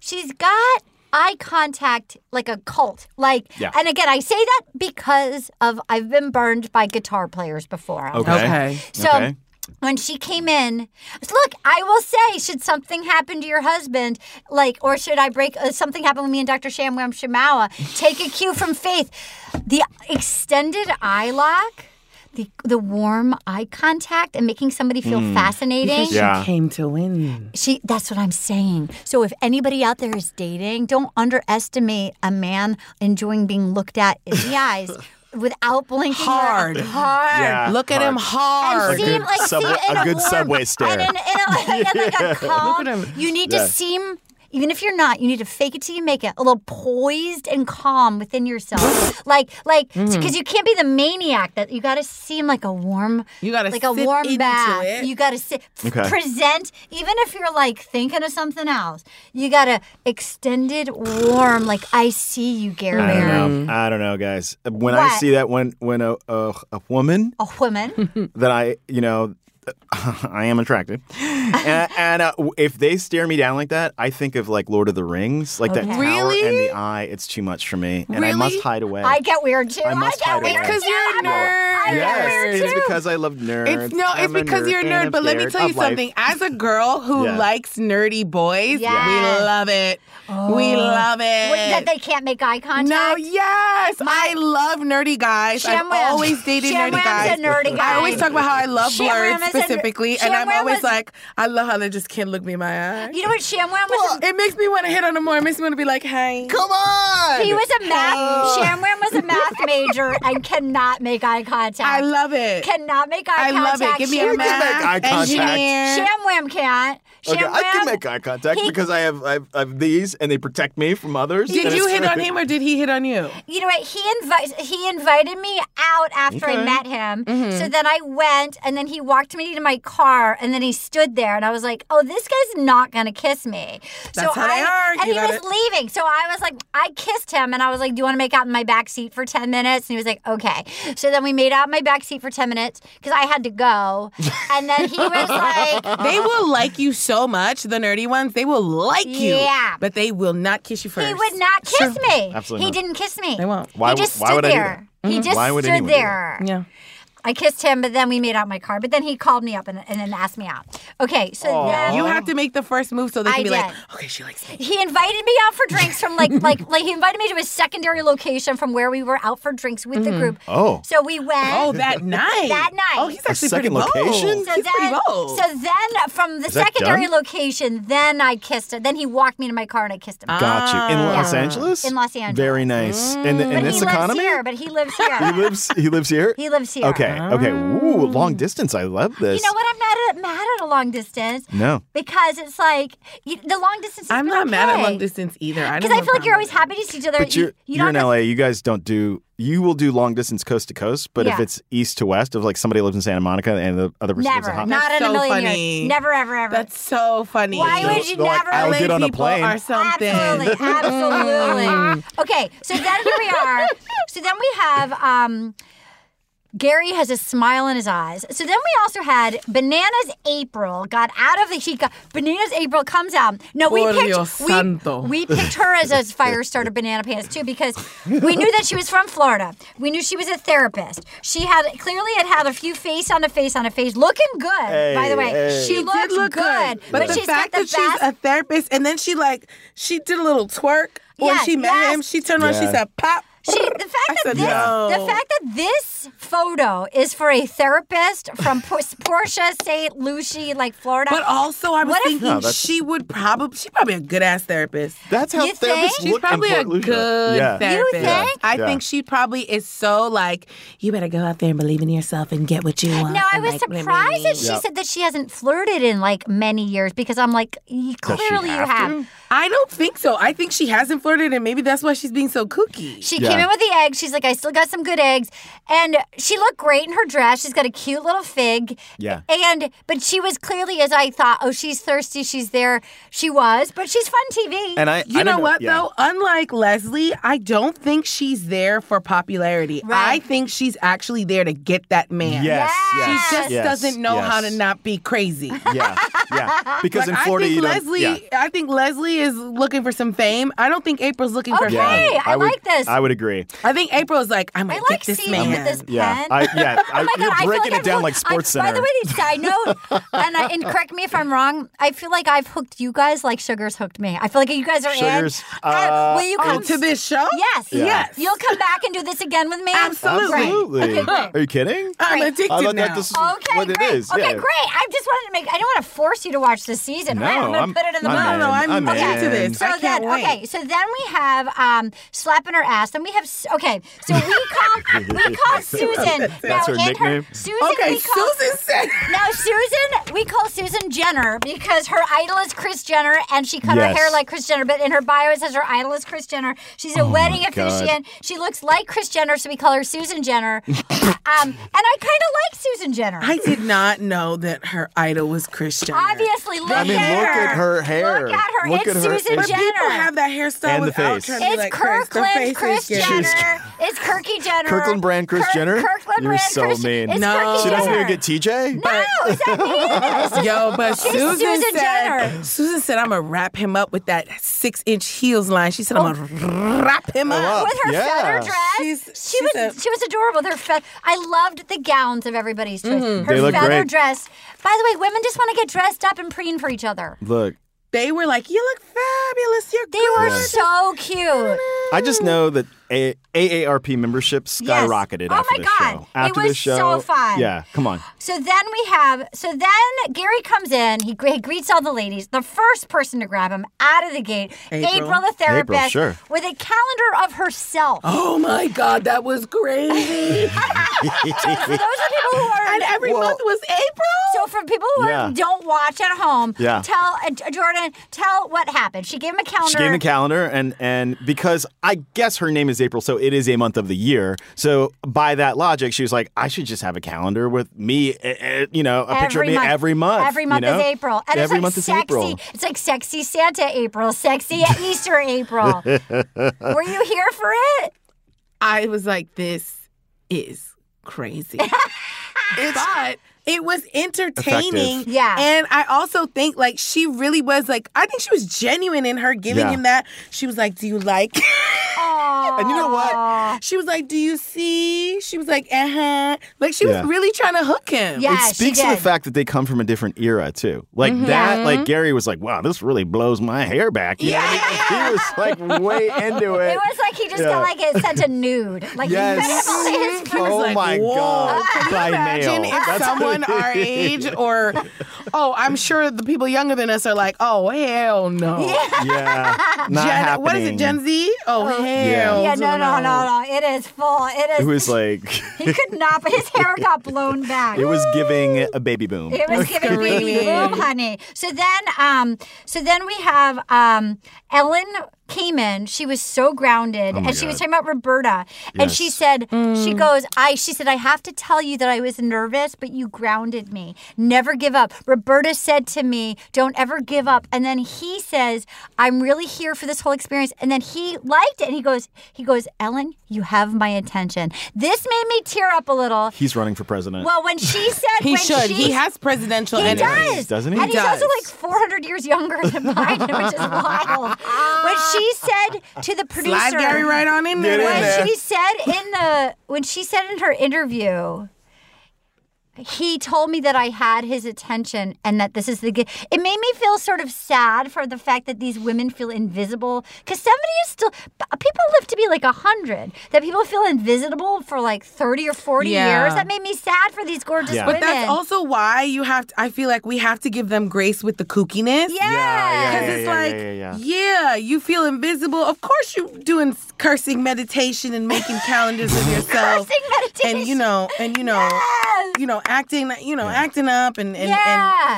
[SPEAKER 3] she's got eye contact like a cult like
[SPEAKER 10] Yeah.
[SPEAKER 3] and again i say that because of i've been burned by guitar players before
[SPEAKER 10] Okay. Okay.
[SPEAKER 3] so
[SPEAKER 10] Okay.
[SPEAKER 3] when she came in, look, I will say, should something happen to your husband, like, or should I break, uh, something happen with me and Dr. Shamwam Shamawa, take a cue from Faith. The extended eye lock, the, the warm eye contact, and making somebody feel
[SPEAKER 5] Hmm.
[SPEAKER 6] Mm.
[SPEAKER 3] fascinating.
[SPEAKER 6] Because she came to win.
[SPEAKER 3] She that's what I'm saying. So if anybody out there is dating, don't underestimate a man enjoying being looked at in the eyes without blinking. your-
[SPEAKER 6] Hard.
[SPEAKER 3] Hard.
[SPEAKER 6] Yeah, Look at hard. him hard.
[SPEAKER 3] And
[SPEAKER 6] A
[SPEAKER 3] seem
[SPEAKER 6] good
[SPEAKER 3] like
[SPEAKER 6] subway-
[SPEAKER 3] seem in
[SPEAKER 6] a
[SPEAKER 3] a,
[SPEAKER 6] good
[SPEAKER 3] warm-
[SPEAKER 6] subway
[SPEAKER 3] and
[SPEAKER 6] stare.
[SPEAKER 3] in- in a- in like
[SPEAKER 6] Yeah.
[SPEAKER 3] a calm.
[SPEAKER 6] Look at him.
[SPEAKER 3] You need
[SPEAKER 6] Yeah.
[SPEAKER 3] to seem even if you're not, you need to fake it till you make it. A little poised and calm within yourself, like, like, because
[SPEAKER 6] Mhm.
[SPEAKER 3] you can't be the maniac. That you got to seem like a warm,
[SPEAKER 6] You gotta
[SPEAKER 3] like a
[SPEAKER 6] sit
[SPEAKER 3] warm
[SPEAKER 6] into
[SPEAKER 3] bath.
[SPEAKER 6] it.
[SPEAKER 3] You got to sit,
[SPEAKER 6] Okay.
[SPEAKER 3] present, even if you're like thinking of something else, you got to extended warm, like I see you, Gary.
[SPEAKER 5] I
[SPEAKER 3] Bear.
[SPEAKER 5] don't know. I don't know, guys. When I
[SPEAKER 3] What?
[SPEAKER 5] see that when when a a, a woman
[SPEAKER 3] A woman.
[SPEAKER 5] that I you know I am attracted, and, and uh, w- if they stare me down like that, I think of like Lord of the Rings, like that
[SPEAKER 3] Okay.
[SPEAKER 5] power
[SPEAKER 3] Really?
[SPEAKER 5] and the eye. It's too much for me, and I must hide away.
[SPEAKER 3] I get weird too.
[SPEAKER 5] I must
[SPEAKER 3] get
[SPEAKER 5] hide
[SPEAKER 3] weird
[SPEAKER 5] away. It's 'cause
[SPEAKER 3] too.
[SPEAKER 6] you're a
[SPEAKER 3] I'm I get weird
[SPEAKER 5] yes, it's
[SPEAKER 3] too.
[SPEAKER 5] because I love nerds.
[SPEAKER 6] It's no, it's
[SPEAKER 5] I'm a
[SPEAKER 6] because you're a nerd.
[SPEAKER 5] and
[SPEAKER 6] But let me
[SPEAKER 5] nerd
[SPEAKER 6] tell you
[SPEAKER 5] of life.
[SPEAKER 6] something. As a girl who
[SPEAKER 5] Yeah.
[SPEAKER 6] likes nerdy boys,
[SPEAKER 3] Yes.
[SPEAKER 6] we love it. We
[SPEAKER 3] Oh.
[SPEAKER 6] love it.
[SPEAKER 3] Wait, That they can't make eye contact.
[SPEAKER 6] No, yes, I love nerdy guys.
[SPEAKER 3] Shamwam.
[SPEAKER 6] I've always dated nerdy
[SPEAKER 3] Shamwam's
[SPEAKER 6] guys.
[SPEAKER 3] a nerdy
[SPEAKER 6] I
[SPEAKER 3] guy.
[SPEAKER 6] always talk about how I love
[SPEAKER 3] Shamwam
[SPEAKER 6] blurs
[SPEAKER 3] is a ner-
[SPEAKER 6] specifically, and I'm
[SPEAKER 3] Shamwam
[SPEAKER 6] always
[SPEAKER 3] is-
[SPEAKER 6] like, I love how they just can't look me in my eye.
[SPEAKER 3] You know what, Shamwam was?
[SPEAKER 6] Well, it makes me want to hit on them more. It makes me want to be like, hey,
[SPEAKER 5] come on.
[SPEAKER 3] He was a math. Shamwam was a math major and cannot make eye contact. I
[SPEAKER 6] love it.
[SPEAKER 3] Cannot make eye
[SPEAKER 6] I
[SPEAKER 3] contact.
[SPEAKER 6] love it. Give me a
[SPEAKER 3] She-
[SPEAKER 6] math
[SPEAKER 5] make eye contact. engineer.
[SPEAKER 3] Shamwam can't. Shamwam.
[SPEAKER 5] Okay, I can make eye contact
[SPEAKER 3] he-
[SPEAKER 5] because I have, I have I have these, and they protect me from others.
[SPEAKER 6] Did
[SPEAKER 5] and
[SPEAKER 6] you
[SPEAKER 5] it's
[SPEAKER 6] hit on
[SPEAKER 5] great.
[SPEAKER 6] him or did he hit on you?
[SPEAKER 3] you know what? He invites he invited me out after
[SPEAKER 5] Okay.
[SPEAKER 3] I met him.
[SPEAKER 6] Mm-hmm.
[SPEAKER 3] So then I went, and then he walked me to my car, and then he stood there, and I was like, "Oh, this guy's not gonna kiss me." so
[SPEAKER 6] That's how they
[SPEAKER 3] I
[SPEAKER 6] are.
[SPEAKER 3] and
[SPEAKER 6] You
[SPEAKER 3] he
[SPEAKER 6] got
[SPEAKER 3] was
[SPEAKER 6] it.
[SPEAKER 3] leaving, so I was like, I kissed him, and I was like, "Do you want to make out in my back seat for ten minutes?" And he was like, "Okay." So then we made out in my back seat for ten minutes because I had to go, and then he was like,
[SPEAKER 6] they will like you so much, the nerdy ones. They will like you.
[SPEAKER 3] Yeah.
[SPEAKER 6] But they will not kiss you first.
[SPEAKER 3] He would not kiss me.
[SPEAKER 6] Absolutely
[SPEAKER 3] he
[SPEAKER 6] not.
[SPEAKER 3] didn't kiss me.
[SPEAKER 6] They won't.
[SPEAKER 3] Why, he just
[SPEAKER 5] why
[SPEAKER 3] stood
[SPEAKER 5] would I do
[SPEAKER 3] there.
[SPEAKER 5] that?
[SPEAKER 3] He
[SPEAKER 5] Mhm.
[SPEAKER 3] just
[SPEAKER 5] Why would
[SPEAKER 3] stood
[SPEAKER 5] anyone do that?
[SPEAKER 3] there.
[SPEAKER 6] Yeah.
[SPEAKER 3] I kissed him, but then we made out in my car. But then he called me up and, and then asked me out. Okay, so then
[SPEAKER 6] You have to make the first move so they can
[SPEAKER 3] I
[SPEAKER 6] be like,
[SPEAKER 3] did.
[SPEAKER 6] okay, she likes me.
[SPEAKER 3] he invited me out for drinks from like like like he invited me to a secondary location from where we were out for drinks with
[SPEAKER 6] Mm-hmm. Hmm.
[SPEAKER 3] the group.
[SPEAKER 5] Oh.
[SPEAKER 3] So we went.
[SPEAKER 6] Oh, that night.
[SPEAKER 3] That night.
[SPEAKER 6] Oh, he's
[SPEAKER 5] A
[SPEAKER 6] actually
[SPEAKER 5] second
[SPEAKER 6] pretty bold.
[SPEAKER 5] location?
[SPEAKER 3] So
[SPEAKER 6] He's pretty
[SPEAKER 3] then,
[SPEAKER 6] bold.
[SPEAKER 3] so then from the
[SPEAKER 5] Is that
[SPEAKER 3] secondary
[SPEAKER 5] done?
[SPEAKER 3] location, then I kissed him. Then he walked me to my car and I kissed
[SPEAKER 6] Ah.
[SPEAKER 3] him.
[SPEAKER 5] Got you in Los
[SPEAKER 3] Yeah.
[SPEAKER 5] Angeles.
[SPEAKER 3] In Los Angeles.
[SPEAKER 5] Very nice. In, the,
[SPEAKER 3] but
[SPEAKER 5] in this
[SPEAKER 3] he
[SPEAKER 5] economy,
[SPEAKER 3] lives here. But he lives here.
[SPEAKER 5] he lives. He lives here.
[SPEAKER 3] He lives here.
[SPEAKER 5] Okay. Okay. Ooh, long distance. I love this.
[SPEAKER 3] You know what? I'm not mad at a long distance
[SPEAKER 5] No.
[SPEAKER 3] because it's like you, the long distance.
[SPEAKER 6] I'm not mad at long distance either. I
[SPEAKER 3] because
[SPEAKER 6] don't
[SPEAKER 3] I
[SPEAKER 6] have a
[SPEAKER 3] feel like
[SPEAKER 6] problem.
[SPEAKER 3] you're always happy to see each other.
[SPEAKER 5] But you're
[SPEAKER 3] you
[SPEAKER 5] you, are in
[SPEAKER 3] don't have-
[SPEAKER 5] LA. You guys don't do. You will do long distance coast to coast. But if
[SPEAKER 3] Yeah.
[SPEAKER 5] it's east to west, if like somebody lives in Santa Monica and the other person lives
[SPEAKER 3] never,
[SPEAKER 5] in Hot,
[SPEAKER 3] not in
[SPEAKER 6] so
[SPEAKER 3] a million
[SPEAKER 6] funny.
[SPEAKER 3] years. Never, ever, ever.
[SPEAKER 6] That's so funny.
[SPEAKER 3] Why
[SPEAKER 5] They'll-
[SPEAKER 3] would you
[SPEAKER 5] they're like,
[SPEAKER 3] never?
[SPEAKER 5] I'll get on a
[SPEAKER 6] people
[SPEAKER 5] plane.
[SPEAKER 6] Or something.
[SPEAKER 3] Absolutely, absolutely. okay, so then here we are. So then we have um, Gary has a smile in his eyes. So then we also had Bananas April got out of the heat. got- Bananas April comes out. No, we
[SPEAKER 6] Por Dios
[SPEAKER 3] picked
[SPEAKER 6] santo.
[SPEAKER 3] we, we picked her as a fire starter banana pants too because we knew that she was from Florida. We knew she was a therapist. She had clearly had had a few face on a face on a face, looking good. by the way, she
[SPEAKER 6] It
[SPEAKER 3] looked
[SPEAKER 6] did look good. But, the
[SPEAKER 3] she's
[SPEAKER 6] fact
[SPEAKER 3] got the
[SPEAKER 6] that she's
[SPEAKER 3] best-
[SPEAKER 6] a therapist and then she like she did a little twerk when
[SPEAKER 3] Yes,
[SPEAKER 6] she met
[SPEAKER 3] yes.
[SPEAKER 6] him, she turned around, she
[SPEAKER 5] Yeah.
[SPEAKER 6] said, Pop.
[SPEAKER 3] She, the fact
[SPEAKER 6] I
[SPEAKER 3] that
[SPEAKER 6] said,
[SPEAKER 3] this,
[SPEAKER 6] no.
[SPEAKER 3] the fact that this photo is for a therapist from Por- Portia St. Lucie, like Florida.
[SPEAKER 6] But also I was
[SPEAKER 3] What if-
[SPEAKER 6] thinking
[SPEAKER 5] No, that's-
[SPEAKER 6] she would probably she probably a good ass therapist.
[SPEAKER 5] that's how
[SPEAKER 3] You
[SPEAKER 5] therapists
[SPEAKER 3] think?
[SPEAKER 5] look.
[SPEAKER 6] She's
[SPEAKER 5] in
[SPEAKER 6] probably a
[SPEAKER 5] Port Lucia.
[SPEAKER 6] good
[SPEAKER 5] yeah.
[SPEAKER 6] therapist.
[SPEAKER 5] Yeah.
[SPEAKER 6] I
[SPEAKER 5] Yeah.
[SPEAKER 6] think she probably is so like, you better go out there and believe in yourself and get what you want.
[SPEAKER 3] now I
[SPEAKER 6] and,
[SPEAKER 3] was
[SPEAKER 6] like, blah, blah, blah,
[SPEAKER 3] surprised that she
[SPEAKER 5] Yep.
[SPEAKER 3] said that she hasn't flirted in like many years because I'm like, y-
[SPEAKER 5] Does she
[SPEAKER 3] clearly you
[SPEAKER 5] have
[SPEAKER 3] have.
[SPEAKER 5] to?
[SPEAKER 6] I don't think so. I think she hasn't flirted, and maybe that's why she's being so kooky.
[SPEAKER 3] She
[SPEAKER 5] Yeah.
[SPEAKER 3] came in with the eggs. She's like, I still got some good eggs, and she looked great in her dress. She's got a cute little fig.
[SPEAKER 5] Yeah.
[SPEAKER 3] And but she was clearly, as I thought, oh, she's thirsty. She's there. She was, but she's fun TV.
[SPEAKER 5] And I.
[SPEAKER 6] You
[SPEAKER 5] I
[SPEAKER 6] know
[SPEAKER 5] don't
[SPEAKER 6] what,
[SPEAKER 5] yeah.
[SPEAKER 6] though? Unlike Leslie, I don't think she's there for popularity. I
[SPEAKER 3] Right.
[SPEAKER 6] think she's actually there to get that man.
[SPEAKER 3] Yes.
[SPEAKER 5] Yes. Yes.
[SPEAKER 6] She just
[SPEAKER 5] yes,
[SPEAKER 6] doesn't know how to
[SPEAKER 5] yes.
[SPEAKER 6] not be crazy.
[SPEAKER 5] Yeah. Yeah, because in
[SPEAKER 6] I
[SPEAKER 5] Florida,
[SPEAKER 6] think
[SPEAKER 5] you don't.
[SPEAKER 6] Leslie,
[SPEAKER 5] yeah.
[SPEAKER 6] I think Leslie is looking for some fame. I don't think April's looking for fame.
[SPEAKER 5] Yeah, would, I would agree.
[SPEAKER 6] I think April is like, I'm gonna get this man.
[SPEAKER 5] Yeah, I, yeah. I,
[SPEAKER 3] Oh my God,
[SPEAKER 5] you're
[SPEAKER 3] I feel
[SPEAKER 5] breaking
[SPEAKER 3] like
[SPEAKER 5] it
[SPEAKER 3] I
[SPEAKER 5] down
[SPEAKER 3] feel-
[SPEAKER 5] like Sports
[SPEAKER 3] By
[SPEAKER 5] Center.
[SPEAKER 3] the way, they- I know, and, I, and correct me if I'm wrong. I feel like I've hooked you guys like Sugar's hooked me. I feel like you guys are
[SPEAKER 5] Sugars,
[SPEAKER 3] in. Uh, will you
[SPEAKER 5] uh,
[SPEAKER 3] come
[SPEAKER 5] it's-
[SPEAKER 6] to this show?
[SPEAKER 3] Yes,
[SPEAKER 5] Yeah. Yes.
[SPEAKER 3] You'll come back and do this again with me. Great.
[SPEAKER 5] Absolutely.
[SPEAKER 3] Okay, great.
[SPEAKER 5] Are you kidding?
[SPEAKER 6] I'm addicted
[SPEAKER 5] I thought that this is
[SPEAKER 3] okay,
[SPEAKER 5] what
[SPEAKER 3] great.
[SPEAKER 5] it is.
[SPEAKER 3] Okay,
[SPEAKER 5] yeah.
[SPEAKER 3] great. I just wanted to make. I don't want to force you to watch this season.
[SPEAKER 5] No,
[SPEAKER 3] right? I'm gonna
[SPEAKER 5] I'm-
[SPEAKER 3] put it in the
[SPEAKER 5] I'm
[SPEAKER 3] book.
[SPEAKER 5] in. No, no, I'm- I'm
[SPEAKER 3] okay.
[SPEAKER 5] into this.
[SPEAKER 3] So
[SPEAKER 5] I can't
[SPEAKER 3] then,
[SPEAKER 5] wait.
[SPEAKER 3] okay, so then we have um, slapping her ass. Then we have s- okay. So we call we call Susan.
[SPEAKER 5] That's
[SPEAKER 3] now
[SPEAKER 5] her
[SPEAKER 3] in
[SPEAKER 5] nickname?
[SPEAKER 3] Her, Susan.
[SPEAKER 6] Okay,
[SPEAKER 3] we call,
[SPEAKER 6] Susan said-
[SPEAKER 3] Now Susan, we call Susan Jenner because her idol is Chris Jenner, and she cut
[SPEAKER 5] Yes.
[SPEAKER 3] her hair like Chris Jenner. But in her bio, it says her idol is Chris Jenner. She's a
[SPEAKER 5] Oh my
[SPEAKER 3] wedding
[SPEAKER 5] God.
[SPEAKER 3] officiant. She looks like Chris Jenner, so we call her Susan Jenner. Um, and I kind of like Susan Jenner.
[SPEAKER 6] I did not know that her idol was Christian.
[SPEAKER 3] Obviously, look
[SPEAKER 5] I mean,
[SPEAKER 3] at
[SPEAKER 5] look
[SPEAKER 3] her.
[SPEAKER 5] at her hair.
[SPEAKER 3] Look at her.
[SPEAKER 5] Look
[SPEAKER 3] it's
[SPEAKER 5] at her.
[SPEAKER 3] Susan
[SPEAKER 5] But
[SPEAKER 3] Jenner.
[SPEAKER 5] people
[SPEAKER 6] have that hairstyle
[SPEAKER 5] And the
[SPEAKER 6] without
[SPEAKER 5] face.
[SPEAKER 6] trying to be
[SPEAKER 3] It's
[SPEAKER 6] like Chris. The
[SPEAKER 3] Kirkland
[SPEAKER 6] face
[SPEAKER 3] Chris
[SPEAKER 6] is good.
[SPEAKER 3] Jenner. It's Kirky Jenner.
[SPEAKER 5] Kirkland brand Chris
[SPEAKER 3] Kirk-
[SPEAKER 5] Jenner?
[SPEAKER 3] Kirkland
[SPEAKER 5] You're
[SPEAKER 3] brand
[SPEAKER 5] so
[SPEAKER 3] Chris
[SPEAKER 5] mean.
[SPEAKER 3] It's
[SPEAKER 6] No.
[SPEAKER 3] Kirky
[SPEAKER 5] She doesn't
[SPEAKER 3] Jenner.
[SPEAKER 5] even get TJ?
[SPEAKER 3] No, is that me?
[SPEAKER 6] Yo, but
[SPEAKER 3] It's
[SPEAKER 6] Susan, said,
[SPEAKER 3] Jenner.
[SPEAKER 6] Susan said, I'm gonna wrap him up with that six inch heels line. She said, I'm gonna wrap him
[SPEAKER 5] Oh,
[SPEAKER 6] up.
[SPEAKER 5] wow.
[SPEAKER 3] With her
[SPEAKER 5] Yeah.
[SPEAKER 3] feather dress, she was she was adorable. With her fe- I loved the gowns of everybody's choice. Her
[SPEAKER 5] They look
[SPEAKER 3] feather
[SPEAKER 5] great.
[SPEAKER 3] dress. By the way, women just want to get dressed up and preen for each other.
[SPEAKER 5] Look,
[SPEAKER 6] They were like, You look fabulous. You're
[SPEAKER 3] They were so cute.
[SPEAKER 5] I just know that A- AARP membership
[SPEAKER 3] Yes.
[SPEAKER 5] skyrocketed
[SPEAKER 3] Oh
[SPEAKER 5] after
[SPEAKER 3] my
[SPEAKER 5] this
[SPEAKER 3] God.
[SPEAKER 5] show.
[SPEAKER 3] It
[SPEAKER 5] After
[SPEAKER 3] was
[SPEAKER 5] this show,
[SPEAKER 3] so fun.
[SPEAKER 5] Yeah, come on.
[SPEAKER 3] So then we have, so then Gary comes in, he, gre- he greets all the ladies. The first person to grab him out of the gate,
[SPEAKER 6] April.
[SPEAKER 3] April, the therapist,
[SPEAKER 5] April, sure.
[SPEAKER 3] with a calendar of herself.
[SPEAKER 6] Oh my God, that was crazy.
[SPEAKER 3] For those are people who are.
[SPEAKER 6] and every month was April.
[SPEAKER 3] So for people who
[SPEAKER 5] Yeah.
[SPEAKER 3] are, don't watch at home,
[SPEAKER 5] Yeah.
[SPEAKER 3] tell uh, Jordan, tell what happened. She gave him a calendar.
[SPEAKER 5] She gave me a calendar, and and because I guess her name is April, so it is a month of the year. So by that logic, she was like, I should just have a calendar with me, eh, eh, you know, a picture of me every month.
[SPEAKER 3] Every
[SPEAKER 5] you
[SPEAKER 3] month
[SPEAKER 5] know?
[SPEAKER 3] is April. And
[SPEAKER 5] every
[SPEAKER 3] it's like
[SPEAKER 5] month
[SPEAKER 3] sexy.
[SPEAKER 5] is April.
[SPEAKER 3] It's like sexy Santa April, sexy Easter April. Were you here for it?
[SPEAKER 6] I was like, This is crazy. but it was entertaining.
[SPEAKER 3] Effective. Yeah.
[SPEAKER 6] And I also think like she really was like, I think she was genuine in her giving
[SPEAKER 5] Yeah.
[SPEAKER 6] him that. She was like, Do you like
[SPEAKER 3] Aww.
[SPEAKER 5] And you know what?
[SPEAKER 6] She was like, "Do you see?" She was like, "Uh huh." Like she
[SPEAKER 5] Yeah.
[SPEAKER 6] was really trying to hook him.
[SPEAKER 3] Yeah, she
[SPEAKER 5] it speaks to the
[SPEAKER 3] did. Mm-hmm.
[SPEAKER 5] fact that they come from a different era too. Like that, like Gary was like, "Wow, this really blows my hair back." You know what I mean? He was like way into it.
[SPEAKER 3] It was like he just
[SPEAKER 5] Yeah.
[SPEAKER 3] got like it sent a nude. Like
[SPEAKER 5] Yes.
[SPEAKER 3] he couldn't believe his
[SPEAKER 5] Oh
[SPEAKER 3] first-
[SPEAKER 5] my
[SPEAKER 6] "Whoa,
[SPEAKER 5] god!
[SPEAKER 6] Can you
[SPEAKER 5] By
[SPEAKER 6] imagine
[SPEAKER 5] mail.
[SPEAKER 6] if
[SPEAKER 5] That's-
[SPEAKER 6] someone our age or oh, I'm sure the people younger than us are like, "Oh hell no."
[SPEAKER 5] yeah, not
[SPEAKER 6] Gen,
[SPEAKER 5] happening.
[SPEAKER 6] what is it, Gen Z? Oh, hell.
[SPEAKER 3] Yeah, no, no, no, no. It is full. It
[SPEAKER 5] It
[SPEAKER 3] is.
[SPEAKER 5] was like
[SPEAKER 3] he could not. But his hair got blown back.
[SPEAKER 5] it was giving a baby boom.
[SPEAKER 3] It was giving baby boom, honey. So then, um, so then we have um, Ellen came in. She was so grounded, and she was talking about Roberta, and she
[SPEAKER 5] Yes.
[SPEAKER 3] said, she goes, I. She said, I have to tell you that I was nervous, but you grounded me. Never give up. Roberta said to me, don't ever give up. And then he says, I'm really here for this whole experience. And then he liked it, and he goes, he goes, Ellen, you have my attention. This made me tear up a little.
[SPEAKER 5] He's running for president.
[SPEAKER 3] Well, when she said
[SPEAKER 6] He
[SPEAKER 3] when
[SPEAKER 6] should.
[SPEAKER 3] She,
[SPEAKER 6] he has presidential
[SPEAKER 3] he
[SPEAKER 6] energy.
[SPEAKER 3] does,
[SPEAKER 5] Doesn't he?
[SPEAKER 3] And
[SPEAKER 5] He
[SPEAKER 3] he's also
[SPEAKER 6] does.
[SPEAKER 3] like 400 years younger than Biden, which is wild. When she said to the producer,
[SPEAKER 6] Slide Gary right on in there.
[SPEAKER 5] in
[SPEAKER 3] when
[SPEAKER 5] there.
[SPEAKER 3] she said in the when she said in her interview, he told me that I had his attention and that this is the. gi- It made me feel sort of sad for the fact that these women feel invisible because somebody is still. p- People live to be like hundred. That people feel invisible for like 30 or 40
[SPEAKER 6] Yeah.
[SPEAKER 3] years. That made me sad for these gorgeous
[SPEAKER 5] Yeah.
[SPEAKER 3] women.
[SPEAKER 6] But that's also why you have. To, I feel like we have to give them grace with the kookiness.
[SPEAKER 3] Yeah.
[SPEAKER 5] yeah,
[SPEAKER 6] Because
[SPEAKER 5] yeah,
[SPEAKER 6] it's
[SPEAKER 5] yeah,
[SPEAKER 6] like,
[SPEAKER 5] yeah,
[SPEAKER 6] yeah,
[SPEAKER 5] yeah,
[SPEAKER 6] you feel invisible. Of course, you doing s- cursing meditation and making calendars of yourself,
[SPEAKER 3] Cursing meditation.
[SPEAKER 6] and you know, and you know,
[SPEAKER 3] Yes.
[SPEAKER 6] you know, acting, you know, acting up, and and,
[SPEAKER 3] Yeah.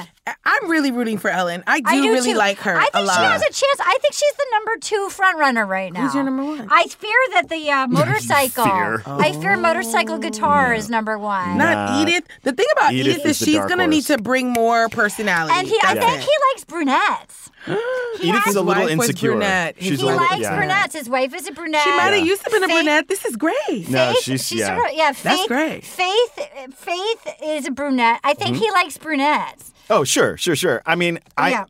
[SPEAKER 6] and I- I'm really rooting for Ellen. I do,
[SPEAKER 3] I do
[SPEAKER 6] really
[SPEAKER 3] too.
[SPEAKER 6] like her
[SPEAKER 3] I think
[SPEAKER 6] a lot.
[SPEAKER 3] she has a chance. I think she's the number two front runner right now.
[SPEAKER 6] Who's your number one?
[SPEAKER 3] I fear that the uh, motorcycle.
[SPEAKER 5] Fear.
[SPEAKER 3] I fear motorcycle guitar is number one.
[SPEAKER 6] Oh. Not
[SPEAKER 5] Nah.
[SPEAKER 6] Edith. The thing about
[SPEAKER 5] Edith
[SPEAKER 6] Edith, is,
[SPEAKER 5] is the
[SPEAKER 6] she's
[SPEAKER 5] dark
[SPEAKER 6] gonna need
[SPEAKER 5] horse.
[SPEAKER 6] to bring more personality.
[SPEAKER 3] and he, I
[SPEAKER 6] That's
[SPEAKER 3] think
[SPEAKER 6] it.
[SPEAKER 3] he likes brunettes. He
[SPEAKER 5] Edith
[SPEAKER 3] has-
[SPEAKER 5] is a little
[SPEAKER 6] wife was
[SPEAKER 5] insecure.
[SPEAKER 6] brunette.
[SPEAKER 5] She's
[SPEAKER 3] he
[SPEAKER 5] a little,
[SPEAKER 3] likes
[SPEAKER 5] yeah.
[SPEAKER 3] brunettes. His wife is a brunette.
[SPEAKER 6] she might have used to been a
[SPEAKER 3] Faith-
[SPEAKER 6] brunette. This is great.
[SPEAKER 5] No,
[SPEAKER 3] Faith,
[SPEAKER 5] she's, yeah.
[SPEAKER 3] sort of, yeah. Faith,
[SPEAKER 6] That's great.
[SPEAKER 3] Faith, Faith is a brunette. I think he likes brunettes.
[SPEAKER 5] Oh, sure, sure, sure. I mean, Mm-hmm. I,
[SPEAKER 3] Oh, Yeah. Hmm.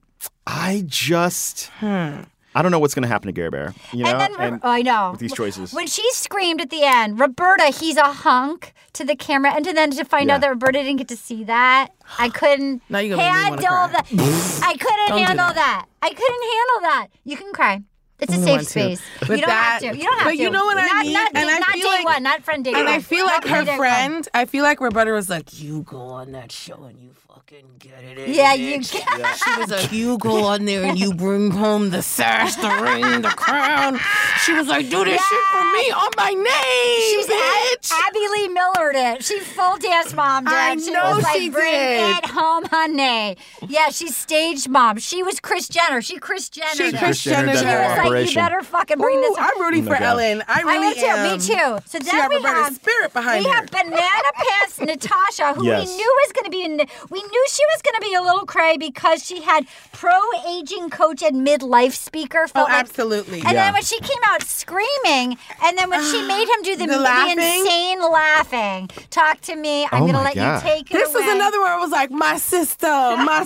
[SPEAKER 5] I just, I don't know what's going to happen to Gare Bear. You know,
[SPEAKER 3] and then oh, I know
[SPEAKER 5] with these choices.
[SPEAKER 3] when she screamed at the end, Roberta, he's a hunk to the camera, and to then to find
[SPEAKER 5] Yeah.
[SPEAKER 3] out that Roberta didn't get to see that, I couldn't
[SPEAKER 6] Now you're gonna make me
[SPEAKER 3] handle
[SPEAKER 6] wanna
[SPEAKER 3] that. I couldn't
[SPEAKER 6] Don't do
[SPEAKER 3] handle
[SPEAKER 6] that.
[SPEAKER 3] that. I couldn't handle that. You can cry. It's a
[SPEAKER 6] You
[SPEAKER 3] safe
[SPEAKER 6] want to.
[SPEAKER 3] space.
[SPEAKER 6] But
[SPEAKER 3] you don't
[SPEAKER 6] that-
[SPEAKER 3] have to. You don't have
[SPEAKER 6] but
[SPEAKER 3] to.
[SPEAKER 6] you know what I
[SPEAKER 3] not,
[SPEAKER 6] mean?
[SPEAKER 3] Not,
[SPEAKER 6] And I
[SPEAKER 3] not
[SPEAKER 6] feel
[SPEAKER 3] day
[SPEAKER 6] like-
[SPEAKER 3] one. Not friend day one.
[SPEAKER 6] And I feel like
[SPEAKER 3] Not
[SPEAKER 6] her
[SPEAKER 3] day one.
[SPEAKER 6] friend, I feel like Roberta was like, You go on that show and you fucking get it in.
[SPEAKER 3] Yeah, you
[SPEAKER 6] bitch."
[SPEAKER 3] get- Yeah.
[SPEAKER 6] She was like, You go on there and you bring home the sash, the ring, the crown. She was like, Do this shit for me on my name.
[SPEAKER 3] She's
[SPEAKER 6] bitch.
[SPEAKER 3] Ab- Abby Lee Miller did. She full dance mom did.
[SPEAKER 6] I
[SPEAKER 3] she
[SPEAKER 6] know
[SPEAKER 3] was like,
[SPEAKER 6] she
[SPEAKER 3] Bring
[SPEAKER 6] did."
[SPEAKER 3] it home, honey. Yeah, she's stage mom. She was Chris Jenner. She Chris Jenner.
[SPEAKER 6] She
[SPEAKER 3] did.
[SPEAKER 6] Kris Jenner
[SPEAKER 3] She
[SPEAKER 6] did that
[SPEAKER 3] was like, you
[SPEAKER 6] operation. Oh
[SPEAKER 3] better fucking bring this.
[SPEAKER 6] Ooh, I'm rooting
[SPEAKER 3] home."
[SPEAKER 6] for Ellen. I
[SPEAKER 3] I
[SPEAKER 6] really
[SPEAKER 3] am
[SPEAKER 6] am.
[SPEAKER 3] too. Me too. So
[SPEAKER 6] She
[SPEAKER 3] then
[SPEAKER 6] got
[SPEAKER 3] we
[SPEAKER 6] Roberta's
[SPEAKER 3] have
[SPEAKER 6] spirit behind
[SPEAKER 3] we
[SPEAKER 6] her.
[SPEAKER 3] have banana pants Natasha, who
[SPEAKER 6] Yes.
[SPEAKER 3] we knew was going to be. in- We knew she was going to be a little cray because she had pro aging coach and midlife speaker.
[SPEAKER 6] Oh,
[SPEAKER 3] felt like-
[SPEAKER 6] absolutely.
[SPEAKER 3] and then when she came out screaming, and then when she made him do the,
[SPEAKER 6] The
[SPEAKER 3] the
[SPEAKER 6] laughing?
[SPEAKER 3] insane laughing, talk to me. I'm
[SPEAKER 6] Oh
[SPEAKER 3] gonna
[SPEAKER 6] my
[SPEAKER 3] let
[SPEAKER 6] God.
[SPEAKER 3] you take it.
[SPEAKER 6] This was another one. I was like, my sister, my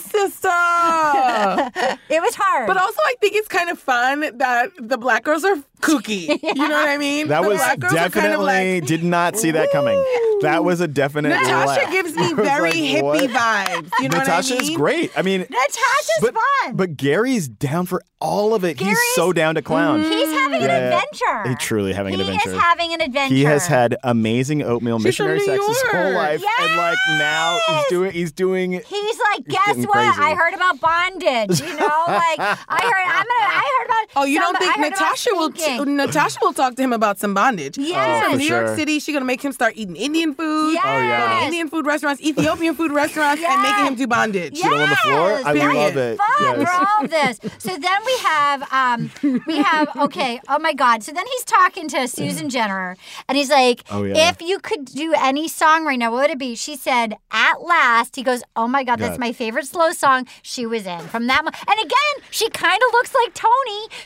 [SPEAKER 6] sister.
[SPEAKER 3] it was hard.
[SPEAKER 6] But also, I think it's kind of fun that the black girls are kooky. You know what I mean?
[SPEAKER 5] that
[SPEAKER 6] the
[SPEAKER 5] was
[SPEAKER 6] black girls are
[SPEAKER 5] definitely
[SPEAKER 6] kind of like,
[SPEAKER 5] did not see that coming. That was a definite.
[SPEAKER 6] Natasha
[SPEAKER 5] laugh.
[SPEAKER 6] gives
[SPEAKER 5] I
[SPEAKER 6] me
[SPEAKER 5] was
[SPEAKER 6] very
[SPEAKER 5] like,
[SPEAKER 6] hippie
[SPEAKER 5] what?
[SPEAKER 6] vibes. You know
[SPEAKER 5] Natasha
[SPEAKER 6] what I mean?
[SPEAKER 5] is great. I mean,
[SPEAKER 3] Natasha's
[SPEAKER 5] but,
[SPEAKER 3] fun.
[SPEAKER 5] But Gary's down for all of it. he's so down to clown.
[SPEAKER 3] Mm-hmm. He's having an adventure.
[SPEAKER 5] He's truly having an
[SPEAKER 3] He
[SPEAKER 5] adventure.
[SPEAKER 3] is having an adventure.
[SPEAKER 5] He has had amazing oatmeal missionary
[SPEAKER 3] New
[SPEAKER 5] sex his whole
[SPEAKER 3] York.
[SPEAKER 5] life, and like now he's doing he's doing
[SPEAKER 3] He's like, guess
[SPEAKER 5] getting
[SPEAKER 3] what? I
[SPEAKER 5] crazy."
[SPEAKER 3] heard about bondage. You know, like I heard. I'm gonna. I heard about.
[SPEAKER 6] Oh, you
[SPEAKER 3] some-
[SPEAKER 6] don't think
[SPEAKER 3] I heard about
[SPEAKER 6] Natasha will? T-
[SPEAKER 3] spanking.
[SPEAKER 6] Natasha will talk to him about some bondage.
[SPEAKER 3] Yes.
[SPEAKER 6] She's
[SPEAKER 3] Oh, for
[SPEAKER 6] from New York
[SPEAKER 3] sure.
[SPEAKER 6] City. She's gonna make him start eating Indian food.
[SPEAKER 3] Yes. Oh, yeah.
[SPEAKER 6] Go to Indian food restaurants, Ethiopian food restaurants, and making him do bondage.
[SPEAKER 3] Yes. Sit on the floor? I
[SPEAKER 6] Period.
[SPEAKER 3] love it. fun for all of this. So then we have, um, we have, okay, oh my God. So then he's talking to Susan Jenner, and he's like,
[SPEAKER 11] Oh, yeah.
[SPEAKER 3] if you could do any song right now, what would it be? She said, At Last. He goes, Oh my God, that's
[SPEAKER 11] God.
[SPEAKER 3] my favorite slow song she was in from that one. And again, she kind of looks like Tony.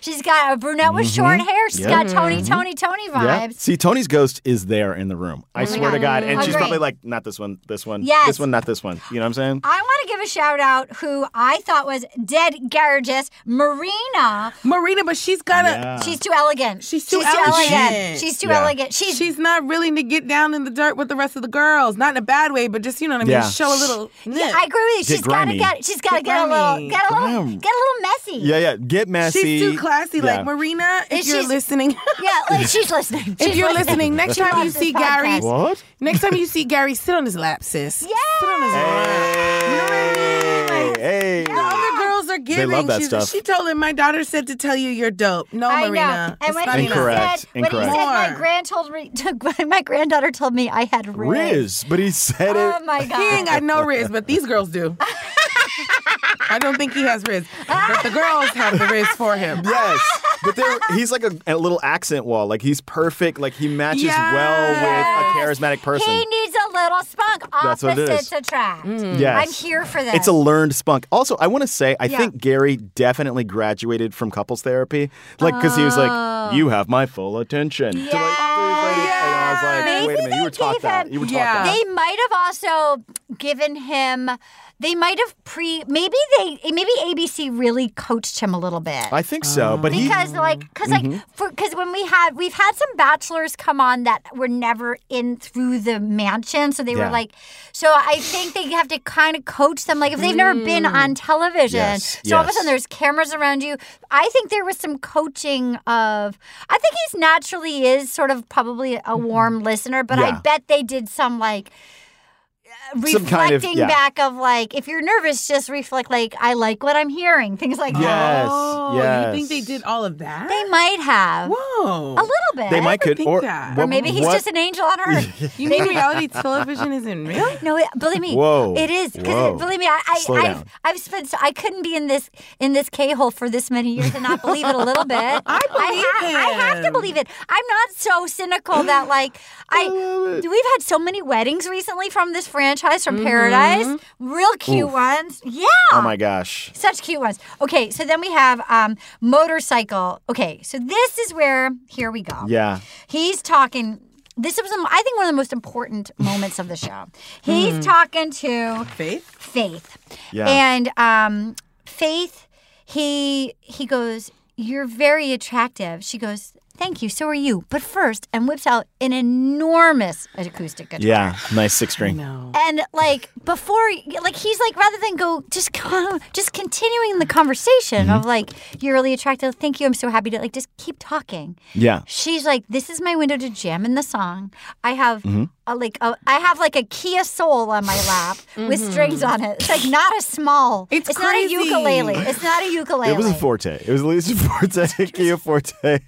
[SPEAKER 3] She's got a brunette with short
[SPEAKER 5] Mhm.
[SPEAKER 3] hair. She's
[SPEAKER 5] Yeah.
[SPEAKER 3] got Tony,
[SPEAKER 5] Mhm.
[SPEAKER 3] Tony, Tony
[SPEAKER 5] Yeah.
[SPEAKER 3] vibes.
[SPEAKER 5] See, Tony's ghost is there in the room. I
[SPEAKER 3] Oh my
[SPEAKER 5] swear to
[SPEAKER 3] God.
[SPEAKER 5] God. And she's
[SPEAKER 3] Agree.
[SPEAKER 5] probably like, not this one, this one,
[SPEAKER 3] Yes.
[SPEAKER 5] this one, not this one. You know what I'm saying?
[SPEAKER 3] I want to give a shout out who I thought was dead gorgeous, Marina.
[SPEAKER 6] Marina, but she's got
[SPEAKER 3] a.
[SPEAKER 6] Yeah.
[SPEAKER 3] She's too elegant.
[SPEAKER 6] She's too elegant.
[SPEAKER 3] She's too
[SPEAKER 6] Yeah.
[SPEAKER 3] elegant. She's
[SPEAKER 6] She's not willing to get down in the dirt with the rest of the girls. Not in a bad way, but just you know what I mean.
[SPEAKER 5] Yeah.
[SPEAKER 6] Show a little.
[SPEAKER 3] Yeah, I agree with you.
[SPEAKER 5] Get
[SPEAKER 3] She's got to
[SPEAKER 5] grimy.
[SPEAKER 3] get. She's got to
[SPEAKER 6] Get
[SPEAKER 3] get a little.
[SPEAKER 6] grimy.
[SPEAKER 3] Get a little.
[SPEAKER 5] Grim.
[SPEAKER 3] Get a little messy.
[SPEAKER 5] Yeah, yeah. Get messy.
[SPEAKER 6] She's too classy.
[SPEAKER 5] Yeah.
[SPEAKER 6] Like Marina, if
[SPEAKER 3] If
[SPEAKER 6] you're
[SPEAKER 3] she's-
[SPEAKER 6] listening.
[SPEAKER 3] Yeah, like, she's listening.
[SPEAKER 6] if
[SPEAKER 3] She's
[SPEAKER 6] you're
[SPEAKER 3] listening.
[SPEAKER 6] listening, next
[SPEAKER 3] She
[SPEAKER 6] time you
[SPEAKER 3] loves this
[SPEAKER 6] see Gary,
[SPEAKER 3] podcast.
[SPEAKER 5] What?
[SPEAKER 6] Next time you see Gary, sit on his lap, sis. Yeah. Sit on his lap.
[SPEAKER 5] Hey.
[SPEAKER 6] The other girls are giving.
[SPEAKER 5] love that
[SPEAKER 6] She's-
[SPEAKER 5] stuff.
[SPEAKER 6] She told him, my daughter said to tell you you're dope. No,
[SPEAKER 3] I
[SPEAKER 6] Oh, Marina.
[SPEAKER 3] know. And
[SPEAKER 6] it's
[SPEAKER 3] when
[SPEAKER 6] not
[SPEAKER 3] he
[SPEAKER 6] enough.
[SPEAKER 5] Incorrect.
[SPEAKER 3] said, when he said my
[SPEAKER 6] More.
[SPEAKER 3] grandchild, re- my granddaughter told me I had ribs.
[SPEAKER 5] Riz. But he said
[SPEAKER 3] Oh
[SPEAKER 5] it.
[SPEAKER 3] my god.
[SPEAKER 6] He ain't got no riz, but these girls do. I don't think he has riz, but the girls have the riz for him.
[SPEAKER 5] Yes. But there, he's like a, a little accent wall. Like he's perfect. Like he matches well with a charismatic person.
[SPEAKER 3] He needs a little spunk.
[SPEAKER 5] That's what it is.
[SPEAKER 3] Opposites attract.
[SPEAKER 6] Mm.
[SPEAKER 5] Yes.
[SPEAKER 3] I'm here for this.
[SPEAKER 5] It's a learned spunk. Also, I want to say, I
[SPEAKER 3] Yeah.
[SPEAKER 5] think Gary definitely graduated from couples therapy. Like, because he was like,
[SPEAKER 3] Oh.
[SPEAKER 5] you have my full attention. To like, and I was like, wait a minute, you were taught that. You were taught that.
[SPEAKER 3] They might have also given him. They might have pre. Maybe they. Maybe ABC really coached him a little bit.
[SPEAKER 5] I think so, but he.
[SPEAKER 3] because like because
[SPEAKER 5] Mhm.
[SPEAKER 3] like for because when we had we've had some bachelors come on that were never in through the mansion so they
[SPEAKER 11] Yeah.
[SPEAKER 3] were like so i think they have to kind of coach them like if they've never
[SPEAKER 5] Mm.
[SPEAKER 3] been on television
[SPEAKER 11] Yes,
[SPEAKER 3] so all of a
[SPEAKER 11] yes.
[SPEAKER 3] sudden there's cameras around you i think there was some coaching of i think he's naturally is sort of probably
[SPEAKER 5] Mm-hmm.
[SPEAKER 3] a warm listener but i
[SPEAKER 11] Yeah.
[SPEAKER 3] bet they did some like uh,
[SPEAKER 11] Some
[SPEAKER 3] reflecting
[SPEAKER 11] kind of- yeah.
[SPEAKER 3] back of like if you're nervous just reflect like i like what i'm hearing things like that
[SPEAKER 5] Yes,
[SPEAKER 6] Oh,
[SPEAKER 5] yes.
[SPEAKER 6] you think they did all of that?
[SPEAKER 3] they might have.
[SPEAKER 6] Whoa.
[SPEAKER 3] A little bit.
[SPEAKER 5] They might could- or-
[SPEAKER 3] Or
[SPEAKER 5] what-
[SPEAKER 3] maybe he's
[SPEAKER 5] what-
[SPEAKER 3] just an angel on earth.
[SPEAKER 6] You mean reality television isn't real?
[SPEAKER 3] No, it, believe me.
[SPEAKER 5] Whoa.
[SPEAKER 3] It is. 'cause it-
[SPEAKER 5] Whoa.
[SPEAKER 3] believe me, I, I,
[SPEAKER 5] Slow
[SPEAKER 3] I've,
[SPEAKER 5] down.
[SPEAKER 3] I've spent, so- I couldn't be in this in this K hole for this many years and not believe it a little bit. I
[SPEAKER 6] believe
[SPEAKER 3] I have to
[SPEAKER 6] him.
[SPEAKER 3] believe it. I'm not so cynical that, like, I, we've had so many weddings recently from this franchise, from Paradise. Real cute
[SPEAKER 5] Mm-hmm. Oof.
[SPEAKER 3] ones. Yeah.
[SPEAKER 5] Oh my gosh.
[SPEAKER 3] Such cute ones. Okay, so then we have um, motorcycle. Okay, so this is where here we go.
[SPEAKER 5] Yeah.
[SPEAKER 3] He's talking. this was, um, I think, one of the most important moments of the show. He's talking to
[SPEAKER 6] Faith.
[SPEAKER 3] Faith.
[SPEAKER 12] Yeah.
[SPEAKER 3] And um, Faith, he he goes, "You're very attractive." She goes, "Thank you. So are you." But first, and whips out an enormous acoustic guitar.
[SPEAKER 5] Yeah, nice six string.
[SPEAKER 3] And like before, like he's like rather than go just con- just continuing the conversation of like you're really attractive. Thank you. I'm so happy to like just keep talking.
[SPEAKER 5] Yeah.
[SPEAKER 3] She's like, this is my window to jam in the song. I have
[SPEAKER 5] Mhm.
[SPEAKER 3] a, like a, I have like a Kia Soul on my lap with
[SPEAKER 5] Mhm.
[SPEAKER 3] strings on it. It's like not a small. It's,
[SPEAKER 6] crazy.
[SPEAKER 3] not a ukulele. It's not a ukulele.
[SPEAKER 5] It was a forte. It was at least a forte, Kia forte.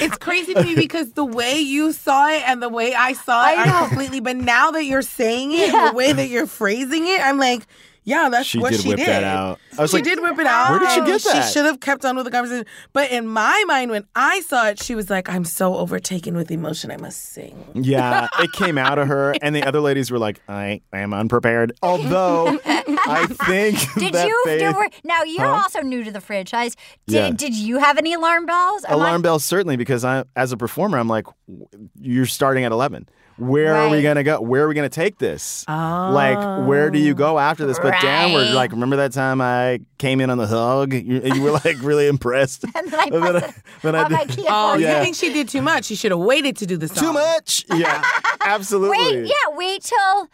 [SPEAKER 6] It's crazy to me because the way you saw it and the way I saw it are completely. But now that you're saying it, the way that you're phrasing it, I'm like, yeah, that's
[SPEAKER 5] She
[SPEAKER 6] what
[SPEAKER 5] did
[SPEAKER 6] she
[SPEAKER 5] whip
[SPEAKER 6] did.
[SPEAKER 5] that out. I was
[SPEAKER 6] she
[SPEAKER 5] like,
[SPEAKER 6] did whip it out.
[SPEAKER 5] where did she
[SPEAKER 6] and
[SPEAKER 5] get that?
[SPEAKER 6] She should have kept on with the conversation. But in my mind, when I saw it, she was like, I'm so overtaken with emotion, I must sing.
[SPEAKER 5] Yeah, it came out of her, and the other ladies were like, "I am unprepared." Although I think
[SPEAKER 3] Did
[SPEAKER 5] that
[SPEAKER 3] you?
[SPEAKER 5] they-
[SPEAKER 3] there were- now you're
[SPEAKER 5] Huh?
[SPEAKER 3] also new to the franchise. Did,
[SPEAKER 5] Yeah.
[SPEAKER 3] did you have any alarm bells? Am I-
[SPEAKER 5] alarm bells certainly because I, as a performer, I'm like, w- you're starting at eleven. Where are we
[SPEAKER 3] Right.
[SPEAKER 5] gonna go? Where are we gonna take this? Like, where do you go after this? But downward,
[SPEAKER 3] Right.
[SPEAKER 5] like, remember that time I came in on the hug? You, you were like really impressed.
[SPEAKER 3] and then I
[SPEAKER 5] then I, then I did-
[SPEAKER 6] Oh,
[SPEAKER 5] Yeah.
[SPEAKER 6] you think she did too much? She should have waited to do the song. Too
[SPEAKER 5] much? Yeah, absolutely.
[SPEAKER 3] Wait, yeah, wait till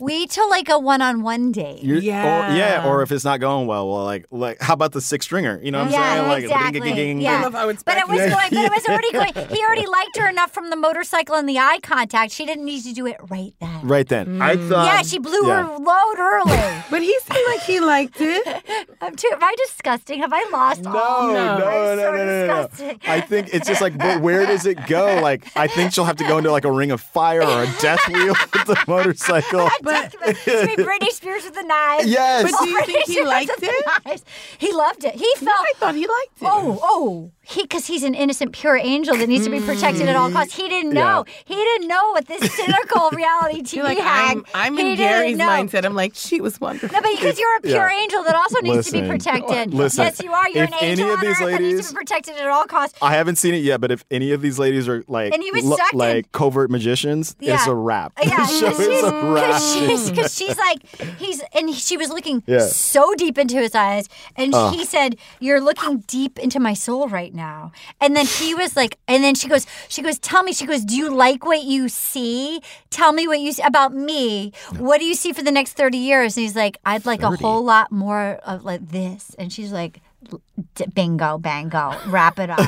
[SPEAKER 3] wait till like a one-on-one date.
[SPEAKER 5] You're- Or, yeah, or if it's not going well, well, like, like how about the six stringer? You know what I'm
[SPEAKER 3] yeah,
[SPEAKER 5] saying? Like,
[SPEAKER 3] exactly.
[SPEAKER 5] ding-a-ding-a-ding.
[SPEAKER 3] Yeah. but it was
[SPEAKER 5] Yeah.
[SPEAKER 3] going. But it was already
[SPEAKER 5] Yeah.
[SPEAKER 3] going. He already liked her enough from the motorcycle and the eye contact. She didn't need to do it right then.
[SPEAKER 5] Right then, I
[SPEAKER 3] Mm.
[SPEAKER 5] thought.
[SPEAKER 3] yeah, she blew
[SPEAKER 5] yeah.
[SPEAKER 3] her load early.
[SPEAKER 6] but he seemed like he liked it.
[SPEAKER 3] I'm too. Am I disgusting? Have I lost? No,
[SPEAKER 5] Oh,
[SPEAKER 3] all?
[SPEAKER 5] no, no, no, no, no, no. I think it's just like, but where does it go? Like, I think she'll have to go into like a ring of fire or a death wheel with the motorcycle.
[SPEAKER 3] But to be Britney Spears with a knife.
[SPEAKER 5] Yes.
[SPEAKER 6] But do you
[SPEAKER 3] Britney
[SPEAKER 6] think he
[SPEAKER 3] Spears
[SPEAKER 6] liked
[SPEAKER 3] with the knives. He loved it. He felt. I
[SPEAKER 6] thought he liked it.
[SPEAKER 3] Oh, oh, he because he's an innocent, pure angel that needs to be protected at
[SPEAKER 6] Mm-hmm.
[SPEAKER 3] all costs. He didn't know. He didn't know what this cynical reality TV
[SPEAKER 6] You're like,
[SPEAKER 3] hag.
[SPEAKER 6] I'm, I'm
[SPEAKER 3] he
[SPEAKER 6] in
[SPEAKER 3] didn't
[SPEAKER 6] Gary's
[SPEAKER 3] know.
[SPEAKER 6] mindset. I'm like, she was wonderful.
[SPEAKER 3] No, but because you're a pure
[SPEAKER 5] yeah.
[SPEAKER 3] angel that also needs to be
[SPEAKER 5] Listen.
[SPEAKER 3] protected.
[SPEAKER 5] Listen.
[SPEAKER 3] yes, you are. You're
[SPEAKER 5] If
[SPEAKER 3] an angel
[SPEAKER 5] any of
[SPEAKER 3] on
[SPEAKER 5] these
[SPEAKER 3] earth that needs
[SPEAKER 5] ladies-
[SPEAKER 3] to be protected at all costs.
[SPEAKER 5] I haven't seen it yet, but if any of these ladies are like
[SPEAKER 3] And he was sucked in.
[SPEAKER 5] like covert magicians, it's
[SPEAKER 3] Yeah.
[SPEAKER 5] a wrap.
[SPEAKER 3] Yeah,
[SPEAKER 5] the show is a wrap.
[SPEAKER 3] because she's, 'cause she's like he's and he- she was looking
[SPEAKER 5] Yeah. Uh.
[SPEAKER 3] so deep into his eyes, and
[SPEAKER 5] Ugh.
[SPEAKER 3] he said, "You're looking deep into my soul right now." And then he was like, and then she goes, she goes, "Tell me," she goes, "Do you like what you see? Tell me what you see about me. What do you see for the next thirty years?" And he's like, "I'd like a
[SPEAKER 13] 30?
[SPEAKER 3] whole lot more of like this," and she's like, D- "Bingo, bango, wrap it up."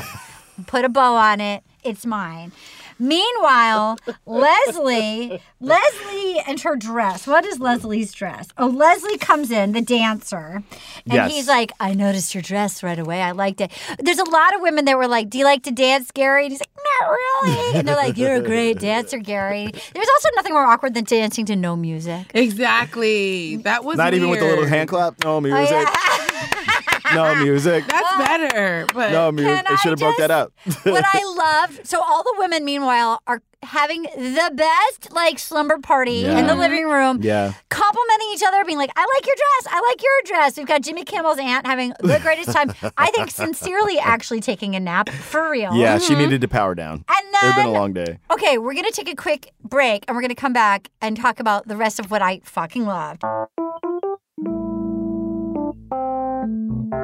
[SPEAKER 3] put a bow on it. It's mine. Meanwhile, Leslie, Leslie and her dress. What is Leslie's dress? Oh, Leslie comes in, the dancer, and
[SPEAKER 13] Yes.
[SPEAKER 3] he's like, I noticed your dress right away. I liked it. There's a lot of women that were like, Do you like to dance, Gary? And he's like, Not really. And they're like, You're a great dancer, Gary. There's also nothing more awkward than dancing to no music.
[SPEAKER 6] Exactly. That was
[SPEAKER 5] Not even with the little
[SPEAKER 6] weird.
[SPEAKER 5] hand clap.
[SPEAKER 3] Oh,
[SPEAKER 5] No music. no music.
[SPEAKER 6] That's better. But
[SPEAKER 5] no music. It should have broke that up.
[SPEAKER 3] what I loved. So all the women, meanwhile, are having the best like slumber party in the
[SPEAKER 5] Yeah.
[SPEAKER 3] living room.
[SPEAKER 5] yeah.
[SPEAKER 3] Complimenting each other, being like, I like your dress. I like your dress. We've got Jimmy Kimmel's aunt having the greatest time. I think sincerely actually taking a nap for real.
[SPEAKER 5] Yeah, she needed to power down.
[SPEAKER 3] Mm-hmm. And
[SPEAKER 5] it had been a
[SPEAKER 3] then-
[SPEAKER 5] long day.
[SPEAKER 3] Okay, we're going to take a quick break and we're going to come back and talk about the rest of what I fucking loved.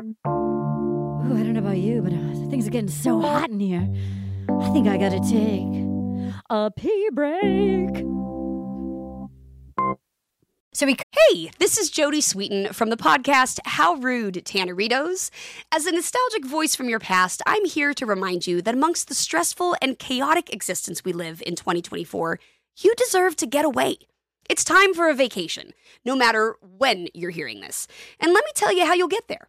[SPEAKER 7] Ooh, I don't know about you, but uh, things are getting so hot in here. I think I gotta take a pee break.
[SPEAKER 14] So we Hey, this is Jody Sweeten from the podcast How Rude Tanneritos. As a nostalgic voice from your past, I'm here to remind you that amongst the stressful and chaotic existence we live in 2024, you deserve to get away. It's time for a vacation, no matter when you're hearing this. And let me tell you how you'll get there.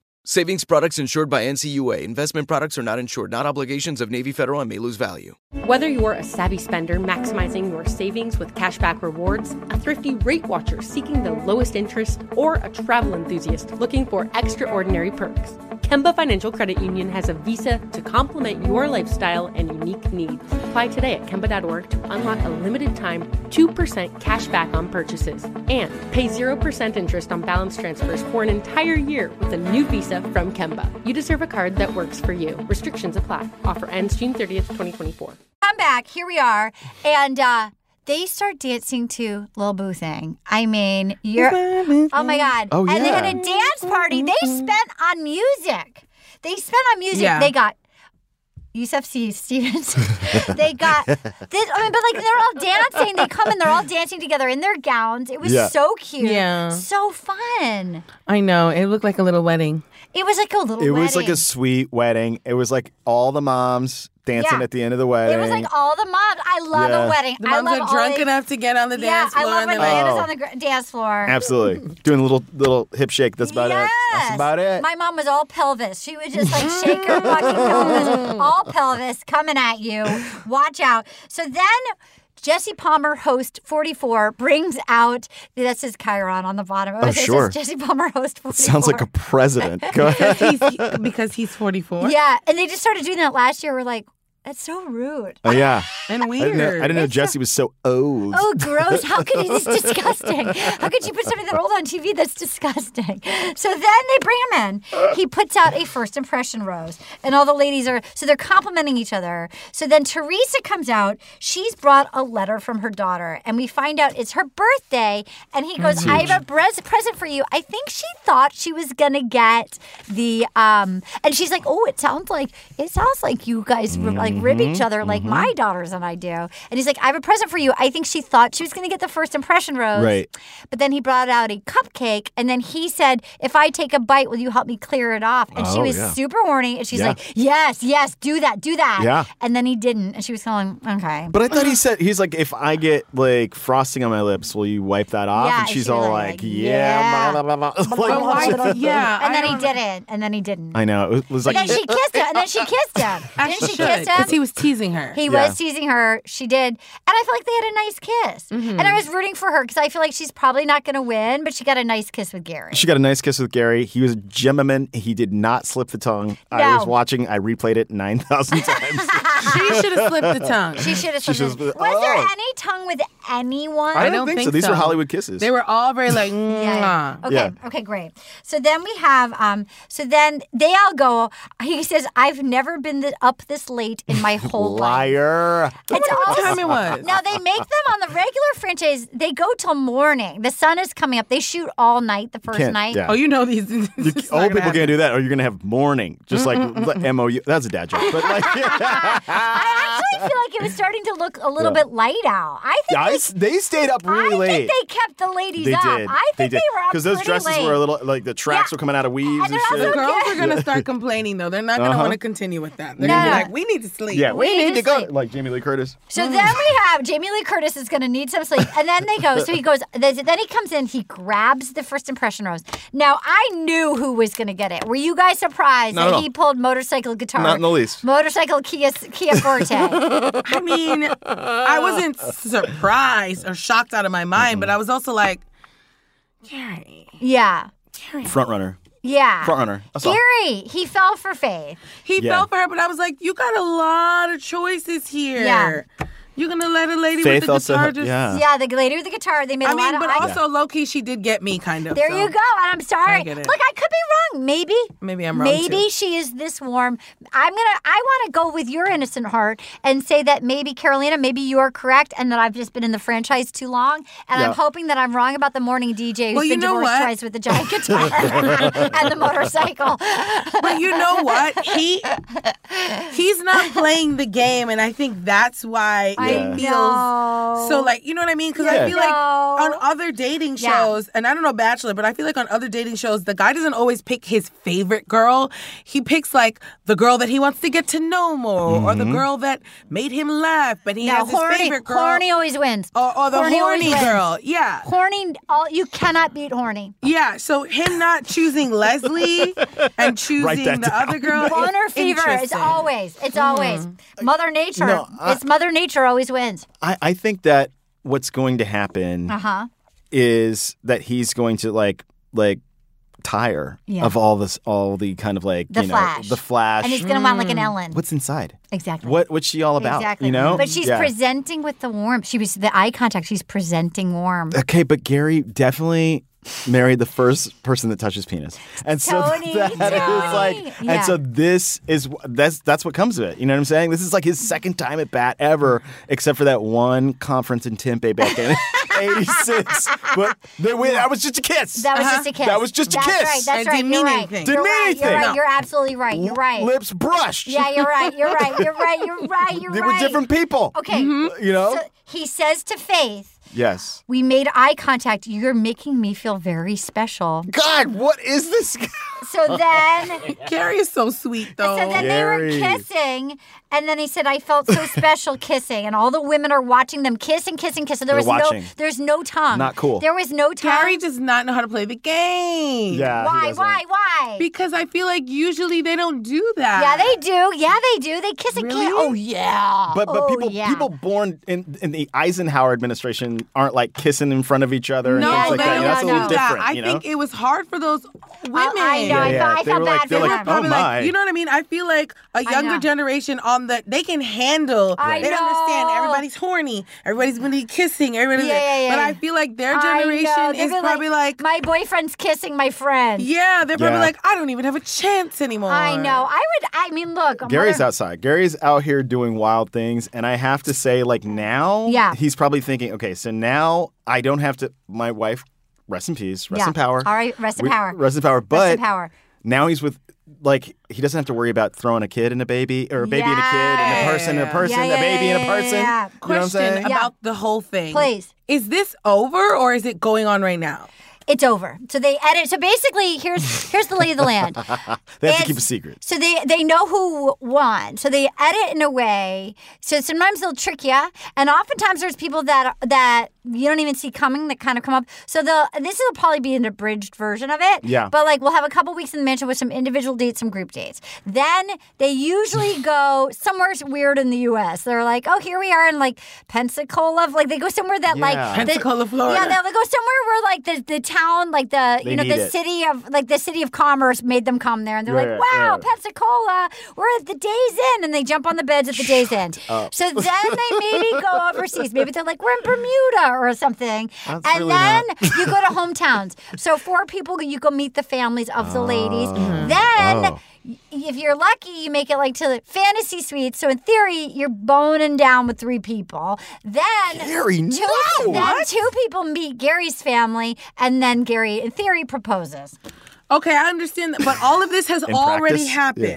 [SPEAKER 8] Savings products insured by NCUA. Investment products are not insured, not obligations of Navy Federal and may lose value.
[SPEAKER 9] Whether you're a savvy spender maximizing your savings with cashback rewards, a thrifty rate watcher seeking the lowest interest, or a travel enthusiast looking for extraordinary perks, Kemba Financial Credit Union has a visa to complement your lifestyle and unique needs. Apply today at Kemba.org to unlock a limited time 2% cash back on purchases and pay 0% interest on balance transfers for an entire year with a new visa from Kemba. You deserve a card that works for you. Restrictions apply. Offer ends June 30th, 2024.
[SPEAKER 3] Come back. Here we are. And uh, they start dancing to Lil Boo Thing. I mean, you're. Oh my God.
[SPEAKER 12] Oh,
[SPEAKER 3] And they
[SPEAKER 12] yeah.
[SPEAKER 3] had a dance party. They spent on music. They spent on music.
[SPEAKER 12] Yeah.
[SPEAKER 3] They got. Yusef C. Stevens. they got this. I mean, but like they're all dancing. They come and they're all dancing together in their gowns. It was
[SPEAKER 6] Yeah.
[SPEAKER 3] so cute.
[SPEAKER 6] Yeah.
[SPEAKER 3] So fun.
[SPEAKER 6] I know. It looked like a little wedding.
[SPEAKER 3] It was like a little.
[SPEAKER 5] It was like
[SPEAKER 3] wedding.
[SPEAKER 5] a sweet wedding. It was like all the moms dancing
[SPEAKER 3] Yeah.
[SPEAKER 5] at the end of the wedding.
[SPEAKER 3] It was like all the moms. I love
[SPEAKER 5] Yeah.
[SPEAKER 3] a wedding.
[SPEAKER 6] The
[SPEAKER 3] I
[SPEAKER 6] moms
[SPEAKER 3] love
[SPEAKER 6] are drunk
[SPEAKER 3] all the-
[SPEAKER 6] enough to get on the
[SPEAKER 3] yeah,
[SPEAKER 6] dance floor
[SPEAKER 3] I love
[SPEAKER 6] and
[SPEAKER 3] when
[SPEAKER 5] then-
[SPEAKER 3] Diana's
[SPEAKER 5] Oh.
[SPEAKER 3] on the gr- dance floor.
[SPEAKER 5] Absolutely. Doing a little little hip shake. That's about it. That's about it.
[SPEAKER 3] My mom was all pelvis. She would just like shake her fucking pelvis, all pelvis coming at you. Watch out. So then Jesse Palmer, host 44, brings out that says Chiron on the bottom.
[SPEAKER 5] Oh,
[SPEAKER 3] it says
[SPEAKER 5] sure.
[SPEAKER 3] Jesse Palmer, host 44.
[SPEAKER 5] Sounds like a president. Go
[SPEAKER 6] because,
[SPEAKER 5] ahead.
[SPEAKER 6] he's, because he's 44.
[SPEAKER 3] Yeah, and they just started doing that last year. We're like, that's so rude.
[SPEAKER 5] Oh, yeah.
[SPEAKER 6] And
[SPEAKER 5] I didn't know, I
[SPEAKER 6] weird.
[SPEAKER 5] didn't know Jesse was so old.
[SPEAKER 3] Oh, gross. How could it's disgusting. How could you put something that old on TV? That's disgusting. So then they bring him in. He puts out a first impression rose, and all the ladies are so they're complimenting each other. So then Teresa comes out. She's brought a letter from her daughter, and we find out it's her birthday. And he goes,
[SPEAKER 12] That's
[SPEAKER 3] "I
[SPEAKER 12] huge.
[SPEAKER 3] have a bres- present for you." I think she thought she was gonna get the um, and she's like, "Oh, it sounds like it sounds like you guys r- like rib each other
[SPEAKER 5] Mm-hmm.
[SPEAKER 3] like my daughters and I do." And he's like, "I have a present for you." I think she thought she was gonna get the first impression rose,
[SPEAKER 12] Right.
[SPEAKER 3] But then he brought out a cupcake, and then he said, "If I take a bite, will you help me clear it off?" And she
[SPEAKER 12] Oh,
[SPEAKER 3] was
[SPEAKER 12] yeah.
[SPEAKER 3] super horny, and she's
[SPEAKER 5] Yeah.
[SPEAKER 3] like, "Yes, yes, do that, do that."
[SPEAKER 5] Yeah.
[SPEAKER 3] And then he didn't, and she was going, "Okay."
[SPEAKER 5] But I thought he said he's like, if I get like frosting on my lips, will you wipe that off?
[SPEAKER 3] Yeah,
[SPEAKER 5] and
[SPEAKER 3] and
[SPEAKER 5] she's
[SPEAKER 3] she was
[SPEAKER 5] all
[SPEAKER 3] like,
[SPEAKER 5] like, yeah. blah, blah, blah, blah." Like,
[SPEAKER 3] And then he didn't, and then he didn't.
[SPEAKER 5] I know. It was
[SPEAKER 3] And
[SPEAKER 5] like
[SPEAKER 3] then she kissed him. And then she kissed him.
[SPEAKER 6] As
[SPEAKER 3] Didn't
[SPEAKER 6] she
[SPEAKER 3] she kiss
[SPEAKER 6] should,
[SPEAKER 3] him?
[SPEAKER 6] 'cause he was teasing her.
[SPEAKER 3] He
[SPEAKER 6] Yeah.
[SPEAKER 3] was teasing her. She did. And I feel like they had a nice kiss. And
[SPEAKER 6] Mm-hmm.
[SPEAKER 3] I was rooting for her because I feel like she's probably not going to win, but she got a nice kiss with Gary.
[SPEAKER 5] She got a nice kiss with Gary. He was a gentleman. He did not slip the tongue. I was
[SPEAKER 3] No.
[SPEAKER 5] watching. I replayed it 9,000 times.
[SPEAKER 6] She should have slipped the tongue.
[SPEAKER 3] She should have
[SPEAKER 5] She
[SPEAKER 3] slipped
[SPEAKER 5] should've-
[SPEAKER 3] the Was there
[SPEAKER 5] oh.
[SPEAKER 3] any tongue with anyone?
[SPEAKER 5] I don't I don't think think so. These were so. Hollywood kisses.
[SPEAKER 6] They were all very like, mm-hmm.
[SPEAKER 3] Yeah.
[SPEAKER 6] "Mwah."
[SPEAKER 3] Okay. Okay. Great. So then we have. Um. So then they all go. He says, "I've never been th- up this late in my whole life."
[SPEAKER 5] Liar.
[SPEAKER 3] also-
[SPEAKER 5] time it was.
[SPEAKER 3] Now they make them on the regular franchise. They go till morning. The sun is coming up. They shoot all night the 1st
[SPEAKER 5] Can't-
[SPEAKER 3] night.
[SPEAKER 5] yeah. Oh, you
[SPEAKER 6] know these.
[SPEAKER 5] You, old people can't do that, or you're gonna have mourning, just like
[SPEAKER 3] Mm-mm-mm-mm.
[SPEAKER 5] M O U. That's a dad joke, but like,
[SPEAKER 3] I actually feel like it was starting to look a little
[SPEAKER 5] Yeah.
[SPEAKER 3] bit light out. I think
[SPEAKER 5] Yeah, I
[SPEAKER 3] they,
[SPEAKER 5] s- they stayed up really
[SPEAKER 3] I
[SPEAKER 5] late.
[SPEAKER 3] think they kept the ladies
[SPEAKER 5] they
[SPEAKER 3] up.
[SPEAKER 5] did.
[SPEAKER 3] I think
[SPEAKER 5] they
[SPEAKER 3] they,
[SPEAKER 5] did
[SPEAKER 3] were up
[SPEAKER 5] because those
[SPEAKER 3] pretty
[SPEAKER 5] dresses
[SPEAKER 3] late.
[SPEAKER 5] were a little like the tracks were coming out of weaves and,
[SPEAKER 6] The
[SPEAKER 5] shit.
[SPEAKER 6] girls are going to start
[SPEAKER 5] Yeah.
[SPEAKER 6] complaining, though. They're not going to
[SPEAKER 5] Uh-huh.
[SPEAKER 6] want to continue with that. They're going to
[SPEAKER 3] No.
[SPEAKER 6] be like, Mm. we need to sleep.
[SPEAKER 5] Yeah, we,
[SPEAKER 3] We
[SPEAKER 5] need
[SPEAKER 3] just
[SPEAKER 5] to go. Like Jamie Lee Curtis.
[SPEAKER 3] So then we have Jamie Lee Curtis is going to need some sleep, and then they go. So he goes. Then he comes in. He grabs the first impression rose. Now I knew who was going to get it. Were you guys surprised
[SPEAKER 5] Not at
[SPEAKER 3] that
[SPEAKER 5] all.
[SPEAKER 3] he pulled motorcycle guitar?
[SPEAKER 5] Not in the least.
[SPEAKER 3] Motorcycle Kia Kia Forte.
[SPEAKER 6] I mean, I wasn't surprised or shocked out of my mind, but I was also like,
[SPEAKER 3] yeah,
[SPEAKER 5] Front runner.
[SPEAKER 3] yeah.
[SPEAKER 5] Front runner. That's all.
[SPEAKER 3] Gary, he fell for Faith.
[SPEAKER 6] he
[SPEAKER 5] Yeah.
[SPEAKER 6] fell for her, but I was like, you got a lot of choices here.
[SPEAKER 3] Yeah.
[SPEAKER 6] You're gonna let a lady
[SPEAKER 5] Faith
[SPEAKER 6] with the
[SPEAKER 5] also-
[SPEAKER 6] guitar just
[SPEAKER 5] yeah.
[SPEAKER 3] Yeah, the lady with the guitar. They made
[SPEAKER 6] I
[SPEAKER 3] a
[SPEAKER 6] mean,
[SPEAKER 3] lot
[SPEAKER 6] but
[SPEAKER 3] of. eye-
[SPEAKER 6] also low key, she did get me kind of.
[SPEAKER 3] There
[SPEAKER 6] so.
[SPEAKER 3] you go. And I'm sorry.
[SPEAKER 6] get it.
[SPEAKER 3] Look, I could be wrong. Maybe.
[SPEAKER 6] Maybe I'm wrong,
[SPEAKER 3] Maybe
[SPEAKER 6] too.
[SPEAKER 3] she is this warm. I'm gonna. I want to go with your innocent heart and say that maybe Carolina, maybe you are correct, and that I've just been in the franchise too long, and
[SPEAKER 5] Yeah.
[SPEAKER 3] I'm hoping that I'm wrong about the morning DJ who's
[SPEAKER 6] Well, you
[SPEAKER 3] been
[SPEAKER 6] know
[SPEAKER 3] divorced
[SPEAKER 6] what?
[SPEAKER 3] twice with the giant guitar and the motorcycle.
[SPEAKER 6] But you know what? He he's not playing the game, and I think that's why
[SPEAKER 3] I
[SPEAKER 6] it feels
[SPEAKER 3] know.
[SPEAKER 6] so like you know what I mean? Because
[SPEAKER 5] Yeah.
[SPEAKER 6] I feel like on other dating
[SPEAKER 3] Yeah.
[SPEAKER 6] shows, and I don't know Bachelor, but I feel like on other dating shows, the guy doesn't always pick his favorite girl. He picks like the girl that he wants to get to know more, or
[SPEAKER 5] Mm-hmm.
[SPEAKER 6] the girl that made him laugh, but he
[SPEAKER 3] Now,
[SPEAKER 6] has his
[SPEAKER 3] horny,
[SPEAKER 6] favorite girl,
[SPEAKER 3] horny always wins.
[SPEAKER 6] or, or the
[SPEAKER 3] horny always
[SPEAKER 6] horny
[SPEAKER 3] wins.
[SPEAKER 6] girl. Yeah.
[SPEAKER 3] Horny, all you cannot beat horny.
[SPEAKER 6] Yeah, so him not choosing Leslie and choosing
[SPEAKER 5] that
[SPEAKER 6] the
[SPEAKER 5] down.
[SPEAKER 6] other girl. is
[SPEAKER 3] Boner fever is
[SPEAKER 6] Oh, interesting. Hmm.
[SPEAKER 3] always. It's always Mother Nature.
[SPEAKER 5] No, I-
[SPEAKER 3] it's Mother Nature always wins.
[SPEAKER 5] I, I think that what's going to happen
[SPEAKER 3] Uh huh.
[SPEAKER 5] is that he's going to like like tire
[SPEAKER 3] Yeah.
[SPEAKER 5] of all this all the kind of like
[SPEAKER 3] The
[SPEAKER 5] you know
[SPEAKER 3] Flash.
[SPEAKER 5] the flash
[SPEAKER 3] And he's gonna want like an Ellen.
[SPEAKER 5] what's inside
[SPEAKER 3] Exactly.
[SPEAKER 5] what what's she all about
[SPEAKER 3] Exactly.
[SPEAKER 5] you know
[SPEAKER 3] But she's
[SPEAKER 5] Yeah.
[SPEAKER 3] presenting with the warmth. She was the eye contact. She's presenting warm.
[SPEAKER 5] okay but Gary definitely married the first person that touches penis and so
[SPEAKER 3] Tony,
[SPEAKER 5] that is
[SPEAKER 3] Tony.
[SPEAKER 5] like
[SPEAKER 3] Yeah.
[SPEAKER 5] and so this is that's that's what comes of it you know what I'm saying this is like his second time at bat ever except for that one conference in Tempe back in 86 but they, went- that was just a kiss
[SPEAKER 3] That was just a kiss.
[SPEAKER 5] Uh-huh. That was just a
[SPEAKER 3] That's
[SPEAKER 5] kiss.
[SPEAKER 3] Right. That's
[SPEAKER 6] It
[SPEAKER 3] right.
[SPEAKER 6] didn't mean
[SPEAKER 3] you're right.
[SPEAKER 6] anything.
[SPEAKER 3] You're
[SPEAKER 5] Didn't mean
[SPEAKER 3] right. You're right.
[SPEAKER 5] anything.
[SPEAKER 3] You're absolutely right. You're right.
[SPEAKER 5] lips brushed
[SPEAKER 3] Yeah, you're right. You're right. You're right. You're right. You're
[SPEAKER 5] they
[SPEAKER 3] right.
[SPEAKER 5] were different people.
[SPEAKER 3] Okay.
[SPEAKER 6] Mm-hmm.
[SPEAKER 5] You know?
[SPEAKER 3] So he says to Faith,
[SPEAKER 5] yes.
[SPEAKER 3] "We made eye contact. You're making me feel very special."
[SPEAKER 5] God, what is this?
[SPEAKER 3] So then
[SPEAKER 6] Carrie is so sweet though.
[SPEAKER 3] So then they were
[SPEAKER 5] Gary.
[SPEAKER 3] kissing, and then he said, "I felt so special kissing," and all the women are watching them kiss and kiss and kiss. And there
[SPEAKER 5] They're
[SPEAKER 3] was
[SPEAKER 5] watching.
[SPEAKER 3] no, there's no tongue.
[SPEAKER 5] Not cool.
[SPEAKER 3] There was no tongue.
[SPEAKER 6] Carrie does not know how to play the game.
[SPEAKER 5] yeah. he
[SPEAKER 3] why?
[SPEAKER 5] doesn't.
[SPEAKER 3] Why? Why?
[SPEAKER 6] Because I feel like usually they don't do that.
[SPEAKER 3] yeah, they do. Yeah, they do. They kiss and kiss.
[SPEAKER 6] Really?
[SPEAKER 3] Oh yeah.
[SPEAKER 5] But but
[SPEAKER 3] Oh,
[SPEAKER 5] people
[SPEAKER 3] yeah.
[SPEAKER 5] people born in in the Eisenhower administration aren't like kissing in front of each other and
[SPEAKER 6] No,
[SPEAKER 5] things
[SPEAKER 6] they
[SPEAKER 5] like that.
[SPEAKER 6] don't
[SPEAKER 5] You know, That's a
[SPEAKER 6] do
[SPEAKER 5] little
[SPEAKER 6] that.
[SPEAKER 5] different.
[SPEAKER 6] I
[SPEAKER 5] you know?
[SPEAKER 6] think it was hard for those women.
[SPEAKER 3] Oh, I know. I
[SPEAKER 5] Yeah,
[SPEAKER 3] felt, I
[SPEAKER 5] they
[SPEAKER 3] felt
[SPEAKER 5] were like-
[SPEAKER 3] bad
[SPEAKER 5] they
[SPEAKER 3] for
[SPEAKER 5] were
[SPEAKER 3] them.
[SPEAKER 5] like, oh
[SPEAKER 6] Probably
[SPEAKER 5] my.
[SPEAKER 6] like, you know what I mean? I feel like a
[SPEAKER 3] know.
[SPEAKER 6] younger generation on the they can handle.
[SPEAKER 3] I
[SPEAKER 6] they don't understand.
[SPEAKER 3] know.
[SPEAKER 6] Everybody's horny. Everybody's going to be kissing. Everybody's.
[SPEAKER 3] Yeah, yeah, yeah,
[SPEAKER 6] but
[SPEAKER 3] yeah.
[SPEAKER 6] I feel like their
[SPEAKER 3] I know.
[SPEAKER 6] generation
[SPEAKER 3] They'd
[SPEAKER 6] is
[SPEAKER 3] be
[SPEAKER 6] probably like,
[SPEAKER 3] my boyfriend's kissing my friend.
[SPEAKER 6] yeah, they're probably
[SPEAKER 5] Yeah.
[SPEAKER 6] like, I don't even have a chance anymore.
[SPEAKER 3] I know. I would. I mean, look.
[SPEAKER 5] Gary's
[SPEAKER 3] mother-
[SPEAKER 5] outside. Gary's out here doing wild things, and I have to say, like now,
[SPEAKER 3] Yeah.
[SPEAKER 5] he's probably thinking, okay, so now I don't have to. My wife, rest in peace, rest
[SPEAKER 3] Yeah.
[SPEAKER 5] in power.
[SPEAKER 3] All right, rest in
[SPEAKER 5] We-
[SPEAKER 3] power.
[SPEAKER 5] Rest in power. But
[SPEAKER 3] Rest in power.
[SPEAKER 5] now he's with like he doesn't have to worry about throwing a kid and a baby or a baby and a kid and a
[SPEAKER 3] Yeah.
[SPEAKER 5] person and a person,
[SPEAKER 3] Yeah, yeah,
[SPEAKER 5] a baby and
[SPEAKER 3] yeah,
[SPEAKER 5] a
[SPEAKER 3] yeah, yeah.
[SPEAKER 5] person. You know what I'm
[SPEAKER 6] Question
[SPEAKER 5] saying?
[SPEAKER 3] Yeah.
[SPEAKER 6] about the whole thing.
[SPEAKER 3] Please.
[SPEAKER 6] Is this over or is it going on right now?
[SPEAKER 3] It's over. So they edit. So basically, here's here's the lay of the land.
[SPEAKER 5] They have to
[SPEAKER 3] It's-
[SPEAKER 5] keep a secret.
[SPEAKER 3] So they they know who won. So they edit in a way. So sometimes they'll trick you, and oftentimes there's people that that you don't even see coming that kind of come up. So they'll this will probably be an abridged version of it.
[SPEAKER 5] Yeah.
[SPEAKER 3] But like we'll have a couple weeks in the mansion with some individual dates, some group dates. Then they usually go somewhere weird in the U.S. They're like, oh, here we are in like Pensacola. Like they go somewhere that like
[SPEAKER 5] Yeah.
[SPEAKER 3] the-
[SPEAKER 6] Pensacola, Florida.
[SPEAKER 3] Yeah, they'll go somewhere where like the the town, like the
[SPEAKER 5] They
[SPEAKER 3] you know
[SPEAKER 5] need
[SPEAKER 3] the
[SPEAKER 5] it.
[SPEAKER 3] city of like the city of commerce made them come there, and they're
[SPEAKER 5] Right,
[SPEAKER 3] like,
[SPEAKER 5] right,
[SPEAKER 3] wow,
[SPEAKER 5] right.
[SPEAKER 3] Pensacola, we're at the Days Inn, and they jump on the beds at the Days Inn. So then they maybe go overseas. Maybe they're like, we're in Bermuda or something,
[SPEAKER 5] That's
[SPEAKER 3] and
[SPEAKER 5] really
[SPEAKER 3] then
[SPEAKER 5] not-
[SPEAKER 3] you go to hometowns. So four people, you go meet the families of the ladies.
[SPEAKER 6] Mm-hmm.
[SPEAKER 3] Then.
[SPEAKER 5] Oh.
[SPEAKER 3] y- If you're lucky, you make it like to the fantasy suites. So in theory, you're boning down with three people. Then
[SPEAKER 5] Gary,
[SPEAKER 3] two,
[SPEAKER 5] no!
[SPEAKER 3] then two people meet Gary's family, and then Gary, in theory, proposes.
[SPEAKER 6] Okay, I understand that, but all of this has
[SPEAKER 5] In
[SPEAKER 6] already
[SPEAKER 5] practice?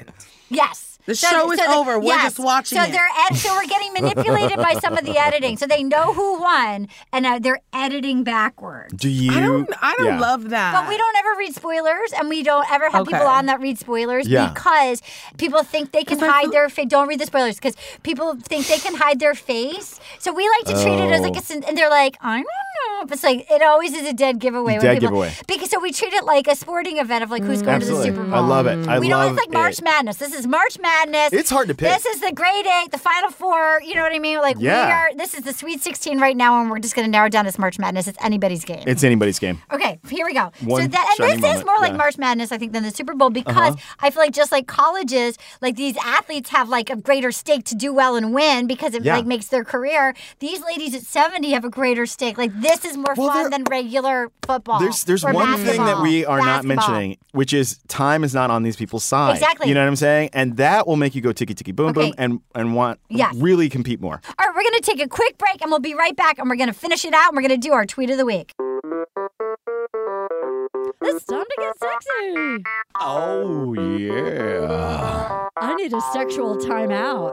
[SPEAKER 6] happened.
[SPEAKER 3] Yes.
[SPEAKER 6] The show is over. We're just watching
[SPEAKER 3] So
[SPEAKER 6] it.
[SPEAKER 3] they're ed- so we're getting manipulated by some of the editing. So they know who won, and uh, they're editing backwards.
[SPEAKER 5] Do you?
[SPEAKER 6] I don't, I don't
[SPEAKER 5] yeah.
[SPEAKER 6] love that.
[SPEAKER 3] But we don't ever read spoilers, and we don't ever have people
[SPEAKER 6] Okay.
[SPEAKER 3] on that read spoilers
[SPEAKER 5] Yeah.
[SPEAKER 3] because people think they can
[SPEAKER 6] 'Cause I
[SPEAKER 3] hide
[SPEAKER 6] feel-
[SPEAKER 3] their face. Don't read the spoilers because
[SPEAKER 5] Oh.
[SPEAKER 3] people think they can hide their face. So we like to treat it as like a. sin- And they're like, I don't know. It's like it always is a dead giveaway.
[SPEAKER 5] Dead
[SPEAKER 3] when people,
[SPEAKER 5] giveaway.
[SPEAKER 3] Because so we treat it like a sporting event of like
[SPEAKER 6] Mm.
[SPEAKER 3] who's going
[SPEAKER 5] Absolutely.
[SPEAKER 3] to the Super Bowl.
[SPEAKER 5] I love it. I
[SPEAKER 3] we
[SPEAKER 5] love
[SPEAKER 3] don't. It's like March
[SPEAKER 5] it.
[SPEAKER 3] Madness. This is March Madness.
[SPEAKER 5] It's hard to pick.
[SPEAKER 3] This is the grade eight, the Final Four. You know what I mean? Like we
[SPEAKER 5] Yeah.
[SPEAKER 3] are. This is the Sweet Sixteen right now, and we're just going to narrow it down as March Madness. It's anybody's game.
[SPEAKER 5] It's anybody's game.
[SPEAKER 3] Okay, here we go. so
[SPEAKER 5] One
[SPEAKER 3] that and this
[SPEAKER 5] shining
[SPEAKER 3] is
[SPEAKER 5] moment,
[SPEAKER 3] more like
[SPEAKER 5] yeah. Uh-huh.
[SPEAKER 3] March Madness, I think, than the Super Bowl because I feel like just like colleges, like these athletes have like a greater stake to do well and win because it
[SPEAKER 5] Yeah.
[SPEAKER 3] like makes their career. These ladies at seventy have a greater stake. Like this is more fun than regular football.
[SPEAKER 5] There's there's
[SPEAKER 3] or
[SPEAKER 5] one thing that
[SPEAKER 3] basketball,
[SPEAKER 5] we are not
[SPEAKER 3] basketball.
[SPEAKER 5] mentioning, which is time is not on these people's side.
[SPEAKER 3] Exactly.
[SPEAKER 5] You know what I'm saying? And that will make you go ticky ticky boom
[SPEAKER 3] Okay.
[SPEAKER 5] boom and and want
[SPEAKER 3] Yeah.
[SPEAKER 5] really compete more.
[SPEAKER 3] All right, we're gonna take a quick break and we'll be right back and we're gonna finish it out and we're gonna do our tweet of the week.
[SPEAKER 7] It's time to get sexy.
[SPEAKER 12] Oh, yeah.
[SPEAKER 7] I need a sexual timeout.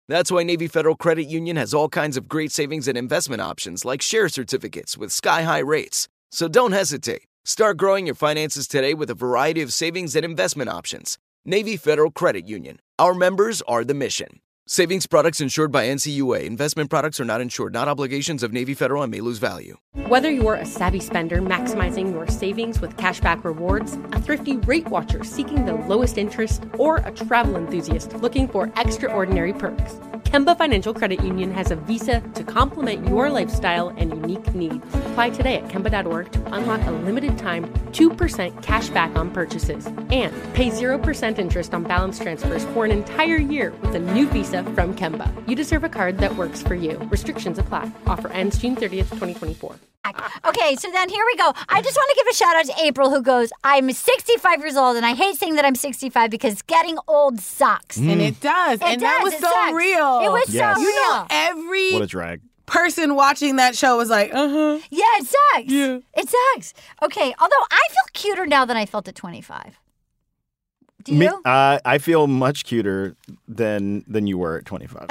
[SPEAKER 8] That's why Navy Federal Credit Union has all kinds of great savings and investment options like share certificates with sky high rates. So don't hesitate. Start growing your finances today with a variety of savings and investment options. Navy Federal Credit Union. Our members are the mission. Savings products insured by NCUA. Investment products are not insured, not obligations of Navy Federal and may lose value.
[SPEAKER 9] Whether you're a savvy spender maximizing your savings with cashback rewards, a thrifty rate watcher seeking the lowest interest, or a travel enthusiast looking for extraordinary perks, Kemba Financial Credit Union has a visa to complement your lifestyle and unique needs. Apply today at Kemba.org to unlock a limited time 2% cash back on purchases and pay 0% interest on balance transfers for an entire year with a new visa from Kemba. You deserve a card that works for you. Restrictions apply. Offer ends June 30th, 2024.
[SPEAKER 3] Okay, so then here we go. I just want to give a shout out to April who goes, I'm 65 years old and I hate saying that I'm 65 because getting old sucks.
[SPEAKER 6] And Mm. it does,
[SPEAKER 3] It
[SPEAKER 6] and that
[SPEAKER 3] does,
[SPEAKER 6] was
[SPEAKER 3] it
[SPEAKER 6] so
[SPEAKER 3] sucks.
[SPEAKER 6] real.
[SPEAKER 3] It was
[SPEAKER 6] Yes.
[SPEAKER 3] so real.
[SPEAKER 6] You know, every
[SPEAKER 5] What a drag.
[SPEAKER 6] person watching that show was like, uh huh.
[SPEAKER 3] Yeah, it sucks. It sucks. Okay, although I feel cuter now than I felt at 25. Do
[SPEAKER 5] Me-
[SPEAKER 3] you?
[SPEAKER 5] uh, I feel much cuter than than you were at 25.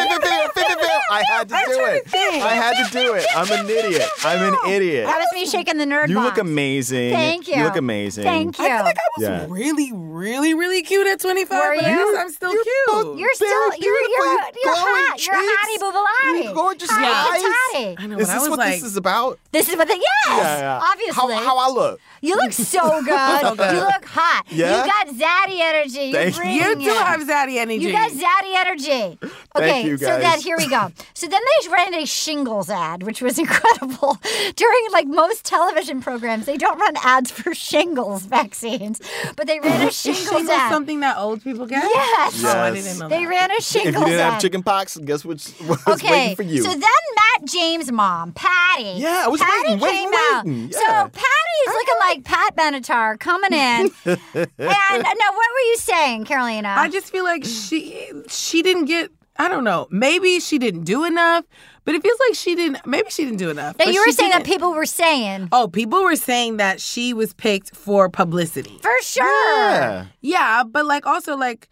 [SPEAKER 5] I had to do it. I had to do it. I'm an idiot. I'm an idiot.
[SPEAKER 3] That was me shaking the nerd
[SPEAKER 5] You
[SPEAKER 3] box.
[SPEAKER 5] look amazing.
[SPEAKER 3] Thank
[SPEAKER 5] You look
[SPEAKER 3] you.
[SPEAKER 5] amazing.
[SPEAKER 3] Thank you. I feel like I
[SPEAKER 5] Yeah.
[SPEAKER 6] Really, really, really cute at 25, but I guess I'm still cute.
[SPEAKER 3] You're still you're you're, you're, hot. You're a hottie boobalati.
[SPEAKER 5] gorgeous
[SPEAKER 3] Hottie
[SPEAKER 5] eyes.
[SPEAKER 3] patati.
[SPEAKER 5] I know, Is but I this was what this like- is about?
[SPEAKER 3] This is what the yes,
[SPEAKER 5] Yeah, yeah.
[SPEAKER 3] obviously. How,
[SPEAKER 5] I look?
[SPEAKER 3] You look so good.
[SPEAKER 6] So good.
[SPEAKER 3] You look hot.
[SPEAKER 6] Yeah?
[SPEAKER 3] You got zaddy energy. You
[SPEAKER 6] Thank you.
[SPEAKER 3] bring
[SPEAKER 6] You do
[SPEAKER 3] it.
[SPEAKER 6] have zaddy energy.
[SPEAKER 3] You got zaddy energy. Okay,
[SPEAKER 6] you,
[SPEAKER 3] so then
[SPEAKER 6] guys.
[SPEAKER 3] here we go. So then they ran a shingles ad, which was incredible. During like most television programs, they don't run ads for shingles vaccines, but they ran a
[SPEAKER 6] Is
[SPEAKER 3] shingles,
[SPEAKER 6] shingles
[SPEAKER 3] ad.
[SPEAKER 6] something that old people get?
[SPEAKER 3] Yes.
[SPEAKER 6] Oh, I didn't know
[SPEAKER 3] They ran a
[SPEAKER 5] If you
[SPEAKER 3] shingles
[SPEAKER 5] didn't
[SPEAKER 3] ad.
[SPEAKER 5] have chicken pox, guess what's, what's
[SPEAKER 3] Okay,
[SPEAKER 5] waiting for you?
[SPEAKER 3] so then Matt James' mom, Patty.
[SPEAKER 5] Yeah, I was
[SPEAKER 3] Patty
[SPEAKER 5] waiting, waiting,
[SPEAKER 3] came
[SPEAKER 5] waiting. Uh-huh.
[SPEAKER 3] out. So Patty is looking like Pat Benatar coming in. and now, what were you saying, Carolina?
[SPEAKER 6] I just feel like she she didn't get. I don't know. Maybe she didn't do enough, but it feels like she didn't. Maybe she didn't do enough.
[SPEAKER 3] No,
[SPEAKER 6] Uh, but
[SPEAKER 3] you were
[SPEAKER 6] she
[SPEAKER 3] saying that
[SPEAKER 6] didn't-
[SPEAKER 3] people were saying
[SPEAKER 6] Oh, people were saying that she was picked for publicity.
[SPEAKER 3] for sure.
[SPEAKER 6] Yeah, but like also like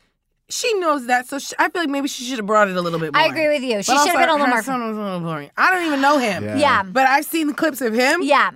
[SPEAKER 6] she knows that, so she, I feel like maybe she should have brought it a little bit more.
[SPEAKER 3] I agree with you. She
[SPEAKER 6] But
[SPEAKER 3] should have
[SPEAKER 6] also,
[SPEAKER 3] been a little
[SPEAKER 6] her
[SPEAKER 3] more.
[SPEAKER 6] son was a little boring. I don't even know him.
[SPEAKER 5] Yeah. Yeah.
[SPEAKER 6] but I've seen the clips of him.
[SPEAKER 3] Yeah,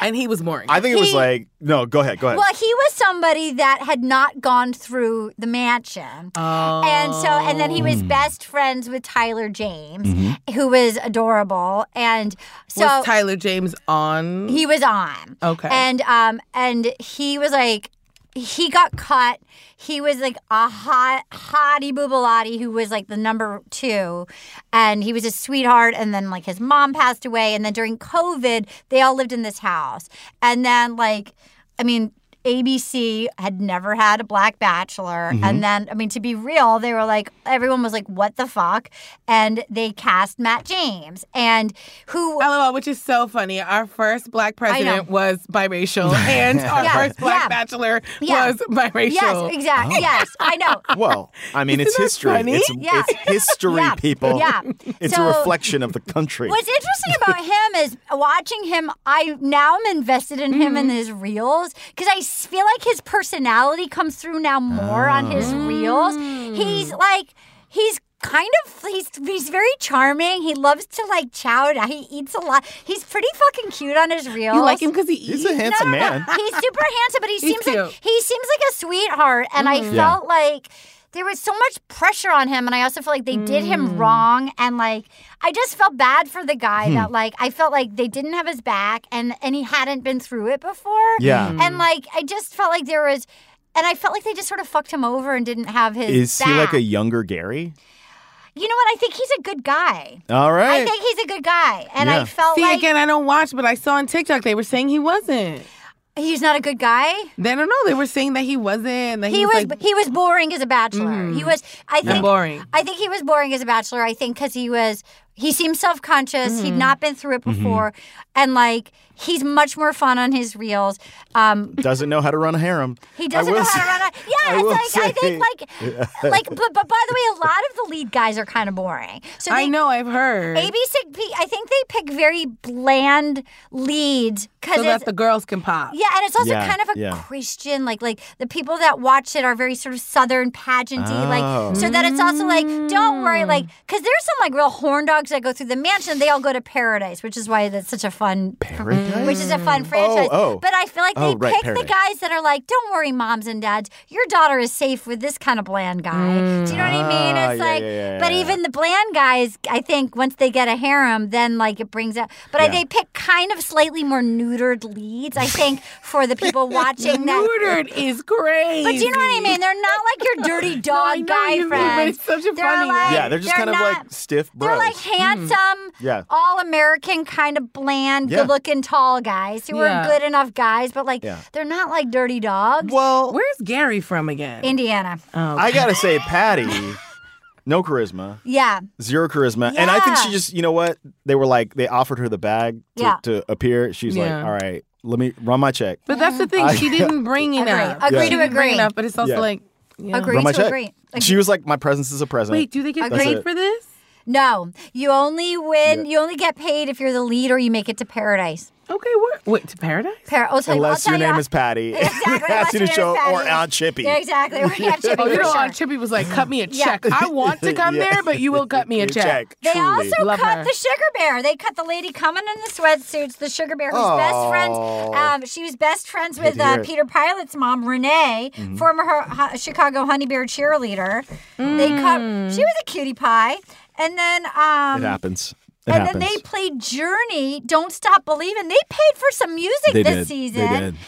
[SPEAKER 6] and he was boring.
[SPEAKER 5] I think it was
[SPEAKER 3] He-
[SPEAKER 5] like, no, go ahead, go ahead.
[SPEAKER 3] Well, he was somebody that had not gone through the mansion. And so and then he
[SPEAKER 5] Oh.
[SPEAKER 3] was best friends with Tyler James,
[SPEAKER 5] Mm-hmm.
[SPEAKER 3] who was adorable. And so
[SPEAKER 6] was Tyler James on?
[SPEAKER 3] he was on.
[SPEAKER 6] Okay.
[SPEAKER 3] And um and he was like he got cut. He was like a hot hottie boobalati who was like the number two, and he was a sweetheart. And then like his mom passed away, and then during COVID, they all lived in this house. And then like, I mean. ABC had never had a black bachelor.
[SPEAKER 6] Mm-hmm.
[SPEAKER 13] Mhm.
[SPEAKER 3] And then, I mean, to be real, they were like, everyone was like, what the fuck? And they cast Matt James, and who.
[SPEAKER 6] LOL, which is so funny. Our first black president was biracial, and our
[SPEAKER 3] Yeah,
[SPEAKER 6] first black
[SPEAKER 3] yeah.
[SPEAKER 6] bachelor
[SPEAKER 3] Yeah.
[SPEAKER 6] was biracial.
[SPEAKER 3] Yes, exactly. Yes, I know.
[SPEAKER 5] Oh. Well, I mean, it's history.
[SPEAKER 6] funny?
[SPEAKER 5] It's,
[SPEAKER 3] Yeah.
[SPEAKER 5] it's history,
[SPEAKER 3] Yeah.
[SPEAKER 5] people.
[SPEAKER 3] Yeah.
[SPEAKER 5] It's
[SPEAKER 3] So-
[SPEAKER 5] a reflection of the country.
[SPEAKER 3] What's interesting about him is watching him. I now am invested in him
[SPEAKER 6] Mm-hmm.
[SPEAKER 3] and his reels because I s- feel like his personality comes through now more on
[SPEAKER 6] Oh.
[SPEAKER 3] his reels. He's
[SPEAKER 6] Mm.
[SPEAKER 3] like, he's kind of he's he's very charming. He loves to like chowder. He eats a lot. He's pretty fucking cute on his reels.
[SPEAKER 6] like him 'cause he He's a eats? handsome
[SPEAKER 3] No, no, no.
[SPEAKER 6] man.
[SPEAKER 3] He's super handsome, but he
[SPEAKER 6] He's
[SPEAKER 3] seems like
[SPEAKER 6] cute.
[SPEAKER 3] he seems like a sweetheart. And I
[SPEAKER 6] Mhm. Yeah.
[SPEAKER 3] felt like there was so much pressure on him and i also feel like they did him
[SPEAKER 5] Mm.
[SPEAKER 3] wrong and like i just felt bad for the guy
[SPEAKER 13] Hmm.
[SPEAKER 3] that like i felt like they didn't have his back and and he hadn't been through it before
[SPEAKER 5] Yeah.
[SPEAKER 3] and like i just felt like there was and i felt like they just sort of fucked him over and didn't have his
[SPEAKER 5] Is he like
[SPEAKER 3] back.
[SPEAKER 5] a younger Gary?
[SPEAKER 3] you know what i think he's a good guy
[SPEAKER 5] All right.
[SPEAKER 3] i think he's a good guy and i
[SPEAKER 5] Yeah.
[SPEAKER 3] felt
[SPEAKER 6] See,
[SPEAKER 3] like
[SPEAKER 6] again, I don't watch, but I saw on TikTok they were saying he wasn't.
[SPEAKER 3] He's not a good guy.
[SPEAKER 6] They don't know. They were saying that he wasn't. and That he,
[SPEAKER 3] he was
[SPEAKER 6] like, Mm-hmm.
[SPEAKER 3] he was boring as a bachelor. He was I
[SPEAKER 6] Yeah.
[SPEAKER 3] think
[SPEAKER 6] Boring.
[SPEAKER 3] I think he was boring as a bachelor. I think because he was he seemed self conscious. He'd
[SPEAKER 6] Mm-hmm.
[SPEAKER 3] not been through it
[SPEAKER 5] Mhm.
[SPEAKER 3] before, and like he's much more fun on his reels. Um,
[SPEAKER 5] Doesn't know how to run a harem.
[SPEAKER 3] he doesn't know how to run. A, yeah,
[SPEAKER 5] will
[SPEAKER 3] it's like I think like
[SPEAKER 5] to run
[SPEAKER 3] like but, but by the way, a lot of the lead guys are kind of boring. So they,
[SPEAKER 6] I know. I've heard.
[SPEAKER 3] ABC, I think they pick very bland leads because
[SPEAKER 6] so that the girls can pop.
[SPEAKER 3] yeah, and it's also
[SPEAKER 6] Yeah,
[SPEAKER 3] kind of a
[SPEAKER 6] yeah.
[SPEAKER 3] Christian, like like the people that watch it are very sort of Southern pageanty,
[SPEAKER 13] Oh.
[SPEAKER 3] like so that it's also like don't worry, like
[SPEAKER 6] Mm.
[SPEAKER 3] because there's some like real horn dogs that go through the mansion. They all go to paradise, which is why that's such a fun
[SPEAKER 5] Paradise?
[SPEAKER 3] which is a fun franchise.
[SPEAKER 5] oh.
[SPEAKER 3] But I feel like they
[SPEAKER 5] Oh, right,
[SPEAKER 3] pick the
[SPEAKER 5] Paradise.
[SPEAKER 3] guys that are like, don't worry, moms and dads, your daughter is safe with this kind of bland guy. Do you know what I mean?
[SPEAKER 13] Ah,
[SPEAKER 3] It's
[SPEAKER 13] yeah,
[SPEAKER 3] like,
[SPEAKER 13] yeah, yeah,
[SPEAKER 3] but
[SPEAKER 13] yeah.
[SPEAKER 3] even the bland guys, I think once they get a harem, then like it brings up. But I,
[SPEAKER 13] Yeah.
[SPEAKER 3] they pick kind of slightly more neutered leads. I think for the people watching that
[SPEAKER 6] Neutered is great.
[SPEAKER 3] But do you know what I mean? They're not like your dirty dog guy friends. they're like,
[SPEAKER 5] yeah, they're just kind
[SPEAKER 3] not-
[SPEAKER 5] of like stiff bros. Mm-hmm.
[SPEAKER 3] They're like handsome,
[SPEAKER 5] Yeah.
[SPEAKER 3] all American, kind of bland,
[SPEAKER 5] Yeah.
[SPEAKER 3] good looking, tall guys who
[SPEAKER 6] Yeah.
[SPEAKER 3] are good enough guys, but like
[SPEAKER 5] Yeah.
[SPEAKER 3] they're not like dirty dogs.
[SPEAKER 5] Well,
[SPEAKER 6] where's Gary from again?
[SPEAKER 3] Indiana.
[SPEAKER 5] I gotta say, Patty, no charisma.
[SPEAKER 3] Yeah.
[SPEAKER 5] Zero charisma. And I think she
[SPEAKER 3] Yeah.
[SPEAKER 5] just, you know what? They were like, they offered her the bag to,
[SPEAKER 3] Yeah.
[SPEAKER 5] to appear. She's
[SPEAKER 6] Yeah.
[SPEAKER 5] like, all right, let me run my check.
[SPEAKER 6] But that's the thing.
[SPEAKER 5] I-
[SPEAKER 6] she didn't bring enough.
[SPEAKER 5] Agree
[SPEAKER 6] She
[SPEAKER 5] to
[SPEAKER 6] didn't bring
[SPEAKER 3] agree.
[SPEAKER 6] enough, but it's also
[SPEAKER 5] Yeah.
[SPEAKER 6] like. you know.
[SPEAKER 3] Agree
[SPEAKER 5] Run my
[SPEAKER 3] to
[SPEAKER 5] check.
[SPEAKER 3] agree.
[SPEAKER 5] She was like, my presence is a present.
[SPEAKER 6] Wait, do they get
[SPEAKER 5] That's
[SPEAKER 6] paid
[SPEAKER 5] it.
[SPEAKER 6] for this?
[SPEAKER 3] No, you only win.
[SPEAKER 5] Yeah.
[SPEAKER 3] You only get paid if you're the lead or you make it to paradise.
[SPEAKER 6] Okay, what? Wait, to paradise?
[SPEAKER 3] Par- I'll tell you- I'll
[SPEAKER 5] Unless your
[SPEAKER 3] tell you-
[SPEAKER 5] name is Patty.
[SPEAKER 3] Exactly.
[SPEAKER 5] Ask you to
[SPEAKER 3] unless your
[SPEAKER 5] show
[SPEAKER 3] name is
[SPEAKER 5] or
[SPEAKER 3] Patty.
[SPEAKER 5] Aunt Chippy.
[SPEAKER 3] Yeah, exactly. Or Aunt Chippy.
[SPEAKER 6] Oh, you
[SPEAKER 3] for
[SPEAKER 6] know,
[SPEAKER 3] sure.
[SPEAKER 6] Aunt Chippy was like, "Cut me a
[SPEAKER 3] Yeah.
[SPEAKER 6] check. I want to come
[SPEAKER 5] Yeah.
[SPEAKER 6] there, but you will cut me a
[SPEAKER 5] Your
[SPEAKER 6] check."
[SPEAKER 5] check,
[SPEAKER 3] They also
[SPEAKER 6] Love
[SPEAKER 3] cut
[SPEAKER 6] her.
[SPEAKER 3] the sugar bear. They cut the lady coming in the sweatsuits, the sugar bear who's best
[SPEAKER 13] Oh.
[SPEAKER 3] friends. Um, she was best friends
[SPEAKER 13] Good
[SPEAKER 3] with
[SPEAKER 13] to hear
[SPEAKER 3] uh,
[SPEAKER 13] it.
[SPEAKER 3] Peter Pilot's mom, Renee,
[SPEAKER 5] Mm-hmm.
[SPEAKER 13] Mhm.
[SPEAKER 3] former her, ho- Chicago Honey Bear cheerleader. They
[SPEAKER 6] Mm.
[SPEAKER 3] cut. She was a cutie pie, and then um,
[SPEAKER 5] it happens. It
[SPEAKER 3] and
[SPEAKER 5] happens.
[SPEAKER 3] then they played Journey, Don't Stop Believing. They paid for some music
[SPEAKER 5] They
[SPEAKER 3] this
[SPEAKER 5] did. They
[SPEAKER 3] season.
[SPEAKER 5] did.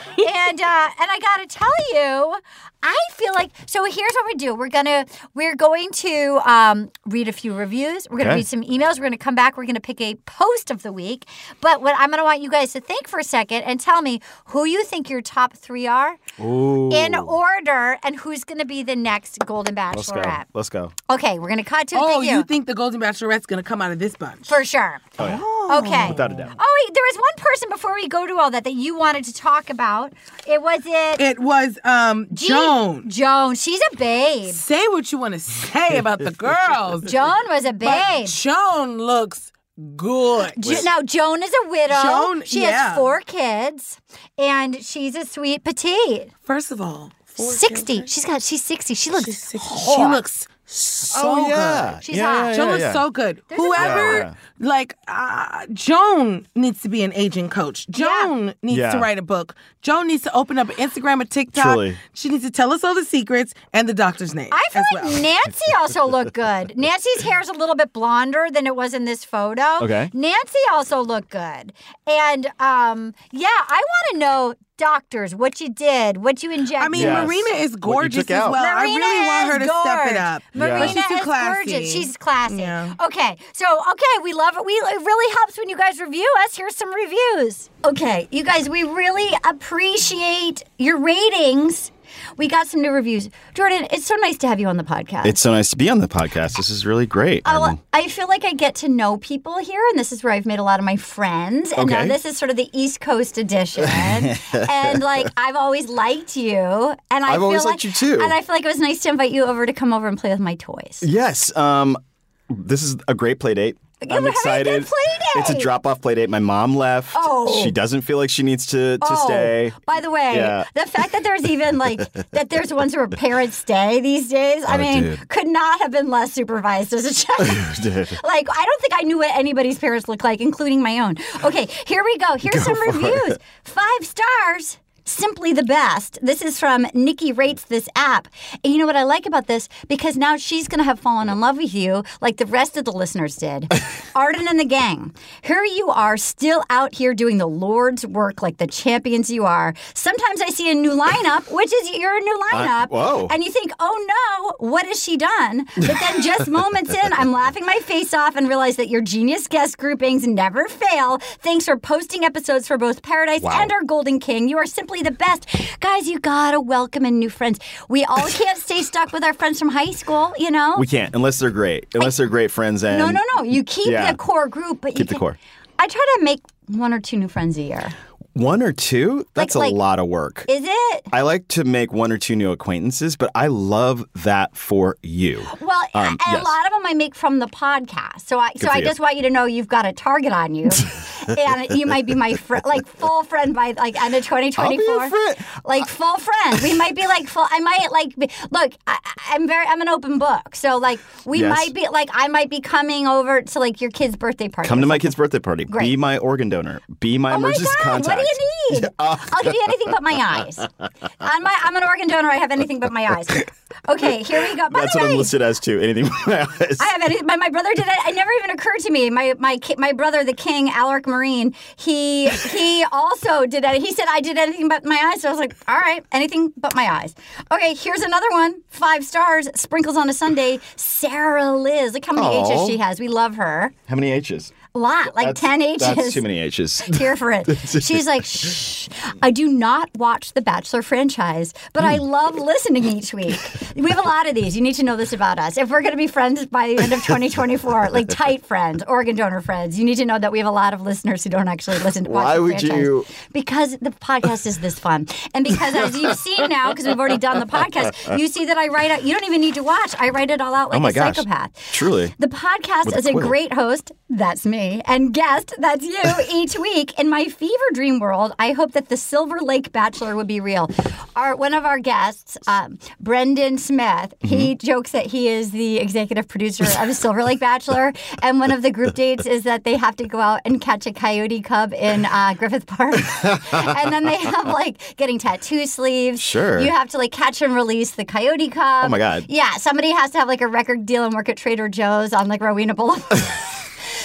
[SPEAKER 3] And uh, and I gotta tell you, I feel like so here's what we do. We're gonna we're going to um, read a few reviews, we're gonna
[SPEAKER 13] Okay.
[SPEAKER 3] read some emails, we're gonna come back, we're gonna pick a post of the week. But what I'm gonna want you guys to think for a second and tell me who you think your top three are
[SPEAKER 5] Ooh.
[SPEAKER 3] in order and who's gonna be the next Golden
[SPEAKER 5] Let's go.
[SPEAKER 3] Bachelorette.
[SPEAKER 5] Let's go.
[SPEAKER 3] Okay, we're gonna cut to
[SPEAKER 6] Oh,
[SPEAKER 3] thank
[SPEAKER 6] you think the Golden Bachelorette's gonna come out of this bunch?
[SPEAKER 3] for sure.
[SPEAKER 5] Oh, yeah.
[SPEAKER 3] Okay.
[SPEAKER 5] Without a doubt.
[SPEAKER 3] Oh, wait, there was one person before we go to all that that you wanted to talk about. It was it.
[SPEAKER 6] It was um Joan.
[SPEAKER 3] Joan, she's a babe.
[SPEAKER 6] Say what you want to say about the girls.
[SPEAKER 3] Joan was a
[SPEAKER 6] But
[SPEAKER 3] babe.
[SPEAKER 6] Joan looks good.
[SPEAKER 3] Jo- now Joan is a widow.
[SPEAKER 6] Joan-
[SPEAKER 3] she
[SPEAKER 6] yeah.
[SPEAKER 3] has four kids, and she's a sweet petite.
[SPEAKER 6] First of all,
[SPEAKER 3] sixty. She's got. She's sixty. She looks.
[SPEAKER 6] She looks so
[SPEAKER 3] Oh, yeah.
[SPEAKER 6] good.
[SPEAKER 3] She's Yeah, hot. yeah,
[SPEAKER 6] Joan
[SPEAKER 3] yeah,
[SPEAKER 6] looks
[SPEAKER 3] yeah.
[SPEAKER 6] so good.
[SPEAKER 3] There's a
[SPEAKER 6] Whoever
[SPEAKER 3] lot.
[SPEAKER 5] Yeah, yeah.
[SPEAKER 6] Like uh, Joan needs to be an agent coach. Joan needs
[SPEAKER 5] Yeah.
[SPEAKER 6] to write a book. Joan needs to open up an Instagram, a TikTok.
[SPEAKER 5] Truly.
[SPEAKER 6] She needs to tell us all the secrets and the doctor's name.
[SPEAKER 3] I feel like Nancy also looked good. Nancy's hair's a little bit blonder than it was in this photo.
[SPEAKER 6] Okay.
[SPEAKER 3] Nancy also looked good. And um, yeah, I want to know doctors what you did, what you injected. I
[SPEAKER 6] mean, Yes. Marina is What you gorgeous took as out. well. I
[SPEAKER 3] Marina
[SPEAKER 6] really want her
[SPEAKER 3] is
[SPEAKER 6] to step it
[SPEAKER 3] gorge.
[SPEAKER 6] up. Yeah.
[SPEAKER 3] Marina
[SPEAKER 6] She's too
[SPEAKER 3] is
[SPEAKER 6] classy.
[SPEAKER 3] gorgeous. She's classy. Okay. So, okay, we love it. We it really helps when you guys review us. Here's some reviews. Okay, you guys, we really appreciate your ratings. We got some new reviews. Jordan, it's so nice to have you on the podcast.
[SPEAKER 5] It's so nice to be on the podcast. This is really great.
[SPEAKER 3] Uh, I,
[SPEAKER 5] Evelyn.
[SPEAKER 3] I feel like I get to know people here, and this is where I've made a lot of my friends. And now
[SPEAKER 5] Okay.
[SPEAKER 3] this is sort of the East Coast edition. and like I've always liked you, and I
[SPEAKER 5] I've
[SPEAKER 3] feel
[SPEAKER 5] always
[SPEAKER 3] like,
[SPEAKER 5] liked you, too.
[SPEAKER 3] And I feel like it was nice to invite you over to come over and play with my toys.
[SPEAKER 5] Yes. Um, this is a great play date.
[SPEAKER 3] Yeah,
[SPEAKER 5] I'm
[SPEAKER 3] we're having a
[SPEAKER 5] excited.
[SPEAKER 3] good play
[SPEAKER 5] It's a
[SPEAKER 3] date.
[SPEAKER 5] drop off play date. My mom left.
[SPEAKER 3] Oh.
[SPEAKER 5] She doesn't feel like she needs to, to
[SPEAKER 3] oh,
[SPEAKER 5] stay.
[SPEAKER 3] by the way,
[SPEAKER 5] Yeah.
[SPEAKER 3] the fact that there's even like that there's ones where parents stay these days. I
[SPEAKER 5] Oh,
[SPEAKER 3] mean,
[SPEAKER 5] dude.
[SPEAKER 3] could not have been less supervised as a child. Like, I don't think I knew what anybody's parents looked like, including my own. Okay, here we go. Here's
[SPEAKER 13] Go
[SPEAKER 3] some
[SPEAKER 13] for it.
[SPEAKER 3] reviews. Five stars. Simply the best. This is from Nikki Rates This App. And you know what I like about this? Because now she's going to have fallen in love with you like the rest of the listeners did. Arden and the gang, here you are still out here doing the Lord's work like the champions you are. Sometimes I see a new lineup, which is you're a new
[SPEAKER 13] Uh,
[SPEAKER 3] lineup.
[SPEAKER 13] whoa.
[SPEAKER 3] And you think, oh no, what has she done? But then just moments in, I'm laughing my face off and realize that your genius guest groupings never fail. Thanks for posting episodes for both Paradise
[SPEAKER 13] Wow.
[SPEAKER 3] and our Golden King. You are simply the best. Guys, you gotta welcome in new friends. We all can't stay stuck with our friends from high school, you know?
[SPEAKER 5] We can't unless they're great. Unless they're great friends. And
[SPEAKER 3] no, no, no. You keep
[SPEAKER 5] Yeah.
[SPEAKER 3] the core group, but you
[SPEAKER 5] Keep the
[SPEAKER 3] can-
[SPEAKER 5] core.
[SPEAKER 3] I try to make one or two new friends a year.
[SPEAKER 5] One or two? That's
[SPEAKER 3] like-
[SPEAKER 5] a lot of work.
[SPEAKER 3] Is it?
[SPEAKER 5] I like to make one or two new acquaintances, but I love that for you.
[SPEAKER 3] Well, a-
[SPEAKER 5] Um,
[SPEAKER 3] and
[SPEAKER 5] yes.
[SPEAKER 3] a lot of them I make from the podcast. So I, so
[SPEAKER 5] for
[SPEAKER 3] I
[SPEAKER 5] you.
[SPEAKER 3] just want you to know you've got a target on you, and you might be my friend, like full friend by like end of twenty
[SPEAKER 13] I'll be
[SPEAKER 3] twenty
[SPEAKER 13] your
[SPEAKER 3] four. Like full friend, we might be like full. I might like be, look. I, I- I'm very. I'm an open book. So like we
[SPEAKER 5] Yes.
[SPEAKER 3] might be like I might be coming over to like your kid's birthday party.
[SPEAKER 5] Come to my kid's birthday party. Be
[SPEAKER 3] Great.
[SPEAKER 5] my organ donor. Be my
[SPEAKER 3] Oh my
[SPEAKER 5] emergency
[SPEAKER 3] God! What
[SPEAKER 5] contact.
[SPEAKER 3] do you need? I'll give you anything but my eyes. On my, I'm an organ donor. I have anything but my eyes. Okay, here we go. By
[SPEAKER 5] That's
[SPEAKER 3] the
[SPEAKER 5] what
[SPEAKER 3] way,
[SPEAKER 5] I'm listed as too. Anything with my eyes.
[SPEAKER 3] I have any, my, my brother did it. It never even occurred to me. My my ki- my brother, the king, Alaric Marine, he he also did it. He said I did anything but my eyes. So I was like, all right, anything but my eyes. Okay, here's another one. Five stars, sprinkles on a Sunday. Sarah Liz, look how many
[SPEAKER 5] Aw.
[SPEAKER 3] H's she has. We love her.
[SPEAKER 5] How many H's?
[SPEAKER 3] A lot, like
[SPEAKER 5] That's-
[SPEAKER 3] ten H's.
[SPEAKER 5] That's too many H's.
[SPEAKER 3] Here for it. She's like, shh, I do not watch the Bachelor franchise, but I love listening each week. We have a lot of these. You need to know this about us. If we're going to be friends by the end of 2024, like tight friends, organ donor friends, you need to know that we have a lot of listeners who don't actually listen to watch
[SPEAKER 13] Why
[SPEAKER 3] the
[SPEAKER 13] would
[SPEAKER 3] franchise.
[SPEAKER 13] you-
[SPEAKER 3] Because the podcast is this fun. And because as you've seen now, because we've already done the podcast, you see that I write out, you don't even need to watch. I write it all out like
[SPEAKER 5] oh my
[SPEAKER 3] a
[SPEAKER 5] gosh.
[SPEAKER 3] psychopath.
[SPEAKER 5] Truly.
[SPEAKER 3] The podcast
[SPEAKER 5] With a
[SPEAKER 3] is a
[SPEAKER 5] quill.
[SPEAKER 3] great host, that's me, and guest, that's you, each week. In my fever dream world, I hope that the Silver Lake Bachelor would be real. Our one of our guests, um, Brendan Smith, he jokes that he is the executive producer of Silver Lake Bachelor, and one of the group dates is that they have to go out and catch a coyote cub in uh, Griffith Park, and then they have like getting tattoo sleeves.
[SPEAKER 13] Sure.
[SPEAKER 3] you have to like catch and release the coyote cub.
[SPEAKER 13] Oh, my God.
[SPEAKER 3] Yeah, somebody has to have like a record deal and work at Trader Joe's on like Rowena Boulevard.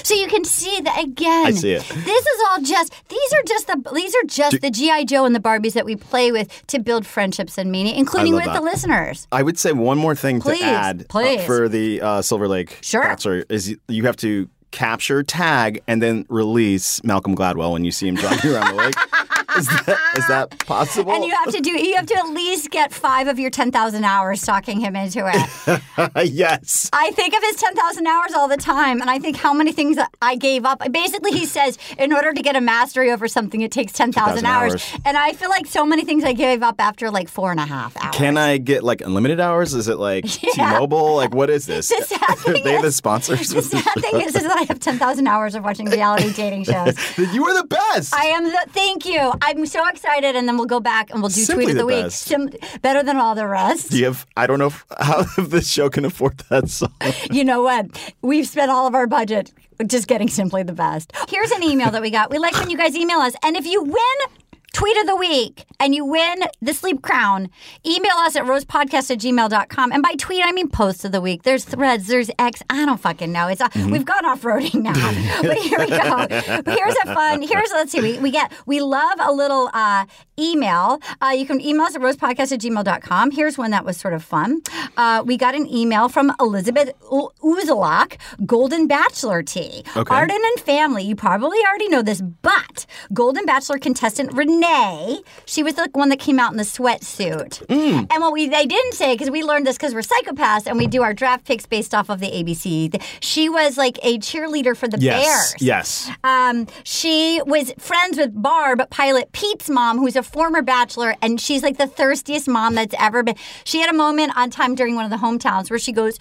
[SPEAKER 3] So you can see that again.
[SPEAKER 13] I see it.
[SPEAKER 3] This is all just. These are just the. These are just the GI Joe and the Barbies that we play with to build friendships and meaning, including
[SPEAKER 5] love
[SPEAKER 3] with the
[SPEAKER 5] that.
[SPEAKER 3] listeners.
[SPEAKER 5] I would say one more thing
[SPEAKER 3] Please,
[SPEAKER 5] to add uh,
[SPEAKER 3] please.
[SPEAKER 5] for the uh, Silver Lake Bachelor is you- you have to capture, tag, and then release Malcolm Gladwell when you see him jogging around the lake. Is that, is that possible?
[SPEAKER 3] and you have to do. You have to at least get five of your ten thousand hours talking him into it.
[SPEAKER 5] yes.
[SPEAKER 3] I think of his 10,000 hours all the time, and I think how many things that I gave up. Basically, he says, in order to get a mastery over something, it takes 10,000 hours.
[SPEAKER 5] hours.
[SPEAKER 3] And I feel like so many things I gave up after like four and a half hours.
[SPEAKER 5] Can I get like unlimited hours? Is it like
[SPEAKER 3] Yeah.
[SPEAKER 5] T-Mobile? Like what is this?
[SPEAKER 3] The sad
[SPEAKER 5] Are
[SPEAKER 3] thing
[SPEAKER 5] they the
[SPEAKER 3] is-
[SPEAKER 5] sponsors?
[SPEAKER 3] The sad thing is, is that I have 10,000 hours of watching reality dating shows.
[SPEAKER 5] you are the best.
[SPEAKER 3] I am the, thank you. I'm so excited, and then we'll go back and we'll do
[SPEAKER 5] Simply
[SPEAKER 3] tweet of
[SPEAKER 5] the
[SPEAKER 3] the, week.
[SPEAKER 5] best.
[SPEAKER 3] Sim- better than all the rest.
[SPEAKER 5] Do you have? I don't know if, how if this show can afford that song.
[SPEAKER 3] you know what? We've spent all of our budget just getting simply the best. Here's an email that we got. We like when you guys email us. And if you win tweet of the week and you win the sleep crown, email us at rosepodcast at gmail.com. And by tweet, I mean post of the week. There's threads, there's X. I don't fucking know. It's uh,
[SPEAKER 13] Mhm.
[SPEAKER 3] We've gone off roading now. but here we go. But here's a fun, here's, let's see, we, we get, we love a little uh, email. Uh, you can email us at rosepodcast at gmail.com. Here's one that was sort of fun. Uh, we got an email from Elizabeth U- Uzalak, Golden Bachelor Tea.
[SPEAKER 13] Okay.
[SPEAKER 3] Arden and family, you probably already know this, but Golden Bachelor contestant Renee, she was the one that came out in the sweatsuit.
[SPEAKER 5] Hmm.
[SPEAKER 3] And what we they didn't say, because we learned this because we're psychopaths and we do our draft picks based off of the ABC, th- she was like a cheerleader for the Bears.
[SPEAKER 5] yes, yes.
[SPEAKER 3] Um, she was friends with Barb, pilot Pete's mom, who's a former bachelor, and she's like the thirstiest mom that's ever been. She had a moment on time during one of the hometowns where she goes,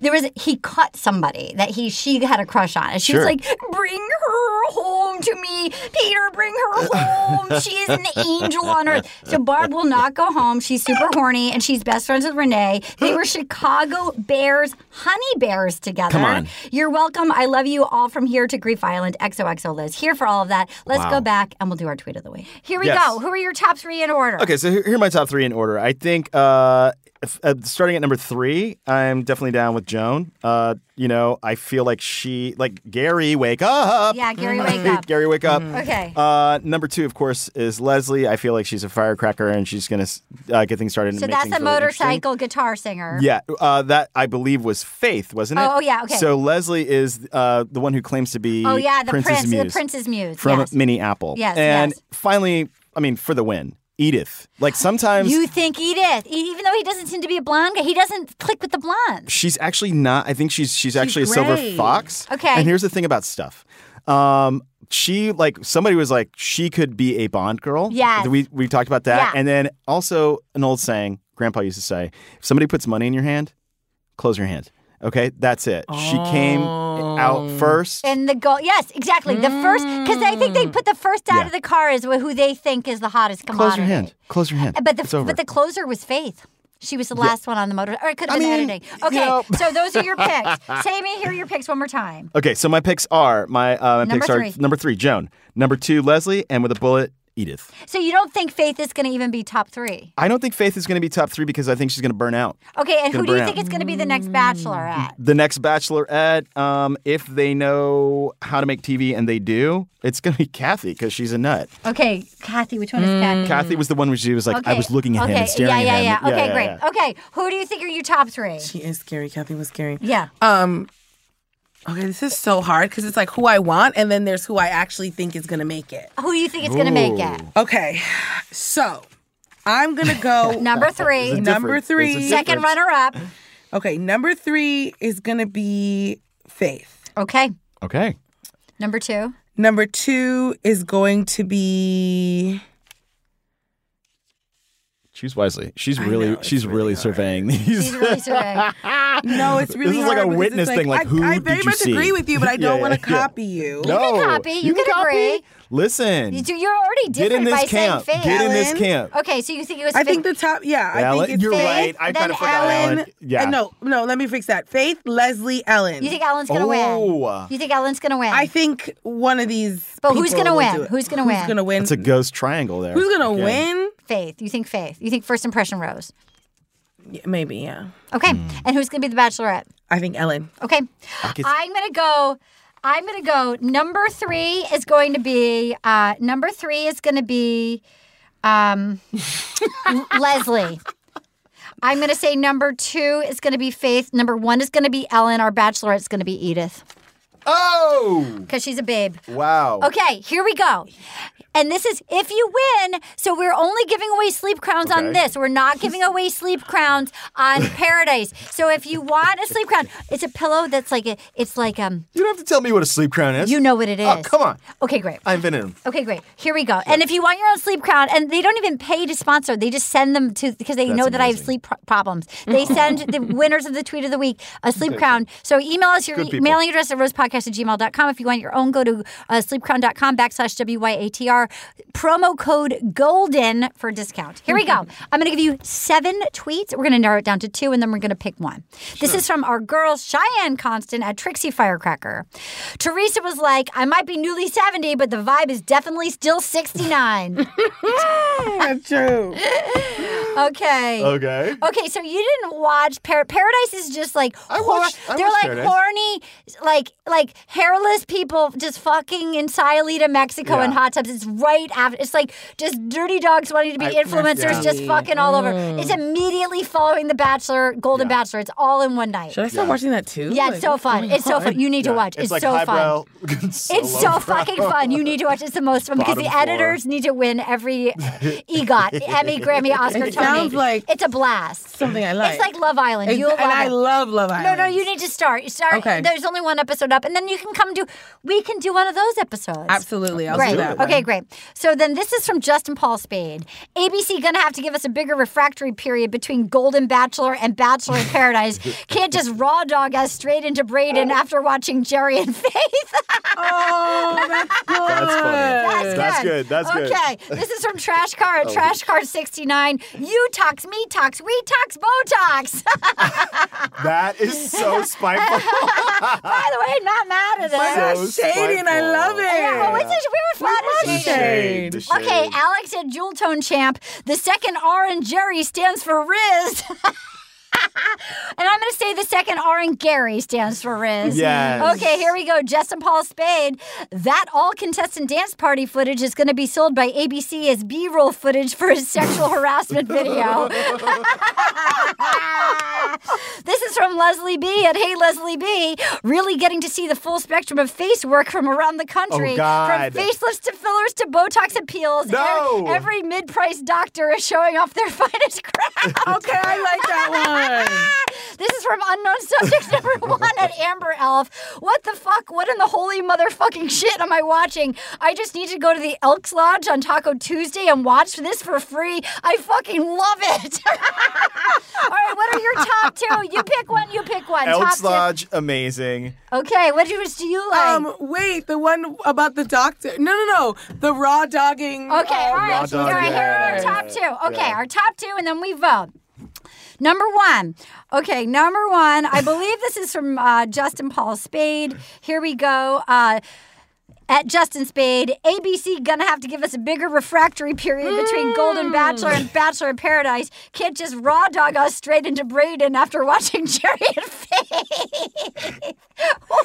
[SPEAKER 3] there was he caught somebody that he she had a crush on, and she
[SPEAKER 13] Sure.
[SPEAKER 3] was like, bring her home to me, Peter, bring her home. she is an angel on earth. So Barb will not go home. She's super horny, and she's best friends with Renee. They were Chicago Bears honey bears together.
[SPEAKER 13] Come on.
[SPEAKER 3] You're welcome. I love you all from here to Grief Island. XOXO Liz here for all of that. Let's
[SPEAKER 5] Wow.
[SPEAKER 3] go back and we'll do our tweet of the week. Here we
[SPEAKER 5] Yes.
[SPEAKER 3] go. Who are your top three in order?
[SPEAKER 5] Okay, so here here are my top three in order. I think uh, if- uh, starting at number three, I'm definitely down with Joan. Uh, you know, I feel like she, like Gary, wake up.
[SPEAKER 3] Yeah, Gary, wake up.
[SPEAKER 5] Gary, wake up.
[SPEAKER 3] Okay.
[SPEAKER 5] Uh, number two, of course, is Leslie. I feel like she's a firecracker and she's gonna uh, get things started. and
[SPEAKER 3] So
[SPEAKER 5] make
[SPEAKER 3] that's
[SPEAKER 5] things
[SPEAKER 3] a
[SPEAKER 5] really interesting.
[SPEAKER 3] motorcycle guitar singer.
[SPEAKER 5] Yeah, uh, that I believe was Faith, wasn't it?
[SPEAKER 3] Oh, oh, yeah, okay.
[SPEAKER 5] So Leslie is uh, the one who claims to be.
[SPEAKER 3] Oh yeah, the
[SPEAKER 5] Prince's
[SPEAKER 3] prince,
[SPEAKER 5] muse
[SPEAKER 3] the prince's muse.
[SPEAKER 5] from
[SPEAKER 3] yes.
[SPEAKER 5] Minneapolis.
[SPEAKER 3] Yes,
[SPEAKER 5] and
[SPEAKER 3] yes.
[SPEAKER 5] finally, I mean, for the win, Edith. Like sometimes
[SPEAKER 3] You think Edith, e- even though he doesn't seem to be a blonde guy, he doesn't click with the blondes.
[SPEAKER 5] she's actually not. I think she's she's actually a silver
[SPEAKER 3] gray.
[SPEAKER 5] fox.
[SPEAKER 3] Okay.
[SPEAKER 5] And here's the thing about stuff. Um, she like somebody was like she could be a Bond girl.
[SPEAKER 3] Yes.
[SPEAKER 5] we we talked about that.
[SPEAKER 3] Yeah.
[SPEAKER 5] And then also an old saying Grandpa used to say: if somebody puts money in your hand, close your hand. Okay, that's it. She came out
[SPEAKER 3] Oh.
[SPEAKER 5] first. Mm.
[SPEAKER 3] And the goal, yes, exactly. The first, because I think they put the first out
[SPEAKER 5] Yeah.
[SPEAKER 3] of the car is wh- who they think is the hottest commodity.
[SPEAKER 5] Close your hand. Close your hand.
[SPEAKER 3] But the
[SPEAKER 5] it's over.
[SPEAKER 3] but the closer was Faith. She was the
[SPEAKER 5] Yeah.
[SPEAKER 3] last one on the motor, or it could have been editing. Okay, so those are your picks. Say me, hear your picks one more time.
[SPEAKER 5] Okay, so my picks are my uh, my
[SPEAKER 3] Number
[SPEAKER 5] picks
[SPEAKER 3] three.
[SPEAKER 5] are number three, Joan. Number two, Leslie, and with a bullet, Edith.
[SPEAKER 3] So you don't think Faith is going to even be top three?
[SPEAKER 5] I don't think Faith is going to be top three because I think she's going to burn out.
[SPEAKER 3] Okay, and who
[SPEAKER 5] Gonna Mm.
[SPEAKER 3] do you
[SPEAKER 5] burn
[SPEAKER 3] think
[SPEAKER 5] out.
[SPEAKER 3] is going to be the next Bachelorette?
[SPEAKER 5] The next Bachelorette, um, if they know how to make TV and they do, it's going to be Kathy because she's a nut.
[SPEAKER 3] Okay, Kathy, which one is
[SPEAKER 6] Mm.
[SPEAKER 3] Kathy?
[SPEAKER 5] Mm, Kathy was the one where she was like, I
[SPEAKER 3] Okay,
[SPEAKER 5] was looking at
[SPEAKER 3] okay.
[SPEAKER 5] him and staring
[SPEAKER 3] yeah, yeah,
[SPEAKER 5] at him.
[SPEAKER 3] Yeah, Okay, great. Okay, who do you think are your top three?
[SPEAKER 6] She is scary. Kathy was scary.
[SPEAKER 3] Yeah.
[SPEAKER 6] Um. Okay, this is so hard because it's like who I want, and then there's who I actually think is gonna make it.
[SPEAKER 3] Who do you think is going to make it?
[SPEAKER 6] Okay, so I'm gonna go
[SPEAKER 3] Number three. There's a
[SPEAKER 6] Number
[SPEAKER 3] difference. There's a
[SPEAKER 6] three.
[SPEAKER 3] Second difference. runner-up.
[SPEAKER 6] Okay, number three is gonna be Faith.
[SPEAKER 3] Okay.
[SPEAKER 5] Okay.
[SPEAKER 3] Number two.
[SPEAKER 6] Number two is going to be.
[SPEAKER 5] Choose wisely. She's really, she's really, surveying these.
[SPEAKER 6] She's really
[SPEAKER 3] surveying.
[SPEAKER 6] no, it's
[SPEAKER 5] This
[SPEAKER 6] really
[SPEAKER 5] is like a
[SPEAKER 6] hard because it's
[SPEAKER 5] witness thing, like,
[SPEAKER 6] I,
[SPEAKER 5] who
[SPEAKER 6] I
[SPEAKER 5] did
[SPEAKER 6] very
[SPEAKER 5] you
[SPEAKER 6] much
[SPEAKER 5] see?
[SPEAKER 6] agree with you, but I
[SPEAKER 5] Yeah,
[SPEAKER 6] don't
[SPEAKER 5] yeah,
[SPEAKER 6] want to
[SPEAKER 5] yeah.
[SPEAKER 6] copy you.
[SPEAKER 5] No.
[SPEAKER 3] You can copy. You, can, agree.
[SPEAKER 5] Listen.
[SPEAKER 3] You do- You're already
[SPEAKER 5] Get
[SPEAKER 3] different
[SPEAKER 5] in this
[SPEAKER 3] by
[SPEAKER 5] camp.
[SPEAKER 3] saying Faith.
[SPEAKER 5] Get in this Ellen? camp.
[SPEAKER 3] Okay, so you think it was
[SPEAKER 6] I think
[SPEAKER 3] Faith.
[SPEAKER 6] the top, yeah, I
[SPEAKER 5] Ellen-
[SPEAKER 6] think it's
[SPEAKER 5] you're
[SPEAKER 6] Faith,
[SPEAKER 5] right. I
[SPEAKER 6] then
[SPEAKER 5] kinda forgot Ellen. Yeah.
[SPEAKER 6] Uh, no, no, let me fix that. Faith, Leslie, Ellen.
[SPEAKER 3] You think Ellen's gonna
[SPEAKER 5] Oh.
[SPEAKER 3] win? You think Ellen's gonna win?
[SPEAKER 6] I think one of these.
[SPEAKER 3] But who's
[SPEAKER 6] people
[SPEAKER 3] gonna
[SPEAKER 6] will
[SPEAKER 3] win?
[SPEAKER 6] do it.
[SPEAKER 3] Who's gonna win?
[SPEAKER 6] Who's gonna win?
[SPEAKER 5] It's a ghost triangle there.
[SPEAKER 6] Who's gonna
[SPEAKER 5] Again.
[SPEAKER 6] win?
[SPEAKER 3] Faith. You think Faith? You think first impression Rose?
[SPEAKER 6] Yeah, maybe, yeah.
[SPEAKER 3] Okay. And who's gonna be the Bachelorette?
[SPEAKER 6] I think Ellen.
[SPEAKER 3] Okay.
[SPEAKER 6] I could-
[SPEAKER 3] I'm gonna go. I'm gonna go. Number three is going to be. Uh, number three is gonna be um, L- Leslie. I'm gonna say number two is gonna be Faith. Number one is gonna be Ellen. Our Bachelorette is gonna be Edith
[SPEAKER 5] Oh.
[SPEAKER 3] because she's a babe.
[SPEAKER 5] Wow.
[SPEAKER 3] Okay, here we go. And this is if you win. So we're only giving away sleep crowns on
[SPEAKER 13] Okay.
[SPEAKER 3] this. We're not giving away sleep crowns on Paradise. So if you want a sleep crown, it's a pillow that's like a, it's like um.
[SPEAKER 5] You don't have to tell me what a sleep crown is.
[SPEAKER 3] You know what it is.
[SPEAKER 5] Oh, come on.
[SPEAKER 3] Okay, great.
[SPEAKER 5] I invented them.
[SPEAKER 3] Okay, great. Here we go. And if you want your own sleep crown, and they don't even pay to sponsor, they just send them to because they
[SPEAKER 13] That's
[SPEAKER 3] know that I have
[SPEAKER 13] amazing.
[SPEAKER 3] sleep pro- problems. They send the winners of the tweet of the week a sleep
[SPEAKER 13] Good.
[SPEAKER 3] crown. So email us your
[SPEAKER 13] Good
[SPEAKER 3] e-
[SPEAKER 13] people.
[SPEAKER 3] mailing address at rosepodcast podcast at gmail.com. If you want your own, go to uh, sleepcrown.com backslash WYATR. Promo code GOLDEN for discount. Here we go.
[SPEAKER 5] Mm-hmm.
[SPEAKER 3] I'm going to give you seven tweets. We're going to narrow it down to two, and then we're going to pick one. This is from our girl, Cheyenne Constant at Trixie Firecracker. Teresa was like, I might be newly 70, but the vibe is definitely still 69.
[SPEAKER 6] That's true.
[SPEAKER 3] Okay.
[SPEAKER 5] Okay.
[SPEAKER 3] Okay, so you didn't watch Par- Paradise is just like hor-
[SPEAKER 5] watched- I
[SPEAKER 3] they're
[SPEAKER 5] watched
[SPEAKER 3] like
[SPEAKER 5] Paradise.
[SPEAKER 3] horny like like hairless people just fucking in Sayulita, Mexico in
[SPEAKER 5] Yeah.
[SPEAKER 3] hot tubs. It's right after it's like just dirty dogs wanting to be
[SPEAKER 5] I-
[SPEAKER 3] influencers
[SPEAKER 5] yeah.
[SPEAKER 3] just fucking all over.
[SPEAKER 5] Mm.
[SPEAKER 3] It's immediately following The Bachelor, Golden Bachelor. It's all in one night.
[SPEAKER 6] Should I start watching that too?
[SPEAKER 3] Yeah, it's
[SPEAKER 6] Like,
[SPEAKER 3] so
[SPEAKER 6] what's
[SPEAKER 3] fun.
[SPEAKER 6] going
[SPEAKER 3] It's so fun.
[SPEAKER 6] on?
[SPEAKER 3] You need to
[SPEAKER 6] Yeah.
[SPEAKER 3] watch. It's,
[SPEAKER 6] It's like
[SPEAKER 3] so
[SPEAKER 6] highbrow.
[SPEAKER 3] fun. it's
[SPEAKER 6] So
[SPEAKER 3] so
[SPEAKER 6] lowbrow.
[SPEAKER 3] fucking fun. You need to watch. It's the most fun because
[SPEAKER 6] Bottom
[SPEAKER 3] the
[SPEAKER 6] floor.
[SPEAKER 3] editors need to win every EGOT, Emmy, Grammy, Oscar,
[SPEAKER 6] It
[SPEAKER 3] Tony.
[SPEAKER 6] sounds like
[SPEAKER 3] it's a blast.
[SPEAKER 6] something I like.
[SPEAKER 3] It's like Love Island.
[SPEAKER 6] Ex-
[SPEAKER 3] You'll
[SPEAKER 6] and
[SPEAKER 3] love
[SPEAKER 6] I
[SPEAKER 3] it.
[SPEAKER 6] love Love
[SPEAKER 3] No, no,
[SPEAKER 6] Island.
[SPEAKER 3] you need to start. Start.
[SPEAKER 6] Okay.
[SPEAKER 3] There's only one episode up, and then you can come do. We can do one of those episodes.
[SPEAKER 6] Absolutely, I'll do
[SPEAKER 3] great.
[SPEAKER 6] that
[SPEAKER 3] Okay,
[SPEAKER 6] one.
[SPEAKER 3] great. So then this is from Justin Paul Spade. ABC gonna have to give us a bigger refractory period between Golden Bachelor and Bachelor in Paradise. Can't just raw dog us straight into Braden after watching Jerry and Faith.
[SPEAKER 6] oh, that's good.
[SPEAKER 5] That's funny. That's good. That's good.
[SPEAKER 3] Okay, this is from Trash Car at
[SPEAKER 5] Oh.
[SPEAKER 3] Trash Car 69. You talks, me talks, we talks, Botox.
[SPEAKER 5] That is so spiteful.
[SPEAKER 3] By the way, not mad at it.
[SPEAKER 5] My So gosh, shady, and I spiteful. love it.
[SPEAKER 3] Yeah, oh, it's a, we were flat
[SPEAKER 5] love
[SPEAKER 3] as
[SPEAKER 5] the shade, the shade.
[SPEAKER 3] Okay, Alex at Jewel Tone Champ. The second R in Jerry stands for Riz. and I'm going to say the second R in Gary stands for Riz.
[SPEAKER 13] Yes.
[SPEAKER 3] Okay, here we go. Justin Paul Spade. That all contestant dance party footage is going to be sold by ABC as B roll footage for his sexual harassment video. This is from Leslie B. at Hey Leslie B. Really getting to see the full spectrum of face work from around the country.
[SPEAKER 13] Oh, God.
[SPEAKER 3] From facelifts to fillers to Botox and peels.
[SPEAKER 13] No!
[SPEAKER 3] Ev- Every, mid priced doctor is showing off their finest craft.
[SPEAKER 6] okay, I like that one.
[SPEAKER 3] This is from unknown subject number one at Amber Elf. What the fuck? What in the holy motherfucking shit am I watching? I just need to go to the Elks Lodge on Taco Tuesday and watch this for free. I fucking love it. All right, what are your top two? You pick one. You pick one. top
[SPEAKER 5] Elks
[SPEAKER 3] two.
[SPEAKER 5] Lodge, amazing.
[SPEAKER 3] Okay, what do you, do you like?
[SPEAKER 6] Um, wait, the one about the doctor. No, no, no. The raw dogging. um, Okay, all
[SPEAKER 3] right, Raw so dog, all right, here are our yeah. top two. Okay, our top two, and then we vote. Number one. Okay, number one. I believe this is from uh, Justin Paul Spade. Here we go. Uh, at Justin Spade, ABC gonna have to give us a bigger refractory period between Golden Bachelor and Bachelor in Paradise. Can't just raw dog us straight into Braden after watching Jerry and Faith. or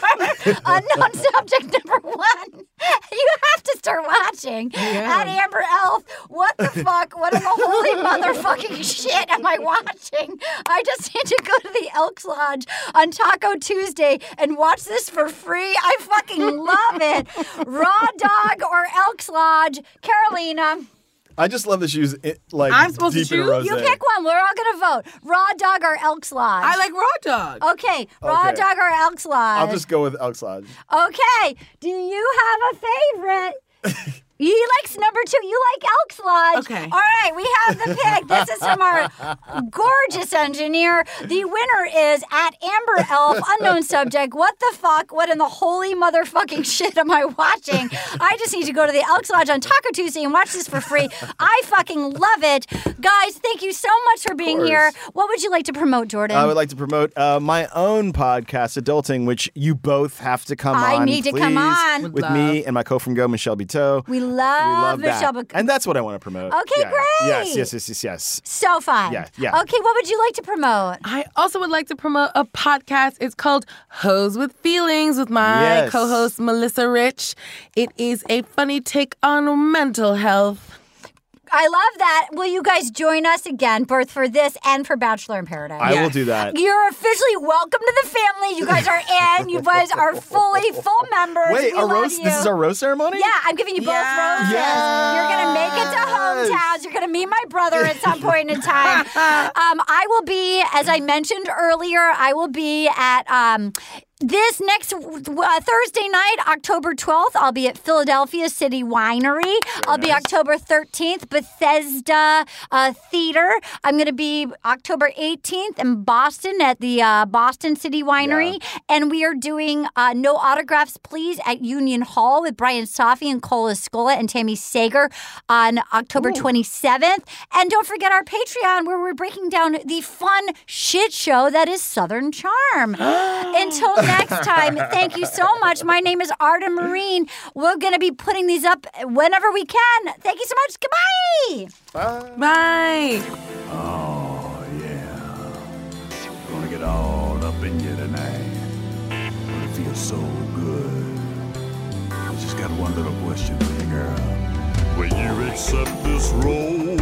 [SPEAKER 3] unknown subject number one. You have to start watching.
[SPEAKER 13] Yeah.
[SPEAKER 3] At Amber Elf, what the fuck? What in the holy motherfucking shit am I watching? I just need to go to the Elks Lodge on Taco Tuesday and watch this for free. I fucking love it. Raw Dog or Elks Lodge, Carolina.
[SPEAKER 5] I just love that she was it, like deep in rose.
[SPEAKER 3] You pick one. We're all gonna vote. Raw Dog or Elks Lodge. I
[SPEAKER 6] like Raw
[SPEAKER 3] Dog. Okay, Raw
[SPEAKER 5] Okay.
[SPEAKER 3] Dog or Elks Lodge.
[SPEAKER 5] I'll just go with Elks Lodge.
[SPEAKER 3] Okay. Do you have a favorite? He likes number two. You like Elks Lodge. Okay. All right, we have the pick. This is from our gorgeous engineer. The winner is at Amber Elf, unknown subject. What the fuck? What in the holy motherfucking shit am I watching? I just need to go to the Elks Lodge on Taco Tuesday and watch this for free. I fucking love it. Guys, thank you so much for being
[SPEAKER 5] course.
[SPEAKER 3] here. What would you like to promote, Jordan?
[SPEAKER 5] I would like to promote uh, my own podcast, Adulting, which you both have to come
[SPEAKER 3] I
[SPEAKER 5] on.
[SPEAKER 3] need to come
[SPEAKER 5] please,
[SPEAKER 3] on. Would
[SPEAKER 5] with
[SPEAKER 3] love.
[SPEAKER 5] me and my co-from-go, Michelle Buteau.
[SPEAKER 3] we love,
[SPEAKER 5] love
[SPEAKER 3] Michelle
[SPEAKER 5] that.
[SPEAKER 3] Bak-
[SPEAKER 5] and that's what I want to promote.
[SPEAKER 3] Okay,
[SPEAKER 5] Yeah, yeah.
[SPEAKER 3] great.
[SPEAKER 5] Yes, yes, yes, yes, yes.
[SPEAKER 3] So fun.
[SPEAKER 5] Yeah, yeah.
[SPEAKER 3] Okay, what would you like to promote?
[SPEAKER 6] I also would like to promote a podcast. It's called Hoes with Feelings with my
[SPEAKER 5] Yes.
[SPEAKER 6] co host Melissa Rich. It is a funny take on mental health.
[SPEAKER 3] I love that. Will you guys join us again, both for this and for Bachelor in Paradise?
[SPEAKER 5] I will do that.
[SPEAKER 3] You're officially welcome to the family. You guys are in. You guys are fully full members.
[SPEAKER 5] Wait,
[SPEAKER 3] we
[SPEAKER 5] our
[SPEAKER 3] love
[SPEAKER 5] roast.
[SPEAKER 3] you.
[SPEAKER 5] This is our roast ceremony.
[SPEAKER 3] Yeah, I'm giving you both roses. You're gonna make it to hometowns. You're gonna meet my brother at some point in time. Um, I will be, as I mentioned earlier, I will be at um, This next uh, Thursday night, October 12th, I'll be at Philadelphia City Winery. I'll be October 13th, Bethesda uh, Theater. I'm going to be October 18th in Boston at the uh, Boston City Winery. And we are doing uh, No Autographs, Please at Union Hall with Brian Safi and Cole Escola and Tammy Sager on October 27th. And don't forget our Patreon where we're breaking down the fun shit show that is Southern Charm. Until next time, thank you so much. My name is Arda Marine. We're going to be putting these up whenever we can. Thank you so much. Goodbye.
[SPEAKER 6] Bye.
[SPEAKER 4] Oh, yeah. Gonna get all up in you tonight. Gonna feel so good. I just got one little question for you, girl. Will you accept this rose?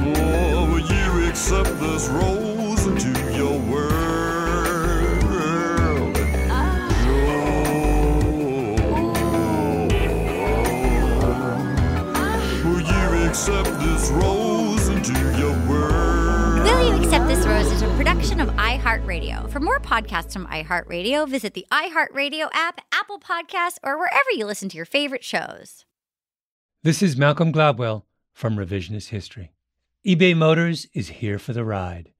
[SPEAKER 4] Oh, will you accept this rose into your world? Will you accept this rose into your world?
[SPEAKER 3] Will You Accept This Rose is a production of iHeartRadio. For more podcasts from iHeartRadio, visit the iHeartRadio app, Apple Podcasts, or wherever you listen to your favorite shows.
[SPEAKER 13] This is Malcolm Gladwell from Revisionist History. eBay Motors is here for the ride.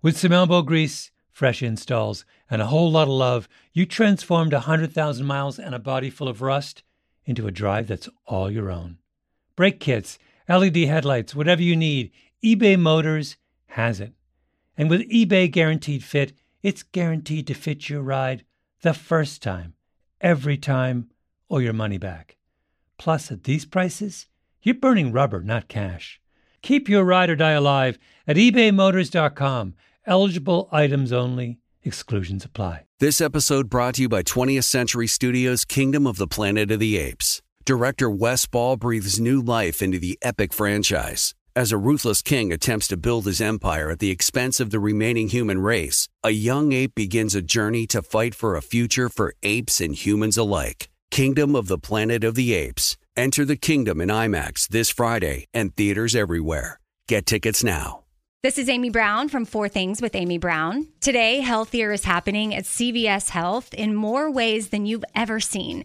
[SPEAKER 13] With some elbow grease, fresh installs, and a whole lot of love, you transformed a 100,000 miles and a body full of rust into a drive that's all your own. Brake kits, LED headlights, whatever you need, eBay Motors has it. And with eBay Guaranteed Fit, it's guaranteed to fit your ride the first time, every time, or your money back. Plus, at these prices, you're burning rubber, not cash. Keep your ride or die alive at ebaymotors.com. Eligible items only, exclusions apply.
[SPEAKER 15] This episode brought to you by 20th Century Studios' Kingdom of the Planet of the Apes. Director Wes Ball breathes new life into the epic franchise. As a ruthless king attempts to build his empire at the expense of the remaining human race, a young ape begins a journey to fight for a future for apes and humans alike. Kingdom of the Planet of the Apes. Enter the kingdom in IMAX this Friday and theaters everywhere. Get tickets now.
[SPEAKER 11] This is Amy Brown from Four Things with Amy Brown. Today, healthier is happening at CVS Health in more ways than you've ever seen.